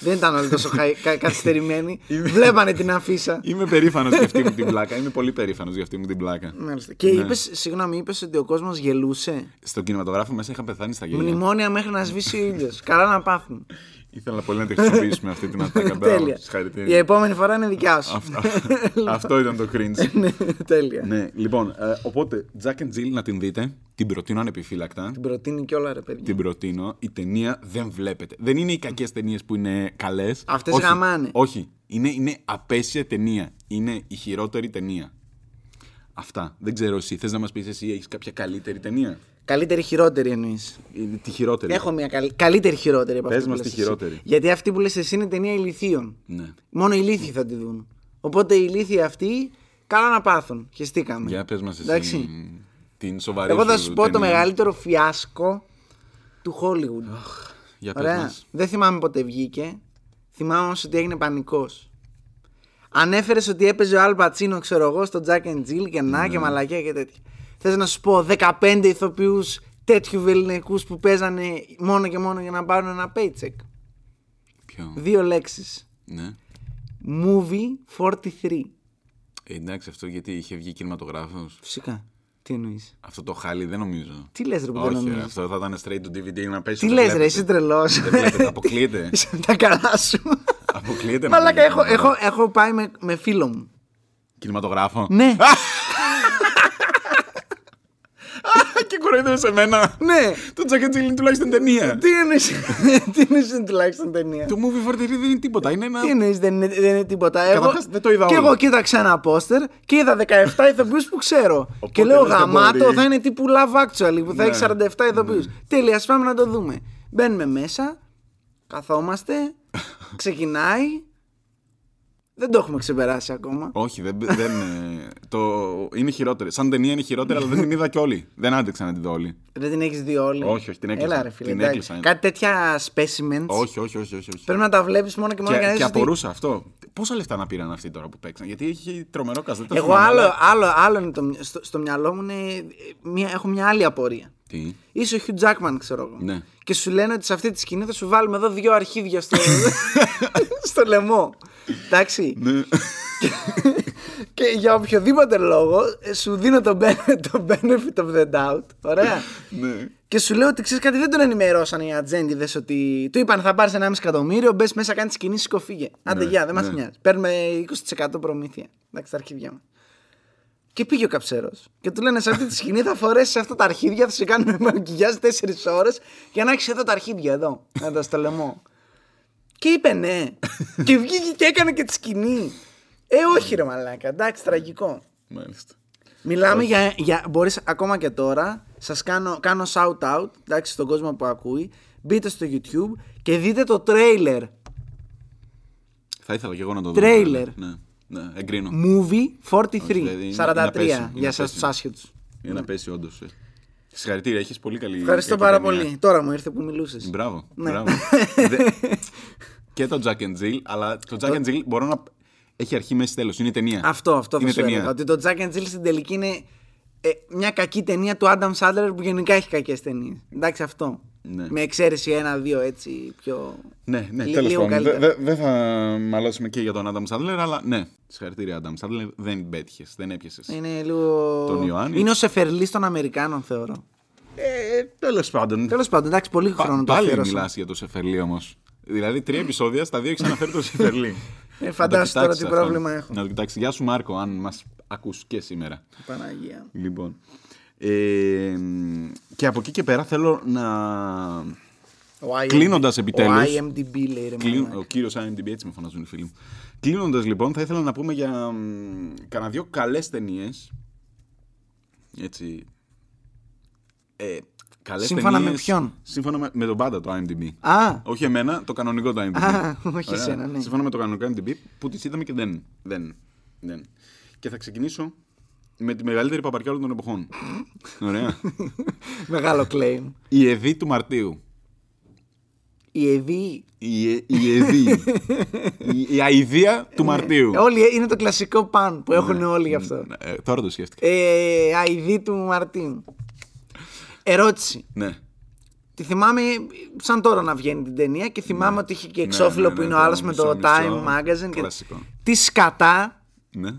Speaker 2: Δεν ήταν όλοι τόσο χα... κα- καθυστερημένοι. Βλέπανε την αφίσα.
Speaker 1: είμαι περήφανος για αυτή μου την πλάκα. Είμαι πολύ περήφανος για αυτή μου την πλάκα.
Speaker 2: Μάλιστα.
Speaker 1: Ναι.
Speaker 2: Και είπες, συγγνώμη, είπες ότι ο κόσμος γελούσε.
Speaker 1: Στον κινηματογράφο μέσα είχα πεθάνει στα γέλια.
Speaker 2: Μνημόνια μέχρι να σβήσει ο ήλιος. Καλά να πάθουν.
Speaker 1: Ήθελα πολύ να τη χρησιμοποιήσουμε αυτή την ατάκα. Μπράβο,
Speaker 2: Τέλεια. Η
Speaker 1: συγχαρητήρια.
Speaker 2: επόμενη φορά είναι δικιά σου.
Speaker 1: Αυτό ήταν το cringe.
Speaker 2: Ναι, Τέλεια.
Speaker 1: ναι, λοιπόν, ε, οπότε Jack and Jill να την δείτε. Την προτείνω ανεπιφύλακτα.
Speaker 2: Την προτείνει κιόλα, ρε παιδιά.
Speaker 1: την προτείνω. Η ταινία δεν βλέπετε. Δεν είναι οι κακές ταινίες που είναι καλές.
Speaker 2: Αυτές γαμάνε.
Speaker 1: Όχι. Είναι, είναι απέσια ταινία. Είναι η χειρότερη ταινία. Αυτά. Δεν ξέρω εσύ. Θες να μας πεις εσύ, έχεις κάποια καλύτερη ταινία.
Speaker 2: Καλύτερη, χειρότερη εννοείς.
Speaker 1: Ε, Τη χειρότερη.
Speaker 2: Έχω μια καλ- καλύτερη, χειρότερη από
Speaker 1: Πες
Speaker 2: αυτή που
Speaker 1: μας τη
Speaker 2: λες εσύ.
Speaker 1: χειρότερη.
Speaker 2: Γιατί αυτή που λες εσύ είναι ταινία ηλικίων.
Speaker 1: Ναι.
Speaker 2: Μόνο οι λύθοι θα τη δουν. Οπότε οι λύθοι αυτοί καλά να πάθουν. Χεστήκαμε.
Speaker 1: Για πες μας εσύ.
Speaker 2: Ναι. Εντάξει.
Speaker 1: Την σοβαρή
Speaker 2: Εγώ θα σου
Speaker 1: σου
Speaker 2: πω το
Speaker 1: ταινία.
Speaker 2: μεγαλύτερο φιάσκο του Hollywood.
Speaker 1: Για πες
Speaker 2: Ωραία.
Speaker 1: μας.
Speaker 2: Δεν θυμάμαι πότε βγήκε. Θυμάμαι όμως ότι έγινε πανικός. Ανέφερες ότι έπαιζε ο Αλ Πατσίνο, ξέρω εγώ, στο Jack and Jill και να
Speaker 1: Ναι.
Speaker 2: και μαλακιά και τέτοια. Θες να σου πω 15 ηθοποιούς τέτοιου βεληνικού που παίζανε μόνο και μόνο για να πάρουν ένα paycheck.
Speaker 1: Ποιο.
Speaker 2: Δύο λέξεις.
Speaker 1: Ναι.
Speaker 2: Movie 43.
Speaker 1: Ε, εντάξει, αυτό γιατί είχε βγει κινηματογράφος.
Speaker 2: Φυσικά. Τι εννοείς.
Speaker 1: Αυτό το χάλι δεν νομίζω.
Speaker 2: Τι λες, ρε που δεν
Speaker 1: Όχι, ρε,
Speaker 2: νομίζεις.
Speaker 1: αυτό θα ήταν straight to DVD να πέσει.
Speaker 2: Τι
Speaker 1: το
Speaker 2: λε, ρε,
Speaker 1: βλέπετε.
Speaker 2: εσύ τρελός.
Speaker 1: Δεν βλέπετε, αποκλείεται.
Speaker 2: Είσαι με τα καλά σου.
Speaker 1: Αποκλείεται να
Speaker 2: Μαλάκα,
Speaker 1: μην-
Speaker 2: έχω, έχω, έχω πάει με, με φίλο μου.
Speaker 1: Κινηματογράφο.
Speaker 2: Ναι.
Speaker 1: και κοροϊδεύει σε μένα.
Speaker 2: ναι.
Speaker 1: Το τζακέτζιλ είναι τουλάχιστον ταινία.
Speaker 2: Τι εννοείς, τι εννοείς είναι τουλάχιστον ταινία.
Speaker 1: Το movie for the δεν είναι τίποτα. Είναι ένα.
Speaker 2: Τι εννοείς δεν είναι, δεν είναι τίποτα. Εγώ,
Speaker 1: Καταρχάς, δεν το είδα
Speaker 2: και
Speaker 1: όλο.
Speaker 2: εγώ κοίταξα ένα πόστερ και είδα 17 ηθοποιούς που ξέρω. και λέω
Speaker 1: λες, δεν
Speaker 2: γαμάτο
Speaker 1: μπορεί».
Speaker 2: θα είναι τύπου Love Actually που θα
Speaker 1: Ναι.
Speaker 2: έχει 47 ηθοποιούς. Τέλεια, ας πάμε να το δούμε. Μπαίνουμε μέσα, καθόμαστε, ξεκινάει. Δεν το έχουμε ξεπεράσει ακόμα.
Speaker 1: Όχι, δεν. δεν ε, το... Είναι χειρότερη. Σαν ταινία είναι χειρότερη, αλλά δεν την είδα και όλοι. Δεν άντεξα να την δω όλοι.
Speaker 2: Δεν την έχεις δει όλη.
Speaker 1: Όχι, όχι, την έκλεισα.
Speaker 2: Έλα, ρε φίλε.
Speaker 1: Την
Speaker 2: εντάξει.
Speaker 1: έκλεισα, είναι.
Speaker 2: Κάτι τέτοια specimens.
Speaker 1: όχι, όχι, όχι. όχι, όχι.
Speaker 2: Πρέπει να τα βλέπεις μόνο και μόνο για να
Speaker 1: Και, και
Speaker 2: δεις ότι-
Speaker 1: απορούσα αυτό. Πόσα λεφτά να πήραν αυτοί τώρα που παίξαν, Γιατί έχει τρομερό καζ. δεν τα
Speaker 2: Εγώ
Speaker 1: θυμάμαι,
Speaker 2: άλλο,
Speaker 1: αλλά-
Speaker 2: άλλο, άλλο είναι το, μυ- στο, στο μυαλό μου είναι. ε, Μια, έχω μια άλλη απορία.
Speaker 1: Τι.
Speaker 2: Είσαι ο Χιου Τζάκμαν, ξέρω εγώ.
Speaker 1: Ναι.
Speaker 2: Και σου λένε ότι σε αυτή τη σκηνή θα σου βάλουμε εδώ δύο αρχίδια στο, στο λαιμό. Εντάξει.
Speaker 1: Ναι.
Speaker 2: και για οποιοδήποτε λόγο ε, σου δίνω το, ben- το benefit of the doubt. Ωραία.
Speaker 1: Ναι.
Speaker 2: και σου λέω ότι ξέρεις κάτι, δεν τον ενημερώσαν οι ατζέντιδες ότι. Του είπαν θα πάρεις 1,5 εκατομμύριο, μπες μέσα, κάνεις κινήσεις, κοφίγε. Άντε,
Speaker 1: Ναι,
Speaker 2: γεια, δεν μας
Speaker 1: ναι.
Speaker 2: νοιάζει. Παίρνουμε 20% προμήθεια. Εντάξει, τα αρχίδια μα. Και πήγε ο καψέρος. Και του λένε σε αυτή τη σκηνή θα φορέσεις αυτά τα αρχίδια, θα σε κάνουμε μαγκιγιάζ 4 ώρε για να έχεις εδώ τα αρχίδια εδώ. Να τα στο λαιμό. Και είπε ναι. και βγήκε και έκανε και τη σκηνή. Ε, όχι ρε μαλάκα, εντάξει, τραγικό.
Speaker 1: Μάλιστα.
Speaker 2: Μιλάμε για, για. Μπορείς ακόμα και τώρα. Σας κάνω, κάνω shout out εντάξει, στον κόσμο που ακούει. Μπείτε στο YouTube και δείτε το τρέιλερ.
Speaker 1: Θα ήθελα και εγώ να το δω.
Speaker 2: Τρέιλερ.
Speaker 1: Ναι, ναι, εγκρίνω.
Speaker 2: Movie 43.
Speaker 1: δηλαδή, είναι-
Speaker 2: 43
Speaker 1: είναι πέσιμο, είναι
Speaker 2: για σας τους
Speaker 1: πέσιμο.
Speaker 2: άσχετους.
Speaker 1: Για να πέσει, όντως. Συγχαρητήρια, έχεις πολύ καλή.
Speaker 2: Ευχαριστώ
Speaker 1: κακή
Speaker 2: πάρα
Speaker 1: ταινία.
Speaker 2: πολύ. Τώρα μου ήρθε που μιλούσες.
Speaker 1: Μπράβο.
Speaker 2: Ναι.
Speaker 1: μπράβο. Δε- Και το Jack and Jill, αλλά το Jack and Jill μπορώ να. Έχει αρχή, μέση, τέλος. Είναι ταινία.
Speaker 2: Αυτό, αυτό θα
Speaker 1: είναι
Speaker 2: σου έλεγα.
Speaker 1: ταινία.
Speaker 2: Ότι το Jack and Jill στην τελική είναι ε, μια κακή ταινία του Adam Sandler που γενικά έχει κακές ταινίες. Εντάξει αυτό.
Speaker 1: Ναι.
Speaker 2: Με εξαίρεση ένα-δύο έτσι πιο...
Speaker 1: Ναι, ναι,
Speaker 2: λι-
Speaker 1: τέλος
Speaker 2: λίγο
Speaker 1: πάντων. Δε-
Speaker 2: καλύτερα.
Speaker 1: δε- Δεν θα μαλώσουμε και για τον Adam Sandler, αλλά ναι. Συγχαρητήρια, Adam Sandler. Δεν πέτυχες, δεν έπιασες.
Speaker 2: Είναι λίγο...
Speaker 1: Τον Ιωάννη.
Speaker 2: Είναι ο Σεφερλής των Αμερικάνων θεωρώ.
Speaker 1: Ε, τέλος πάντων.
Speaker 2: Τέλος πάντων, εντάξει, πολύ
Speaker 1: Πα-
Speaker 2: χρόνο το
Speaker 1: πάλι
Speaker 2: αφιέρωσα.
Speaker 1: μιλάς για το Σεφερλί όμως. Δηλαδή, τρία επεισόδια, στα δύο έχει αναφέρει το Σεφερλί.
Speaker 2: Ε,
Speaker 1: Να
Speaker 2: φαντάσου
Speaker 1: το
Speaker 2: τώρα
Speaker 1: κοιτάξεις
Speaker 2: τι
Speaker 1: αυτό.
Speaker 2: πρόβλημα έχω.
Speaker 1: Να το κοιτάξεις. Γεια σου, Μάρκο, αν μας ακούς και σήμερα.
Speaker 2: Παναγία.
Speaker 1: Λοιπόν. Ε, και από εκεί και πέρα θέλω να.
Speaker 2: Ο IMD
Speaker 1: Κλείνοντας επιτέλους.
Speaker 2: Ο IMDb λέει ρε
Speaker 1: κλείν-
Speaker 2: μαλάκα.
Speaker 1: Ο κύριος IMDb, έτσι με φωνάζουν οι φίλοι μου. Κλείνοντας λοιπόν, θα ήθελα να πούμε για μ, κανένα δύο καλές ταινίες. Έτσι. Ε, καλές
Speaker 2: Σύμφωνα με
Speaker 1: ταινίες-
Speaker 2: ποιον?
Speaker 1: Σύμφωνα με, με τον πάντα το IMDb.
Speaker 2: Α,
Speaker 1: Όχι εμένα, το κανονικό το IMDb.
Speaker 2: Α, όχι εσένα, ναι.
Speaker 1: Σύμφωνα με το κανονικό IMDb που τις είδαμε και δεν. δεν, δεν. Και θα ξεκινήσω με τη μεγαλύτερη παπαριά όλων των εποχών. Ωραία.
Speaker 2: μεγάλο claim.
Speaker 1: Η Εδή του Μαρτίου.
Speaker 2: Η Εβή.
Speaker 1: Η, ε- η Εδή. η, η αηδία του Μαρτίου.
Speaker 2: Ναι. Όλοι ε, είναι το κλασικό παν
Speaker 1: Ναι.
Speaker 2: που έχουν όλοι γι' αυτό.
Speaker 1: Ε, τώρα το σκέφτηκα.
Speaker 2: Ε, ID του Μαρτίου. Ερώτηση.
Speaker 1: ναι.
Speaker 2: Τη θυμάμαι σαν τώρα να βγαίνει την ταινία και θυμάμαι ότι είχε και
Speaker 1: Ναι,
Speaker 2: εξώφυλλο
Speaker 1: ναι,
Speaker 2: που
Speaker 1: ναι,
Speaker 2: είναι ο
Speaker 1: το
Speaker 2: άλλος με το
Speaker 1: μισό,
Speaker 2: Time
Speaker 1: μισό,
Speaker 2: Magazine. και-
Speaker 1: κλασικό.
Speaker 2: Τι σκατά
Speaker 1: ναι.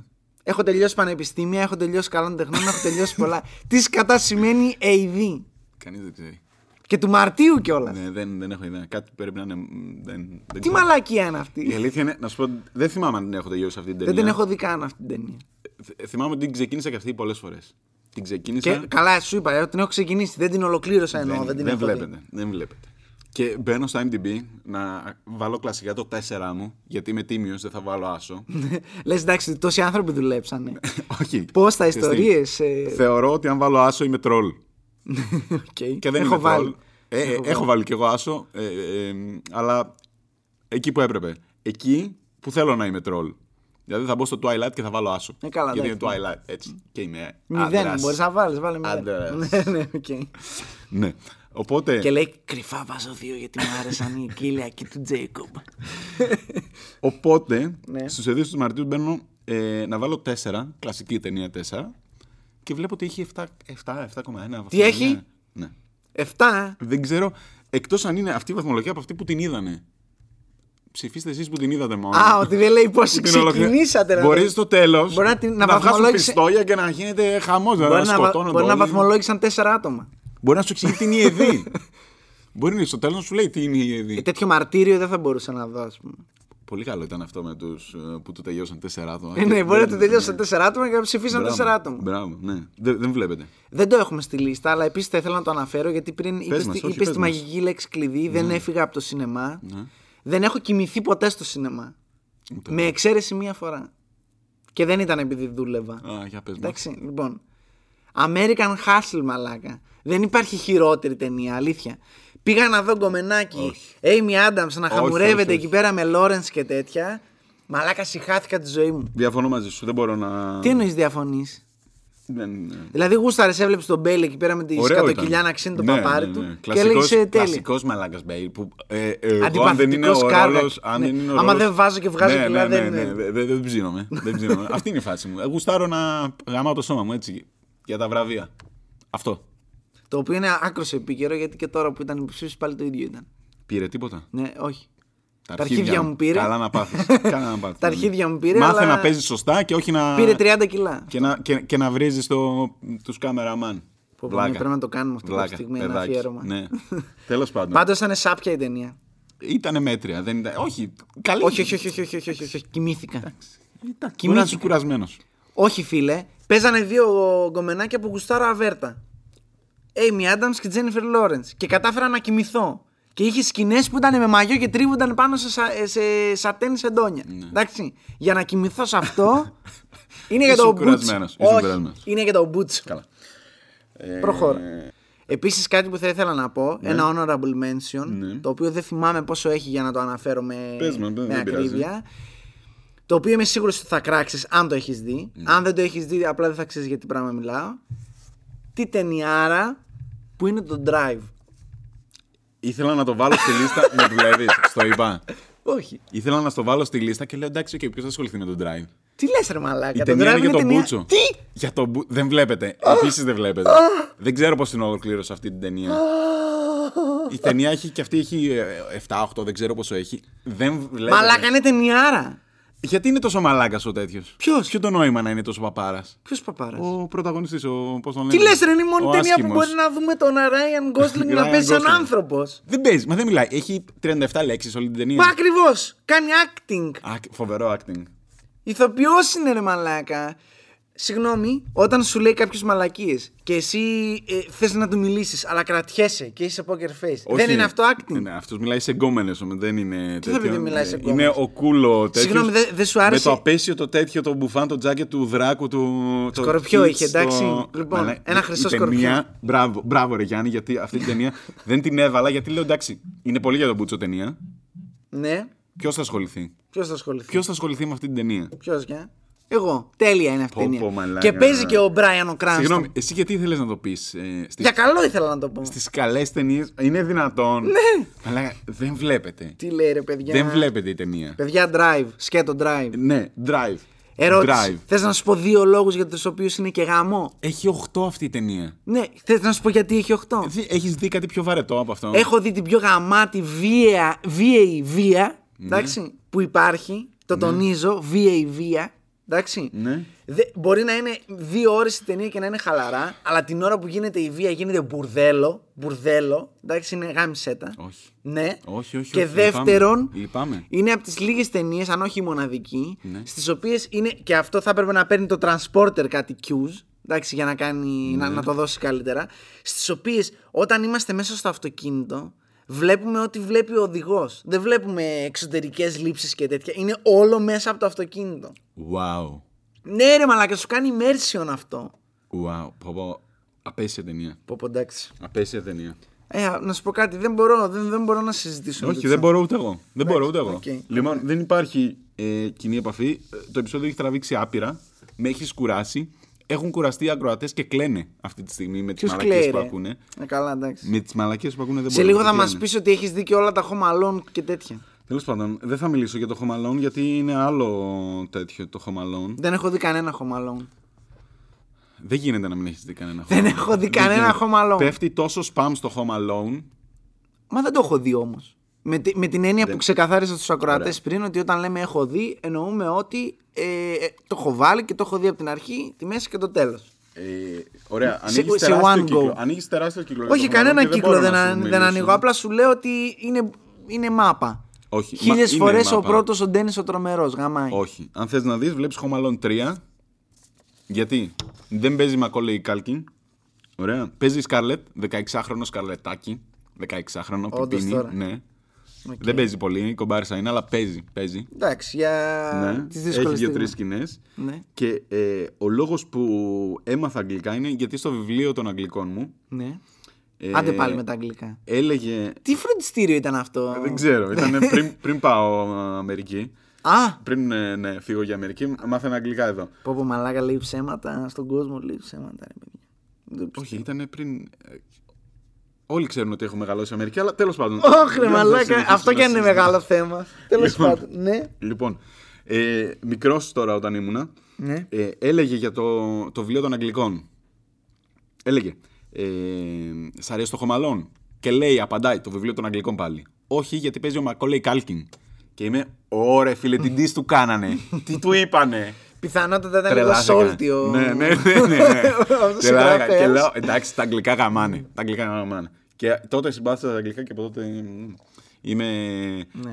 Speaker 2: Έχω τελειώσει πανεπιστήμια, έχω τελειώσει καλών τεχνών, έχω τελειώσει πολλά. Τι κατά σημαίνει AD.
Speaker 1: Κανείς δεν ξέρει.
Speaker 2: Και του Μαρτίου κιόλας.
Speaker 1: Ναι, δεν, δεν έχω ιδέα. Κάτι πρέπει να είναι. μ, Δεν, δεν
Speaker 2: Τι
Speaker 1: ξέρω.
Speaker 2: μαλακία είναι
Speaker 1: Η
Speaker 2: αυτή.
Speaker 1: αλήθεια είναι, να σου πω, δεν θυμάμαι αν την έχω τελειώσει αυτή την ταινία.
Speaker 2: Δεν την έχω δει καν αυτή την ταινία.
Speaker 1: Θ- Θυμάμαι ότι την ξεκίνησα και αυτή πολλές φορές. Την ξεκίνησα.
Speaker 2: Και καλά, σου είπα, ε, την έχω ξεκινήσει. Δεν την ολοκλήρωσα εννοώ. Δεν την έχω δει.
Speaker 1: βλέπετε. Δεν βλέπετε. Και μπαίνω στο IMDb να βάλω κλασικά το 4 μου, γιατί είμαι τίμιος, δεν θα βάλω άσο.
Speaker 2: Λες εντάξει, τόσοι άνθρωποι δουλέψανε.
Speaker 1: Όχι.
Speaker 2: Πώς τα
Speaker 1: Ξέρεις τι?
Speaker 2: ιστορίες. ε,
Speaker 1: Θεωρώ ότι αν βάλω άσο είμαι τρόλ. Και δεν
Speaker 2: έχω
Speaker 1: είμαι τρόλ.
Speaker 2: βάλει.
Speaker 1: Ε, ε, έχω βάλει κι εγώ άσο, ε, ε, ε, αλλά εκεί που έπρεπε. Εκεί που θέλω να είμαι τρόλ. Δηλαδή θα μπω στο Twilight και θα βάλω άσο.
Speaker 2: Ε, καλά,
Speaker 1: γιατί είναι
Speaker 2: εντάξει.
Speaker 1: Twilight, έτσι. Και είμαι
Speaker 2: Μηδέν.
Speaker 1: άντρας.
Speaker 2: Μπορείς να βάλεις, βάλε μηδέν.
Speaker 1: Άντρας.
Speaker 2: Ναι, ναι, οκ.
Speaker 1: Ναι. Οπότε...
Speaker 2: Και λέει κρυφά βάζω δύο γιατί μου άρεσαν η Κίλια και του Τζέικομπ.
Speaker 1: Οπότε
Speaker 2: Ναι.
Speaker 1: στους ειδήσει του Μαρτίου μπαίνω ε, να βάλω 4, κλασική ταινία 4, και βλέπω ότι έχει 7, 7, 7,1 βαθμολογία.
Speaker 2: έχει?
Speaker 1: Ναι.
Speaker 2: Εφτά.
Speaker 1: Δεν ξέρω, εκτός αν είναι αυτή η βαθμολογία από αυτή που την είδανε. Ψηφίστε εσείς που την είδατε μόνο.
Speaker 2: Α, ότι δεν λέει πώς ξεκινήσατε. να το-
Speaker 1: Μπορείς στο τέλος
Speaker 2: Μπορεί να την- να
Speaker 1: βγάζουν
Speaker 2: βαθμολόγησε-
Speaker 1: πιστόλια και να γίνεται χαμός. Να,
Speaker 2: Μπορεί να, βα-
Speaker 1: σκοτώνονται
Speaker 2: μπορεί να
Speaker 1: όλοι.
Speaker 2: βαθμολόγησαν τέσσερα άτομα.
Speaker 1: Μπορεί να σου εξηγεί τι είναι η ΕΔΗ. μπορεί να- στο τέλος να σου λέει τι είναι η
Speaker 2: Ε,
Speaker 1: ΕΔΗ.
Speaker 2: τέτοιο μαρτύριο δεν θα μπορούσα να δω, ας πούμε.
Speaker 1: Πολύ καλό ήταν αυτό με τους που του τελειώσαν τέσσερα άτομα.
Speaker 2: Ε, ναι,
Speaker 1: Και
Speaker 2: μπορεί να
Speaker 1: δεν-
Speaker 2: το τελειώσαν τέσσερα άτομα και να ψηφίσαν
Speaker 1: Μπράβο,
Speaker 2: τέσσερα άτομα.
Speaker 1: Μπράβο, ναι. Δεν, δεν βλέπετε.
Speaker 2: Δεν το έχουμε στη λίστα, αλλά επίσης θα ήθελα να το αναφέρω γιατί πριν είπε
Speaker 1: μας, όχι,
Speaker 2: είπες
Speaker 1: πες
Speaker 2: τη
Speaker 1: μας. Ναι.
Speaker 2: μαγική λέξη κλειδί. Δεν έφυγα από το σινεμά. Δεν έχω κοιμηθεί ποτέ στο σινεμά.
Speaker 1: Ούτε.
Speaker 2: Με εξαίρεση μία φορά. Και δεν ήταν επειδή δούλευα.
Speaker 1: Α, για πες μας.
Speaker 2: Εντάξει, λοιπόν. American Hustle, μαλάκα. Δεν υπάρχει χειρότερη ταινία, αλήθεια. Πήγα να δω γκομενάκι Amy Adams να χαμουρεύεται
Speaker 1: όχι, όχι.
Speaker 2: εκεί πέρα με Lawrence και τέτοια. Μαλάκα, συχάθηκα τη ζωή μου.
Speaker 1: Διαφωνώ μαζί σου, δεν μπορώ να.
Speaker 2: Τι εννοείς διαφωνείς.
Speaker 1: Δεν...
Speaker 2: Δηλαδή, γούσταρες, έβλεπες τον Μπέλ εκεί πέρα με τη
Speaker 1: Ωραίο
Speaker 2: σκατοκυλιά
Speaker 1: ήταν.
Speaker 2: να ξύνει το
Speaker 1: Ναι,
Speaker 2: παπάρι
Speaker 1: ναι, ναι.
Speaker 2: του. Και έλεγε τέλει.
Speaker 1: Κλασικός μαλάκας Μπέιλ που ε, ε, εγώ αν δεν είναι ο
Speaker 2: Αντιπαθητικός κάρδακ.
Speaker 1: ρόλος... Αν
Speaker 2: Ναι.
Speaker 1: δεν είναι ο
Speaker 2: Άμα
Speaker 1: ρόλος-
Speaker 2: δεν βάζω και βγάζω
Speaker 1: ναι,
Speaker 2: κιλά,
Speaker 1: ναι,
Speaker 2: δεν-
Speaker 1: ναι, ναι, δεν- δεν- δεν ψήνομαι. Δεν ψήνομαι. Αυτή είναι η φάση μου. Γουστάρω να γαμάω το σώμα μου έτσι για τα βραβεία. Αυτό.
Speaker 2: Το οποίο είναι άκρος επίκαιρο γιατί και τώρα που ήταν υποψήφιος πάλι το ίδιο ήταν.
Speaker 1: Πήρε τίποτα.
Speaker 2: Ναι, όχι. Τα αρχίδια μου πήρε.
Speaker 1: Καλά να πάθεις. Καλά να πάθεις. δηλαδή. ναι.
Speaker 2: Τα αρχίδια μου πήρε,
Speaker 1: Μάθε
Speaker 2: αλλά-
Speaker 1: να παίζεις σωστά και όχι να...
Speaker 2: Πήρε 30 κιλά.
Speaker 1: Και να, και, και να βρίζεις το, τους κάμεραμαν.
Speaker 2: Πω, πω, ναι, πρέπει να το κάνουμε αυτό κάποια στιγμή, ένα αφιέρωμα.
Speaker 1: Ναι. Τέλος πάντων.
Speaker 2: Πάντως ήταν σάπια η ταινία.
Speaker 1: Ήτανε μέτρια. Δεν ήταν... Όχι, καλή.
Speaker 2: Όχι, όχι, όχι, όχι, όχι, όχι, όχι, όχι, κοιμήθηκα.
Speaker 1: Ήταν
Speaker 2: Κοιμήθηκα.
Speaker 1: κουρασμένος.
Speaker 2: όχι, φίλε, παίζανε δύο γκομενάκια που γουστάρω αβέρτα. Amy Adams και Jennifer Lawrence. Και κατάφερα να κοιμηθώ. Και είχε σκηνές που ήταν με μαγιό και τρίβονταν πάνω σε, σα, ε, σε σατέν σεντόνια.
Speaker 1: Ναι.
Speaker 2: Εντάξει. Για να κοιμηθώ σε αυτό. είναι για
Speaker 1: Ήσουν
Speaker 2: το μπούτσο.
Speaker 1: κουρασμένος, ήσουν
Speaker 2: Όχι,
Speaker 1: κουρασμένος.
Speaker 2: είναι για το μπούτσο.
Speaker 1: Καλά. Ε,
Speaker 2: Προχώρα. Επίσης, κάτι που θα ήθελα να πω,
Speaker 1: Ναι.
Speaker 2: ένα honorable mention, το οποίο δεν θυμάμαι πόσο έχει για να το αναφέρω με,
Speaker 1: Πες μας, δεν-
Speaker 2: με
Speaker 1: δεν πειράζει.
Speaker 2: ακρίβεια. Το οποίο είμαι σίγουρος ότι θα κράξεις αν το έχεις δει.
Speaker 1: Ναι.
Speaker 2: Αν δεν το έχεις δει, απλά δεν θα ξέρεις για τι πράγμα μιλάω. Τι ταινιάρα που είναι το drive.
Speaker 1: Ήθελα να το βάλω στη λίστα. με δουλεύεις, στο είπα.
Speaker 2: Όχι.
Speaker 1: Ήθελα να στο βάλω στη λίστα και λέω εντάξει, και ποιος θα ασχοληθεί με τον drive.
Speaker 2: Τι λες, ρε Μαλάκα.
Speaker 1: Η
Speaker 2: το
Speaker 1: ταινία
Speaker 2: drive
Speaker 1: είναι για τον
Speaker 2: ταινία-
Speaker 1: Μπούτσο.
Speaker 2: Τι!
Speaker 1: Για τον Μπου- Δεν βλέπετε. Επίσης δεν βλέπετε. Δεν ξέρω πώς την ολοκλήρωσα αυτή την ταινία. Η ταινία έχει και αυτή έχει ε, 7-8, δεν ξέρω πόσο έχει. Δεν βλέπετε.
Speaker 2: Μαλάκα είναι ταινιάρα.
Speaker 1: Γιατί είναι τόσο μαλάκας ο τέτοιος.
Speaker 2: Ποιος?
Speaker 1: Ποιο το νόημα να είναι τόσο παπάρας.
Speaker 2: Ποιος παπάρας.
Speaker 1: Ο πρωταγωνιστής, ο πώς τον
Speaker 2: Τι
Speaker 1: λένε.
Speaker 2: λες, ρε, είναι η μόνη
Speaker 1: Ο
Speaker 2: ταινία που
Speaker 1: άσχημος.
Speaker 2: μπορεί να δούμε τον Ryan Gosling να
Speaker 1: Ryan
Speaker 2: παίζει σαν
Speaker 1: Gosling.
Speaker 2: άνθρωπος.
Speaker 1: Δεν παίζει, μα δεν μιλάει. Έχει 37 λέξεις όλη την ταινία.
Speaker 2: Μα ακριβώς! Κάνει acting.
Speaker 1: Α, φοβερό acting.
Speaker 2: Ηθοποιός είναι ρε μαλάκα. Συγγνώμη, όταν σου λέει κάποιος μαλακίες και εσύ ε, θες να του μιλήσεις, αλλά κρατιέσαι και είσαι poker face. δεν είναι αυτό acting.
Speaker 1: Ναι, αυτός μιλάει σε γκόμενε όμως. Δεν είναι
Speaker 2: Τι θα πει ότι μιλάει σε
Speaker 1: Είναι
Speaker 2: γκόμενες.
Speaker 1: ο κούλο τέτοιος.
Speaker 2: Συγγνώμη, δεν- δεν σου άρεσε-
Speaker 1: Με το απέσιο το τέτοιο, το μπουφάν, το τζάκετ του δράκου του. Το
Speaker 2: Σκορπιό
Speaker 1: kids,
Speaker 2: είχε, εντάξει.
Speaker 1: το-
Speaker 2: Λοιπόν,
Speaker 1: Μαλά,
Speaker 2: ένα
Speaker 1: η
Speaker 2: χρυσό
Speaker 1: ταινία-
Speaker 2: σκορπιό.
Speaker 1: Μπράβο, μπράβο, ρε Γιάννη, γιατί αυτή την ταινία δεν την έβαλα γιατί λέω εντάξει. Είναι πολύ για τον Μπούτσο ταινία.
Speaker 2: Ναι,
Speaker 1: Ποιος θα ασχοληθεί.
Speaker 2: ποιος θα ασχοληθεί.
Speaker 1: Ποιος θα ασχοληθεί με αυτή την ταινία.
Speaker 2: Ποιος για. Εγώ. Τέλεια είναι αυτή η
Speaker 1: Πω,
Speaker 2: ταινία.
Speaker 1: πω, μαλάκα.
Speaker 2: Και παίζει και ο Μπράιαν ο Κράνστον.
Speaker 1: Συγγνώμη, εσύ γιατί ήθελες να το πεις ε,
Speaker 2: Για καλό ήθελα να το πω.
Speaker 1: στις καλές ταινίες. Είναι δυνατόν. Ναι. Αλλά δεν βλέπετε.
Speaker 2: Τι λέει ρε παιδιά.
Speaker 1: Δεν βλέπετε η ταινία.
Speaker 2: Παιδιά drive, σκέτο drive.
Speaker 1: Ναι, drive.
Speaker 2: Ερώτηση.
Speaker 1: Drive.
Speaker 2: Θες να σου πω δύο λόγους για τους οποίους είναι και γαμό.
Speaker 1: Έχει 8 αυτή η ταινία.
Speaker 2: Ναι, θες να σου πω γιατί έχει 8.
Speaker 1: Έχεις δει κάτι πιο βαρετό από αυτό.
Speaker 2: Έχω δει την πιο γαμάτη βία, βίαιη βία εντάξει, που υπάρχει. Το τονίζω, βίαιη βία. Εντάξει.
Speaker 1: Ναι.
Speaker 2: Δε- μπορεί να είναι δύο ώρες η ταινία και να είναι χαλαρά, αλλά την ώρα που γίνεται η βία γίνεται μπουρδέλο. Μπουρδέλο. Εντάξει, είναι γάμισέτα.
Speaker 1: Όχι.
Speaker 2: Ναι.
Speaker 1: Όχι, όχι,
Speaker 2: Και
Speaker 1: όχι,
Speaker 2: δεύτερον,
Speaker 1: λυπάμαι, λυπάμαι. Ναι.
Speaker 2: είναι από τις λίγες ταινίες, αν όχι η μοναδική, στις οποίες είναι. και αυτό θα έπρεπε να παίρνει το transporter κάτι cues. Εντάξει, για να, κάνει, να,
Speaker 1: Ναι.
Speaker 2: να το δώσει καλύτερα. Στις οποίες όταν είμαστε μέσα στο αυτοκίνητο, βλέπουμε ό,τι βλέπει ο οδηγός. Δεν βλέπουμε εξωτερικές λήψεις και τέτοια. Είναι όλο μέσα από το αυτοκίνητο.
Speaker 1: Wow.
Speaker 2: Ναι, ρε Μαλάκα, σου κάνει immersion αυτό.
Speaker 1: Wow. Πω, πω. Απέσια ταινία.
Speaker 2: Πω, πω, εντάξει.
Speaker 1: Απέσια ταινία.
Speaker 2: Ε, α, να σου πω κάτι, δεν μπορώ, δεν, δεν μπορώ να συζητήσω. με
Speaker 1: Όχι,
Speaker 2: τους
Speaker 1: δεν μπορώ ούτε εγώ. Δεν μπορώ ούτε εγώ.
Speaker 2: οκ.
Speaker 1: Λοιπόν, δεν υπάρχει ε, κοινή επαφή. Ε, Το επεισόδιο έχει τραβήξει άπειρα. Με έχεις κουράσει. Έχουν κουραστεί οι ακροατές και κλαίνε αυτή τη στιγμή με τις
Speaker 2: Ποιος
Speaker 1: μαλακίες
Speaker 2: κλαίει.
Speaker 1: που
Speaker 2: ρε.
Speaker 1: ακούνε.
Speaker 2: Ε, καλά, εντάξει.
Speaker 1: Με τις μαλακίες που ακούνε δεν
Speaker 2: Σε
Speaker 1: μπορούν.
Speaker 2: λίγο θα μας πεις ότι έχεις δει και όλα τα Home Alone και τέτοια.
Speaker 1: Τέλος πάντων, δεν θα μιλήσω για το Home Alone γιατί είναι άλλο τέτοιο το Home Alone.
Speaker 2: Δεν έχω δει κανένα Home Alone.
Speaker 1: Δεν γίνεται να μην έχεις δει κανένα Home
Speaker 2: Δεν
Speaker 1: Alone.
Speaker 2: έχω δει κανένα
Speaker 1: γίνεται.
Speaker 2: Home Alone.
Speaker 1: Πέφτει τόσο spam στο Home Alone.
Speaker 2: Μα δεν το έχω δει όμως. Με, τη- με την έννοια που ξεκαθάρισα στους ακροατές πριν ότι όταν λέμε έχω δει, εννοούμε ότι ε, ε, το έχω βάλει και το έχω δει από την αρχή, τη μέση και το τέλος.
Speaker 1: Ε, ωραία,
Speaker 2: Σε-
Speaker 1: ανοίγεις
Speaker 2: σε
Speaker 1: τεράστιο,
Speaker 2: one
Speaker 1: κύκλο.
Speaker 2: go.
Speaker 1: Ανοίγεις τεράστιο κύκλο. για
Speaker 2: Όχι,
Speaker 1: το Home Alone
Speaker 2: κανένα
Speaker 1: και
Speaker 2: κύκλο
Speaker 1: μπορώ
Speaker 2: δεν,
Speaker 1: να σου
Speaker 2: αν- δεν
Speaker 1: μιλήσω.
Speaker 2: ανοίγω. Απλά σου λέω ότι είναι, είναι μάπα.
Speaker 1: Όχι. Μα
Speaker 2: Χίλιες
Speaker 1: είναι
Speaker 2: φορές
Speaker 1: μάπα.
Speaker 2: ο πρώτος ο Ντένις ο τρομερός. Γαμάει.
Speaker 1: Όχι. Αν θες να δεις, βλέπεις Home Alone 3. Γιατί δεν παίζει Μακόλεϊ Κάλκιν. Ωραία. Παίζει Σκάρλετ, 16χρονο Σκαρλετάκι. 16χρονο που
Speaker 2: Όντως
Speaker 1: πίνει.
Speaker 2: τώρα.
Speaker 1: Ναι. Δεν παίζει πολύ, η κομπάρισα είναι, αλλά παίζει. παίζει.
Speaker 2: Εντάξει, για
Speaker 1: ναι.
Speaker 2: τις
Speaker 1: Έχει
Speaker 2: δύσκολε
Speaker 1: δύο-τρει σκηνές.
Speaker 2: Ναι.
Speaker 1: Και ε, ο λόγος που έμαθα αγγλικά είναι γιατί στο βιβλίο των Αγγλικών μου.
Speaker 2: Ναι.
Speaker 1: ε,
Speaker 2: Άντε πάλι με τα αγγλικά.
Speaker 1: Έλεγε.
Speaker 2: Τι φροντιστήριο ήταν αυτό.
Speaker 1: Δεν ξέρω, ήταν πριν, πριν πάω ε, Αμερική.
Speaker 2: Α!
Speaker 1: Πριν ε, ναι, φύγω για Αμερική, μάθαμε αγγλικά εδώ.
Speaker 2: Πω πω μαλάκα λέει ψέματα στον κόσμο, λέει ψέματα ρε παιδιά. Δεν το πιστεύω.
Speaker 1: Όχι, ήταν πριν. ε, Όλοι ξέρουν ότι έχω μεγαλώσει Αμερική, αλλά τέλος πάντων.
Speaker 2: Όχι, ρε
Speaker 1: Για να
Speaker 2: μαλάκα,
Speaker 1: συνεχίσουμε
Speaker 2: αυτό
Speaker 1: να
Speaker 2: και αν είναι
Speaker 1: συζητάμε.
Speaker 2: μεγάλο θέμα. Τέλος
Speaker 1: Λοιπόν.
Speaker 2: πάντων. Ναι.
Speaker 1: Λοιπόν, ε, μικρός τώρα όταν ήμουνα,
Speaker 2: Ναι.
Speaker 1: ε, έλεγε για το, το βιβλίο των Αγγλικών. Έλεγε. Ε, Σ' αρέσει το χωμαλόν. Και λέει, απαντάει το βιβλίο των Αγγλικών πάλι. Όχι, γιατί παίζει ο Μακόλεϊ Κάλκιν. Και είμαι, ωρε φίλε, τι diss του κάνανε. τι του είπανε.
Speaker 2: Πιθανότατα ήταν λίγο
Speaker 1: Τρελάθηκα.
Speaker 2: σόλτιο.
Speaker 1: Ναι, ναι, ναι. ναι, ναι.
Speaker 2: Αυτός ο
Speaker 1: Τρελάθηκα
Speaker 2: συγγραφέας.
Speaker 1: και λέω, εντάξει, τα αγγλικά γαμάνε. Τα αγγλικά γαμάνε. Και τότε συμπάθησα τα αγγλικά και από τότε μ, είμαι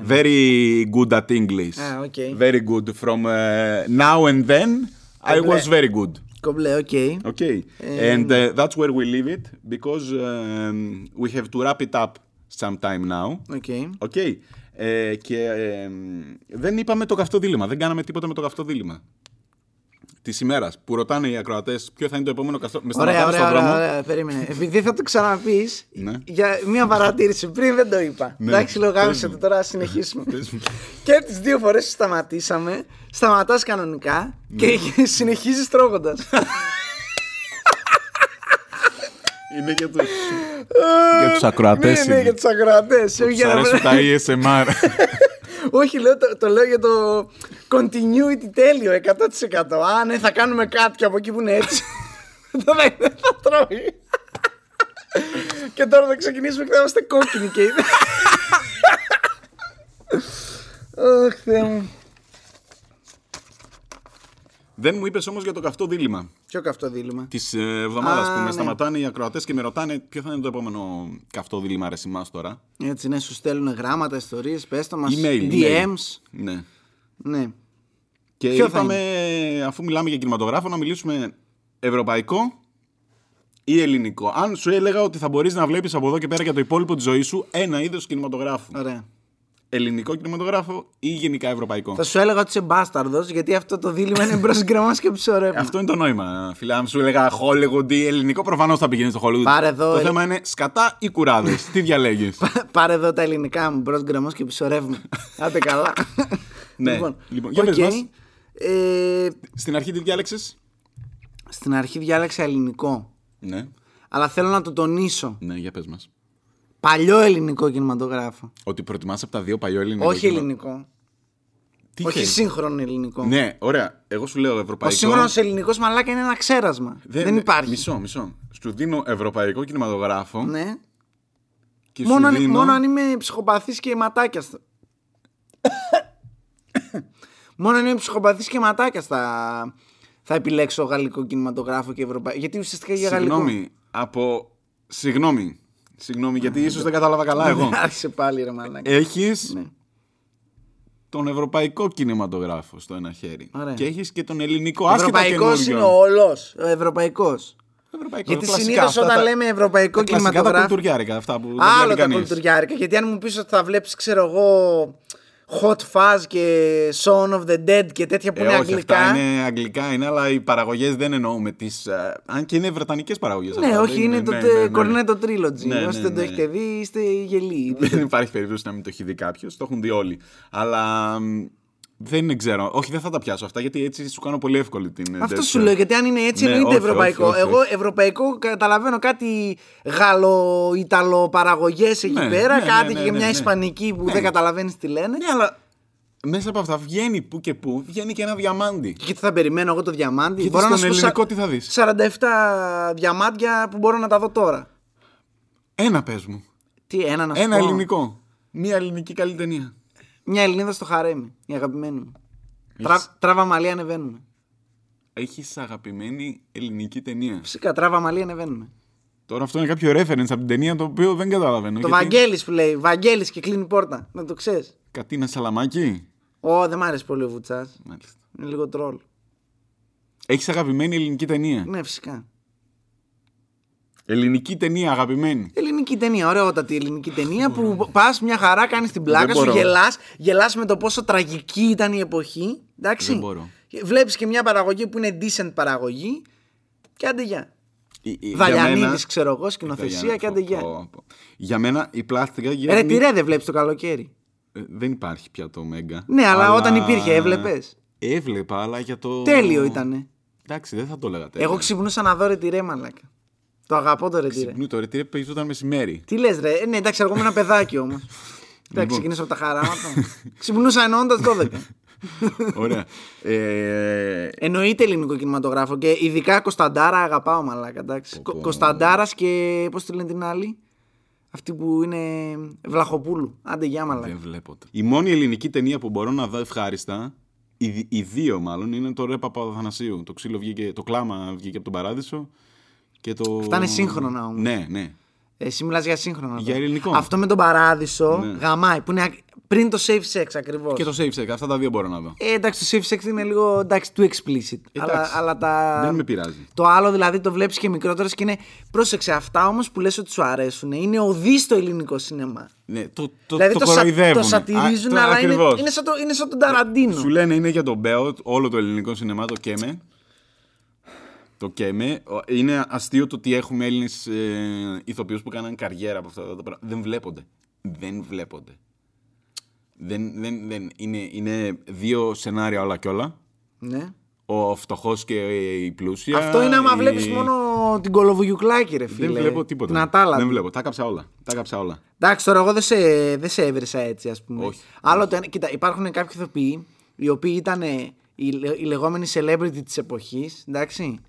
Speaker 1: very good at English.
Speaker 2: Ναι, Α, οκ.
Speaker 1: Very good from uh, now and then I
Speaker 2: Εμπλέ.
Speaker 1: was very good.
Speaker 2: Κομπλέ, οκ. Ε,
Speaker 1: Okay. and uh,
Speaker 2: ναι.
Speaker 1: that's where we leave it because um, we have to wrap it up sometime now.
Speaker 2: Οκ.
Speaker 1: Οκ. Ε, και ε, δεν είπαμε το καυτό δίλημα. Δεν κάναμε τίποτα με το καυτό δίλημα. Της ημέρας που ρωτάνε οι ακροατές ποιο θα είναι το επόμενο καυτό. Με
Speaker 2: Ωραία,
Speaker 1: σταματάνε
Speaker 2: ωραία,
Speaker 1: στον δρόμο.
Speaker 2: ωραία, ωραία, περίμενε. Επειδή θα το ξαναπείς
Speaker 1: Ναι.
Speaker 2: για μία παρατήρηση πριν δεν το είπα.
Speaker 1: Ναι.
Speaker 2: Εντάξει, λέω
Speaker 1: Πες
Speaker 2: γάμισε
Speaker 1: μου.
Speaker 2: το τώρα, ας συνεχίσουμε.
Speaker 1: Πες μου.
Speaker 2: και τις δύο φορές σταματήσαμε, σταματάς κανονικά
Speaker 1: Ναι.
Speaker 2: και συνεχίζεις τρώγοντας.
Speaker 1: Είναι για τους. για τους ακροατές.
Speaker 2: ναι, ναι, για τους ακροατές. Όχι, για
Speaker 1: Σ'
Speaker 2: να-
Speaker 1: αρέσουν τα ESMR.
Speaker 2: Όχι, λέω, το, το λέω για το continuity τέλειο 100%. Α, ναι, θα κάνουμε κάτι και από εκεί που είναι έτσι. δεν θα, δεν θα τρώει. και τώρα θα ξεκινήσουμε και θα είμαστε κόκκινοι και είναι. Αχ, Θεέ μου.
Speaker 1: δεν μου είπες όμως για το καυτό δίλημα
Speaker 2: Ποιο καυτό δίλημα.
Speaker 1: της εβδομάδας
Speaker 2: Α,
Speaker 1: που με
Speaker 2: ναι.
Speaker 1: σταματάνε οι ακροατές και με ρωτάνε ποιο θα είναι το επόμενο καυτό δίλημα ρε εμά τώρα.
Speaker 2: Έτσι, ναι, σου στέλνουν γράμματα, ιστορίες, πες το μας,
Speaker 1: Email. email.
Speaker 2: DMs.
Speaker 1: Ναι.
Speaker 2: Ναι.
Speaker 1: Και
Speaker 2: Ποιο θα
Speaker 1: είπαμε, αφού μιλάμε για κινηματογράφο, να μιλήσουμε ευρωπαϊκό ή ελληνικό. Αν σου έλεγα ότι θα μπορείς να βλέπεις από εδώ και πέρα για το υπόλοιπο της ζωής σου ένα είδος κινηματογράφου.
Speaker 2: Ωραία.
Speaker 1: Ελληνικό κινηματογράφο ή γενικά ευρωπαϊκό.
Speaker 2: Θα σου έλεγα ότι είσαι μπάσταρδος, γιατί αυτό το δίλημα είναι μπρος γκρεμάς και ψωρεύμα.
Speaker 1: Αυτό είναι το νόημα. Φίλε, αν σου έλεγα Hollywood ή ελληνικό, προφανώς θα πηγαίνεις στο Hollywood.
Speaker 2: Πάρε εδώ,
Speaker 1: το
Speaker 2: ε.
Speaker 1: θέμα είναι σκατά ή κουράδες. Τι διαλέγεις.
Speaker 2: Πάρε εδώ τα ελληνικά μου, μπρος γκρεμός και ψωρεύμα. Άντε καλά.
Speaker 1: Ναι. Λοιπόν, για πες
Speaker 2: οκ.
Speaker 1: μας.
Speaker 2: Ε,
Speaker 1: Στην αρχή τι διάλεξες.
Speaker 2: στην αρχή διάλεξα ελληνικό.
Speaker 1: Ναι,
Speaker 2: Αλλά θέλω να το τονίσω.
Speaker 1: ναι, για πες μας.
Speaker 2: Παλιό ελληνικό κινηματογράφο.
Speaker 1: Ότι προτιμάς από τα δύο παλιό ελληνικό.
Speaker 2: όχι
Speaker 1: κινημα-
Speaker 2: ελληνικό.
Speaker 1: Ναι, Τι
Speaker 2: όχι
Speaker 1: θέλεις?
Speaker 2: σύγχρονο ελληνικό.
Speaker 1: Ναι, ωραία. Εγώ σου λέω
Speaker 2: Ο
Speaker 1: ευρωπαϊκό.
Speaker 2: σύγχρονος ελληνικός μαλάκα είναι ένα ξέρασμα. Δεν, υπάρχει.
Speaker 1: Μισό, μισό. Σου δίνω ευρωπαϊκό κινηματογράφο.
Speaker 2: Ναι.
Speaker 1: Και
Speaker 2: Μόνο,
Speaker 1: σου
Speaker 2: αν,
Speaker 1: δίνω...
Speaker 2: μόνο αν είμαι ψυχοπαθής και ματάκιας. στα- μόνο αν είμαι ψυχοπαθής και ματάκιας θα, θα επιλέξω γαλλικό κινηματογράφο και ευρωπαϊκό. Γιατί ουσιαστικά για γαλλικό.
Speaker 1: Συγγνώμη, από. Συγγνώμη. Συγγνώμη, γιατί ίσως δεν κατάλαβα καλά εγώ. Ε,
Speaker 2: Άρχισε πάλι ρε μαλάκα.
Speaker 1: Έχεις
Speaker 2: Ναι.
Speaker 1: τον ευρωπαϊκό κινηματογράφο στο ένα χέρι.
Speaker 2: Ωραία.
Speaker 1: Και έχεις και τον ελληνικό. Άσχετα
Speaker 2: Ευρωπαϊκός
Speaker 1: καινούριον.
Speaker 2: είναι ο όλος. Ο ευρωπαϊκός.
Speaker 1: Ευρωπαϊκό.
Speaker 2: Γιατί
Speaker 1: τα κλασικά
Speaker 2: συνήθως
Speaker 1: αυτά
Speaker 2: όταν
Speaker 1: τα-
Speaker 2: λέμε ευρωπαϊκό
Speaker 1: τα κλασικά, Τα
Speaker 2: κινηματογράφο.
Speaker 1: κουλτουριάρικα αυτά που δεν
Speaker 2: Άλλο
Speaker 1: βλέπει
Speaker 2: τα
Speaker 1: κανείς.
Speaker 2: κουλτουριάρικα. Γιατί αν μου πεις ότι θα βλέπεις, ξέρω εγώ, Hot Fuzz και Son of the Dead και τέτοια που
Speaker 1: Ε,
Speaker 2: είναι
Speaker 1: όχι,
Speaker 2: αγγλικά.
Speaker 1: αυτά είναι αγγλικά, είναι, αλλά οι παραγωγές δεν εννοούμε τι. Αν και είναι βρετανικές παραγωγές.
Speaker 2: Ναι, όχι, είναι το Κορνέτο Trilogy.
Speaker 1: Ναι, ναι,
Speaker 2: Όσοι δεν το
Speaker 1: ναι.
Speaker 2: έχετε δει, είστε γελοί.
Speaker 1: Δεν υπάρχει περίπτωση να μην το έχει δει κάποιος. Το έχουν δει όλοι. Αλλά μ, δεν είναι, ξέρω. Όχι, δεν θα τα πιάσω αυτά γιατί έτσι σου κάνω πολύ εύκολη την. ε,
Speaker 2: Αυτό
Speaker 1: τέτοια.
Speaker 2: σου λέω, γιατί αν είναι έτσι,
Speaker 1: Ναι,
Speaker 2: εννοείται
Speaker 1: όχι,
Speaker 2: ευρωπαϊκό.
Speaker 1: όχι, όχι,
Speaker 2: Εγώ
Speaker 1: όχι.
Speaker 2: ευρωπαϊκό καταλαβαίνω κάτι γαλλο-ιταλοπαραγωγέ εκεί
Speaker 1: Ναι,
Speaker 2: πέρα,
Speaker 1: ναι, ναι,
Speaker 2: κάτι
Speaker 1: ναι,
Speaker 2: και
Speaker 1: ναι,
Speaker 2: μια
Speaker 1: ναι.
Speaker 2: ισπανική που δεν καταλαβαίνεις τι λένε.
Speaker 1: Ναι, αλλά μέσα από αυτά βγαίνει που και που, βγαίνει και ένα διαμάντι.
Speaker 2: Γιατί θα περιμένω εγώ το διαμάντι.
Speaker 1: Γιατί
Speaker 2: μπορώ να
Speaker 1: στον
Speaker 2: σου πω
Speaker 1: ελληνικό
Speaker 2: σα-
Speaker 1: τι θα δεις?
Speaker 2: 47 διαμάντια που μπορώ να τα δω τώρα.
Speaker 1: Ένα πες μου.
Speaker 2: Τι, ένα να σου
Speaker 1: Ένα
Speaker 2: πω.
Speaker 1: ελληνικό. Μία ελληνική καλή ταινία.
Speaker 2: Μια Ελληνίδα στο χαρέμι, η αγαπημένη μου. Τρα... Τράβα μαλλί ανεβαίνουμε.
Speaker 1: Έχεις αγαπημένη ελληνική ταινία.
Speaker 2: Φυσικά, τράβα μαλλί ανεβαίνουμε.
Speaker 1: Τώρα αυτό είναι κάποιο reference από την ταινία το οποίο δεν καταλαβαίνω.
Speaker 2: Το
Speaker 1: γιατί-
Speaker 2: Βαγγέλης που λέει. Βαγγέλης και κλείνει πόρτα. Να το ξέρεις.
Speaker 1: Κατίνα Σαλαμάκη.
Speaker 2: Ω, δεν μ' άρεσε πολύ ο Βουτσάς.
Speaker 1: Μάλιστα.
Speaker 2: Είναι λίγο τρόλ.
Speaker 1: Έχεις αγαπημένη ελληνική ταινία.
Speaker 2: Ναι, φυσικά.
Speaker 1: Ελληνική ταινία, αγαπημένη.
Speaker 2: Ελληνική ταινία, ωραιότατη ελληνική ταινία που πας μια χαρά, κάνεις την πλάκα
Speaker 1: Δεν
Speaker 2: σου,
Speaker 1: μπορώ.
Speaker 2: γελάς γελάς με το πόσο τραγική ήταν η εποχή. Εντάξει.
Speaker 1: Δεν μπορώ.
Speaker 2: Βλέπεις και μια παραγωγή που είναι decent παραγωγή. Και άντε γεια.
Speaker 1: Η- η-
Speaker 2: Δαλιανίδη,
Speaker 1: για μένα-
Speaker 2: ξέρω εγώ,
Speaker 1: Ήταγια,
Speaker 2: σκηνοθεσία και άντε
Speaker 1: πω,
Speaker 2: γεια.
Speaker 1: πω, πω. Για μένα η πλάστηκα
Speaker 2: Ρε,
Speaker 1: γέρνει...
Speaker 2: τι ρε, δεν βλέπεις το καλοκαίρι.
Speaker 1: Ε, Δεν υπάρχει πια το Μέγκα.
Speaker 2: Ναι, αλλά όταν υπήρχε, έβλεπες.
Speaker 1: Έβλεπα, αλλά για το.
Speaker 2: Τέλειο ήτανε.
Speaker 1: Εντάξει, δεν θα το λέγατε.
Speaker 2: Εγώ ξυπνούσα να δω ρε τη ρε, μαλάκα. Το αγαπώ το ρε τη ρε.
Speaker 1: ξυπνού. Το ρετήρε παίζονταν μεσημέρι.
Speaker 2: Τι λες, ρε. Ε, Ναι, εντάξει, εγώ ήμουν ένα παιδάκι όμω.
Speaker 1: Λοιπόν.
Speaker 2: Εντάξει, ξεκινήσω από τα χαράματα. Ξυπνούσα εννοώντας 12.
Speaker 1: Ωραία. Ε,
Speaker 2: Εννοείται ελληνικό κινηματογράφο και ειδικά Κωνσταντάρα αγαπάω μαλάκα. Εντάξει.
Speaker 1: Πω, πω.
Speaker 2: Κωνσταντάρας και πώς τη λένε την άλλη. Αυτή που είναι Βλαχοπούλου. Άντε γεια μαλάκα.
Speaker 1: δεν βλέπω. τε- Η μόνη ελληνική ταινία που μπορώ να δω ευχάριστα. Οι, δι- οι δύο μάλλον είναι το ρε Παπαδοθανασίου. Το ξύλο βγήκε, το κλάμα βγήκε από τον παράδεισο. Και το...
Speaker 2: Αυτά είναι σύγχρονα όμως.
Speaker 1: Ναι, ναι.
Speaker 2: Ε, Εσύ μιλάς για σύγχρονα.
Speaker 1: Για
Speaker 2: τώρα.
Speaker 1: ελληνικό.
Speaker 2: Αυτό με τον παράδεισο
Speaker 1: Ναι.
Speaker 2: γαμάει που είναι ακ- πριν το safe sex ακριβώς.
Speaker 1: Και το safe sex. Αυτά τα δύο μπορώ να δω.
Speaker 2: Ε, εντάξει, το safe sex είναι λίγο εντάξει, too explicit. Αλλά, αλλά τα...
Speaker 1: Δεν με πειράζει.
Speaker 2: Το άλλο δηλαδή το βλέπεις και μικρότερο και είναι. Πρόσεξε, αυτά όμως που λες ότι σου αρέσουν είναι οδύ στο ελληνικό σινεμά.
Speaker 1: Ναι, το, το,
Speaker 2: δηλαδή
Speaker 1: το,
Speaker 2: το, σα-
Speaker 1: κοροϊδεύουν.
Speaker 2: το σατυρίζουν,
Speaker 1: Α, το-
Speaker 2: αλλά είναι,
Speaker 1: ακριβώς.
Speaker 2: είναι, σαν το, είναι σαν τον Ταραντίνο.
Speaker 1: Σου λένε είναι για τον Μπέο, όλο το ελληνικό σινεμά το καίμε. Το καίμε. Ο- Είναι αστείο το ότι έχουμε Έλληνες ε, ηθοποιούς που κάναν καριέρα από αυτά τα πράγματα. Δεν βλέπονται. Δεν βλέπονται. Δεν, δεν, δεν. Είναι, είναι δύο σενάρια όλα και όλα.
Speaker 2: Ναι.
Speaker 1: Ο φτωχός και η πλούσια.
Speaker 2: Αυτό είναι άμα
Speaker 1: η-
Speaker 2: βλέπεις μόνο την κολοβουγιουκλάκη, ρε φίλε.
Speaker 1: Δεν βλέπω τίποτα.
Speaker 2: Την Ατάλαντα.
Speaker 1: Δεν βλέπω. Τα κάψα όλα. Τα κάψα όλα.
Speaker 2: Εντάξει, τώρα εγώ δεν σε, δεν σε έβρισα έτσι, ας πούμε.
Speaker 1: Όχι.
Speaker 2: Άλλο το ένα, κοίτα, υπάρχουν κάποιοι ηθοποιοί οι οποίοι ήταν ε, οι, λε- οι λεγόμενοι celebrity της εποχής, εντάξει.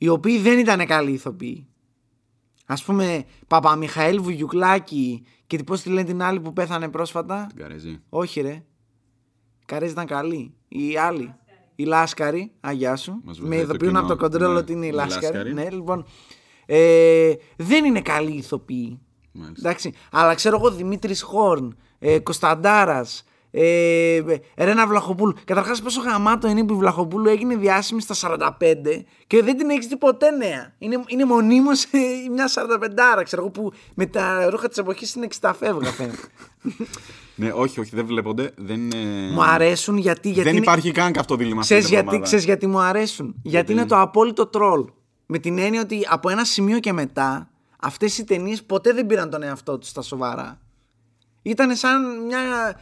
Speaker 2: Οι οποίοι δεν ήταν καλοί ηθοποιοί. Ας πούμε, Παπαμιχαήλ Βουγιουκλάκη και πώς τη λένε την άλλη που πέθανε πρόσφατα.
Speaker 1: Την καρέζει.
Speaker 2: Όχι, ρε. Η Καρέζη ήταν καλή. Η άλλη. Η Λάσκαρη, αγιά σου.
Speaker 1: Μας
Speaker 2: με
Speaker 1: βοηθάει το
Speaker 2: ειδοποιούν
Speaker 1: κοινό.
Speaker 2: από το κοντρόλ
Speaker 1: Ναι,
Speaker 2: ότι είναι η
Speaker 1: η
Speaker 2: Λάσκαρη.
Speaker 1: Λάσκαρη.
Speaker 2: Ναι, λοιπόν. Ε, δεν είναι καλή ηθοποιή.
Speaker 1: Μάλιστα.
Speaker 2: Εντάξει. Αλλά ξέρω εγώ Δημήτρης Χόρν, ε, Κωνσταντάρας, ε, Ρένα Βλαχοπούλου. Καταρχάς, πόσο γαμάτο είναι που η Βλαχοπούλου έγινε διάσημη στα 45 και δεν την έχεις δει ποτέ νέα. Είναι, είναι μονίμως μια 45 ξέρω εγώ, που με τα ρούχα της εποχής είναι 60 φεύγα, φαίνεται.
Speaker 1: Ναι, όχι, όχι, δεν βλέπονται. Δεν, ε,
Speaker 2: Μου αρέσουν γιατί. γιατί
Speaker 1: δεν
Speaker 2: είναι-
Speaker 1: υπάρχει καν καυτό δίλημα. αυτή
Speaker 2: Ξέρεις
Speaker 1: την
Speaker 2: γιατί,
Speaker 1: εβδομάδα.
Speaker 2: ξέρεις γιατί μου αρέσουν. Γιατί είναι το απόλυτο τρόλ. Με την έννοια ότι από ένα σημείο και μετά αυτές οι ταινίες ποτέ δεν πήραν τον εαυτό τους στα σοβαρά. Ήταν σαν μια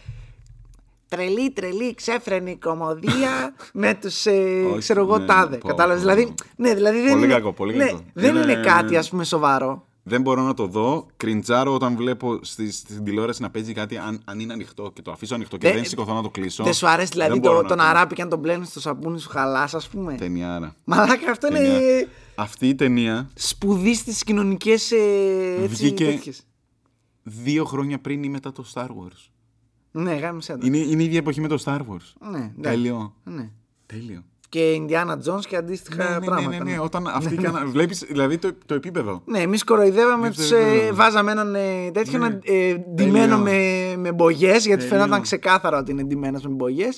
Speaker 2: τρελή, τρελή, ξέφρενη κομμωδία με τους, ε,
Speaker 1: Όχι,
Speaker 2: ξέρω εγώ,
Speaker 1: ναι,
Speaker 2: τάδε.
Speaker 1: πω,
Speaker 2: Κατάλαβες,
Speaker 1: πω.
Speaker 2: δηλαδή, ναι, δηλαδή δεν
Speaker 1: Πολύ
Speaker 2: είναι,
Speaker 1: κακό, πολύ
Speaker 2: ναι,
Speaker 1: κακό.
Speaker 2: δεν
Speaker 1: Είναι-
Speaker 2: είναι κάτι, ας πούμε, σοβαρό.
Speaker 1: Δεν μπορώ να το δω. Κριντζάρω όταν βλέπω στη, στην τηλεόραση να παίζει κάτι. Αν, αν είναι ανοιχτό και το αφήσω ανοιχτό και
Speaker 2: Δε-
Speaker 1: δεν σηκωθώ να το κλείσω.
Speaker 2: Δεν σου αρέσει δηλαδή
Speaker 1: δεν μπορώ
Speaker 2: το,
Speaker 1: να
Speaker 2: τον
Speaker 1: το-
Speaker 2: αράπη και αν τον πλένεις στο σαπούνι σου χαλάς, ας πούμε.
Speaker 1: Ταινιάρα.
Speaker 2: Μαλάκα, αυτό είναι...
Speaker 1: Ταινιά. Αυτή η ταινία
Speaker 2: σπουδή στις κοινωνικές. Ε, έτσι,
Speaker 1: Βγήκε-
Speaker 2: τέτοιες.
Speaker 1: δύο χρόνια πριν ή μετά το Star Wars.
Speaker 2: Ναι, γάμισε το.
Speaker 1: Είναι, είναι η ίδια εποχή με το Star Wars.
Speaker 2: Ναι, ναι.
Speaker 1: Τέλειο.
Speaker 2: Ναι.
Speaker 1: Τέλειο.
Speaker 2: Και Ινδιάνα Τζόν και αντίστοιχα
Speaker 1: Ναι, ναι, ναι,
Speaker 2: πράγματα.
Speaker 1: ναι, ναι. Όταν αυτοί κάναν. Βλέπεις δηλαδή το, το επίπεδο.
Speaker 2: Ναι, εμείς κοροϊδεύαμε,
Speaker 1: Δεν
Speaker 2: τους,
Speaker 1: ξέρω.
Speaker 2: ε, βάζαμε έναν ε, τέτοιο
Speaker 1: Ναι.
Speaker 2: να- ε, ντυμένο με, με μπογιές, γιατί
Speaker 1: Τέλειο.
Speaker 2: φαινόταν ξεκάθαρα ότι είναι ντυμένος με μπογιές.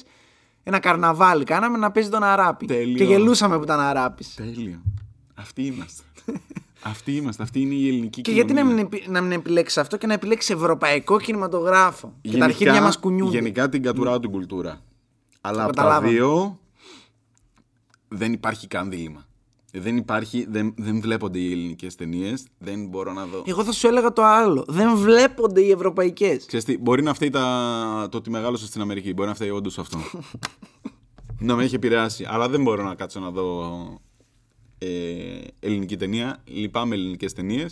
Speaker 2: Ένα καρναβάλι κάναμε να παίζει τον Αράπη.
Speaker 1: Τέλειο.
Speaker 2: Και γελούσαμε που ήταν Αράπης.
Speaker 1: Τέλειο. Αυτοί είμαστε. αυτοί είμαστε. Αυτή είναι η ελληνική
Speaker 2: Και γιατί να
Speaker 1: κοινωνία.
Speaker 2: μην, επι- να μην επιλέξει αυτό και να επιλέξει ευρωπαϊκό κινηματογράφο. και τα
Speaker 1: Γενικά-
Speaker 2: αρχίδια μας κουνιούνται.
Speaker 1: Γενικά την κατουράω την κουλτούρα. Αλλά από τα
Speaker 2: καταλάβαμε.
Speaker 1: δύο δεν υπάρχει καν δίλημα. Δεν υπάρχει, δεν, δεν βλέπονται οι ελληνικές ταινίες, δεν μπορώ να δω.
Speaker 2: Εγώ θα σου έλεγα το άλλο. Δεν βλέπονται οι ευρωπαϊκές.
Speaker 1: Ξέρεις τι, μπορεί να φταίει τα... το ότι μεγάλωσα στην Αμερική, μπορεί να φταίει όντως αυτό. να με έχει επηρεάσει, αλλά δεν μπορώ να κάτσω να δω ε, ελληνική ταινία. Λυπάμαι ελληνικές ταινίες.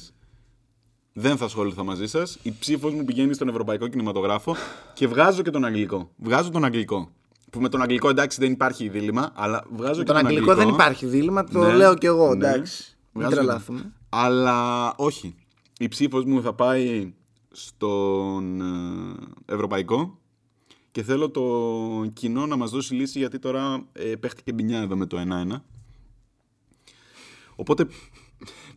Speaker 1: Δεν θα ασχοληθώ μαζί σας. Η ψήφος μου πηγαίνει στον ευρωπαϊκό κινηματογράφο και βγάζω και τον αγγλικό. Βγάζω τον αγγλικό. Που με τον αγγλικό εντάξει δεν υπάρχει δίλημα, αλλά βγάζω και
Speaker 2: τον
Speaker 1: τον
Speaker 2: αγγλικό δεν υπάρχει δίλημα, το
Speaker 1: Ναι,
Speaker 2: λέω κι εγώ,
Speaker 1: ναι.
Speaker 2: εντάξει. Μην
Speaker 1: Βγάζω και τον-
Speaker 2: τρελαθούμε.
Speaker 1: Αλλά όχι. Η ψήφος μου θα πάει στον ε, ευρωπαϊκό και θέλω το κοινό να μας δώσει λύση γιατί τώρα ε, παίχτηκε μπινιά εδώ με το 1-1. Οπότε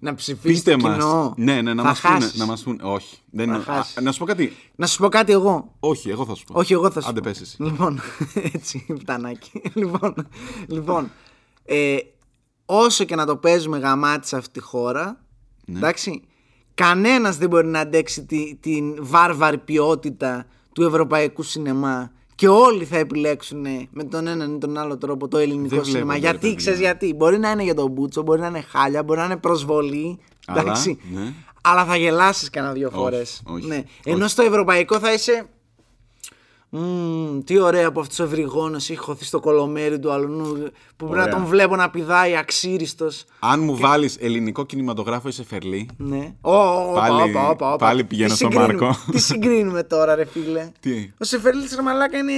Speaker 2: να ψηφίσεις
Speaker 1: Πείτε
Speaker 2: το
Speaker 1: μας.
Speaker 2: κοινό.
Speaker 1: Ναι, ναι, να
Speaker 2: Θα
Speaker 1: μας πούνε.
Speaker 2: χάσεις.
Speaker 1: Να μας πούνε. Όχι. Δεν
Speaker 2: Θα
Speaker 1: είναι- α,
Speaker 2: χάσεις.
Speaker 1: να σου πω κάτι.
Speaker 2: Να σου πω κάτι εγώ.
Speaker 1: Όχι, εγώ θα σου πω.
Speaker 2: Όχι, εγώ θα σου
Speaker 1: Άντε
Speaker 2: πω.
Speaker 1: πες εσύ.
Speaker 2: Λοιπόν, έτσι, φτανάκι. λοιπόν, λοιπόν ε, όσο και να το παίζουμε γαμάτι σε αυτή τη χώρα,
Speaker 1: Ναι.
Speaker 2: εντάξει, κανένας δεν μπορεί να αντέξει τη- την βάρβαρη ποιότητα του ευρωπαϊκού σινεμά και όλοι θα επιλέξουν με τον έναν ή τον άλλο τρόπο το ελληνικό
Speaker 1: Δεν
Speaker 2: σινεμά.
Speaker 1: βλέπω, ρε
Speaker 2: γιατί,
Speaker 1: παιδιά.
Speaker 2: ξέρεις γιατί. Μπορεί να είναι για τον Μπούτσο, μπορεί να είναι χάλια, μπορεί να είναι προσβολή.
Speaker 1: Αλλά,
Speaker 2: εντάξει.
Speaker 1: ναι.
Speaker 2: Αλλά θα γελάσεις κανένα δύο φορές.
Speaker 1: όχι,
Speaker 2: Ναι.
Speaker 1: όχι.
Speaker 2: Ενώ στο ευρωπαϊκό θα είσαι. «Μμμ, τι ωραία που αυτός ο ευρυγόνος έχει χωθεί στο κολομέρι του αλλού που πρέπει να
Speaker 1: Ωραία.
Speaker 2: τον βλέπω να πηδάει αξίριστος.
Speaker 1: Αν μου βάλεις ελληνικό κινηματογράφο, είσαι φερλή.
Speaker 2: Ναι. Ω, ω, όπα,
Speaker 1: Πάλι-
Speaker 2: όπα, όπα, όπα.
Speaker 1: πάλι
Speaker 2: Τι
Speaker 1: πηγαίνω στον
Speaker 2: συγκρίνουμε-
Speaker 1: Μάρκο.
Speaker 2: Τι συγκρίνουμε τώρα, ρε φίλε.
Speaker 1: Τι?
Speaker 2: Ο Σεφερλή Ραμαλάκα είναι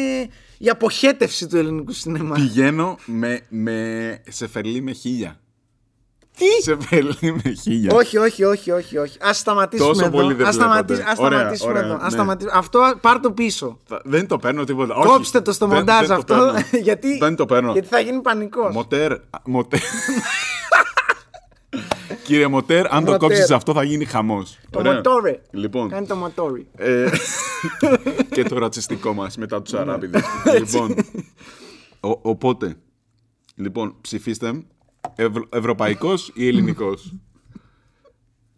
Speaker 2: η αποχέτευση του ελληνικού σινεμά.
Speaker 1: Πηγαίνω με, με σε φερλή με χίλια.
Speaker 2: Τι?
Speaker 1: Σε φερλή με χίλια.
Speaker 2: Όχι, όχι, όχι, όχι. όχι. Ας σταματήσουμε
Speaker 1: Τόσο
Speaker 2: εδώ.
Speaker 1: πολύ δεν
Speaker 2: Ας σταματήσουμε-
Speaker 1: βλέπατε.
Speaker 2: ας
Speaker 1: Ωραία,
Speaker 2: σταματήσουμε
Speaker 1: ωραία,
Speaker 2: εδώ. Ας
Speaker 1: ναι.
Speaker 2: σταματήσουμε. Αυτό πάρ το πίσω.
Speaker 1: Θα- Δεν το παίρνω τίποτα. Όχι.
Speaker 2: Κόψτε το στο
Speaker 1: Δεν-
Speaker 2: μοντάζ
Speaker 1: δεν το
Speaker 2: αυτό.
Speaker 1: παίρνω.
Speaker 2: γιατί,
Speaker 1: Δεν το παίρνω.
Speaker 2: γιατί θα γίνει πανικός.
Speaker 1: Μοτέρ. α, Μοτέρ. Κύριε Μοτέρ, αν το
Speaker 2: Μοτέρ.
Speaker 1: κόψεις αυτό θα γίνει χαμός.
Speaker 2: Το μοτόρι. Κάνει
Speaker 1: Λοιπόν.
Speaker 2: το μοτόρι.
Speaker 1: ε, Ναι. και το ρατσιστικό μας μετά τους Αράπηδε. λοιπόν. ο- οπότε. Λοιπόν, ψηφίστε. Ευρωπαϊκός ή ελληνικός.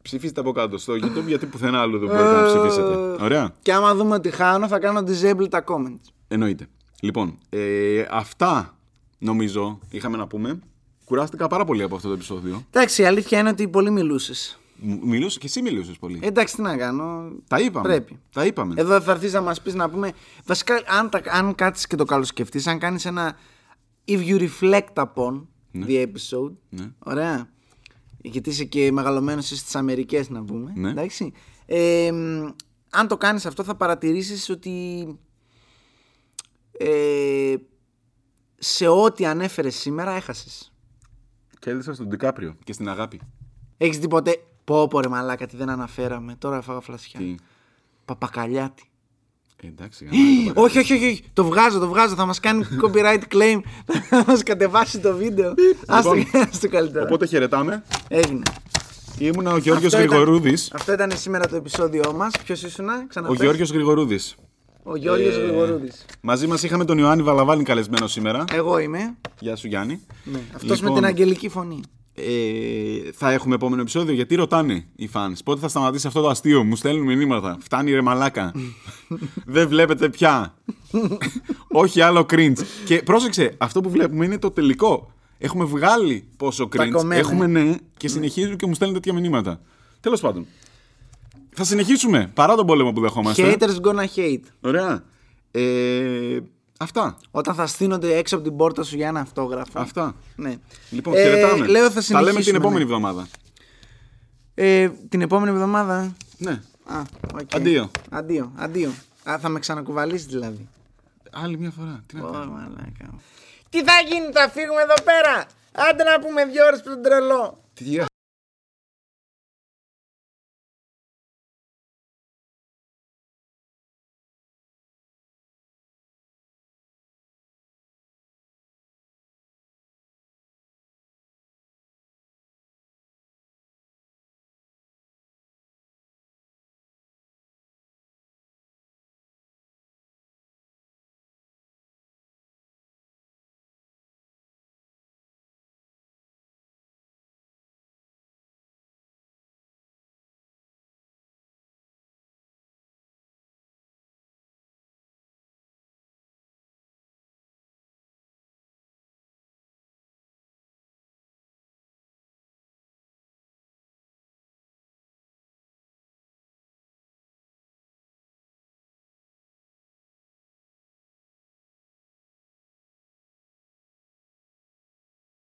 Speaker 1: ψηφίστε από κάτω στο YouTube γιατί πουθενά άλλο δεν μπορείτε να ψηφίσετε. Ωραία.
Speaker 2: Και άμα δούμε ότι χάνω, θα κάνω disable τα comments.
Speaker 1: Εννοείται. Λοιπόν, ε, αυτά νομίζω είχαμε να πούμε. Κουράστηκα πάρα πολύ από αυτό το επεισόδιο.
Speaker 2: Εντάξει, η αλήθεια είναι ότι πολύ μιλούσες.
Speaker 1: Μ- Μιλούσες και εσύ μιλούσες πολύ.
Speaker 2: Εντάξει, τι να κάνω.
Speaker 1: τα είπαμε.
Speaker 2: πρέπει.
Speaker 1: Τα είπαμε.
Speaker 2: Εδώ θα έρθεις να μας πεις να πούμε. Βασικά, αν, τα, αν κάτσεις και το καλοσκεφτείς, αν κάνεις ένα. If you reflect upon
Speaker 1: Ναι.
Speaker 2: the episode. Ωραία. Γιατί είσαι και μεγαλωμένος στις Αμερικές, να πούμε.
Speaker 1: Ναι.
Speaker 2: Εντάξει. Ε, μ, αν το κάνεις αυτό, θα παρατηρήσεις ότι. Ε, σε ό,τι ανέφερες σήμερα, έχασες.
Speaker 1: Κέρδισα στον Ντικάπριο και στην αγάπη.
Speaker 2: Έχεις δει ποτέ. Πω, πω, ρε μαλάκα, τι δεν αναφέραμε. Τώρα φάγα φλασιά.
Speaker 1: Τι.
Speaker 2: Παπακαλιάτη.
Speaker 1: Ε, εντάξει, γαμάει το
Speaker 2: Όχι, όχι, όχι, όχι. Το βγάζω, το βγάζω. Θα μας κάνει copyright claim. θα μας κατεβάσει το βίντεο. Άστο
Speaker 1: Λοιπόν.
Speaker 2: άστο καλύτερα.
Speaker 1: Οπότε χαιρετάμε.
Speaker 2: Έγινε.
Speaker 1: Ήμουνα ο Γιώργος
Speaker 2: Αυτό ήταν-
Speaker 1: Γρηγορούδης.
Speaker 2: Αυτό ήταν σήμερα το επεισόδιό μας. Ποιος ήσουν, ξαναπέ.
Speaker 1: Ο Ε, Γιώργος Γρηγορούδης.
Speaker 2: Ο Γιώργος Γρηγορούδης.
Speaker 1: Μαζί μας είχαμε τον Ιωάννη Βαλαβάνη καλεσμένο σήμερα.
Speaker 2: Εγώ είμαι.
Speaker 1: Γεια σου Γιάννη.
Speaker 2: Ναι. Αυτός με
Speaker 1: Λοιπόν,
Speaker 2: την αγγελική φωνή.
Speaker 1: ε, θα έχουμε επόμενο επεισόδιο γιατί ρωτάνε οι fans πότε θα σταματήσει αυτό το αστείο. Μου στέλνουν μηνύματα. Φτάνει ρε μαλάκα. Δεν βλέπετε πια. Όχι άλλο cringe. Και πρόσεξε, αυτό που βλέπουμε είναι το τελικό. Έχουμε βγάλει πόσο cringe.
Speaker 2: κομμένα.
Speaker 1: Έχουμε ναι και συνεχίζουν και μου στέλνουν τέτοια μηνύματα. Τέλος πάντων. Θα συνεχίσουμε παρά τον πόλεμο που δεχόμαστε.
Speaker 2: Haters gonna hate.
Speaker 1: Ωραία. Ε, αυτά.
Speaker 2: Όταν θα στείνονται έξω από την πόρτα σου για ένα αυτόγραφο.
Speaker 1: Αυτά.
Speaker 2: Ναι.
Speaker 1: Λοιπόν,
Speaker 2: Ε,
Speaker 1: χαιρετάμε.
Speaker 2: λέω θα
Speaker 1: Τα λέμε την
Speaker 2: συνεχίσουμε,
Speaker 1: επόμενη
Speaker 2: ναι.
Speaker 1: εβδομάδα.
Speaker 2: Ε, την επόμενη εβδομάδα.
Speaker 1: Ναι.
Speaker 2: Α, οκ.
Speaker 1: Αντίο.
Speaker 2: Αντίο, αντίο. Α, θα με ξανακουβαλήσεις δηλαδή.
Speaker 1: Άλλη μια φορά. Τι να κάνω.
Speaker 2: Τι θα γίνει, θα φύγουμε εδώ πέρα. Άντε να πούμε δύο ώρες πριν τρελό.
Speaker 1: Τι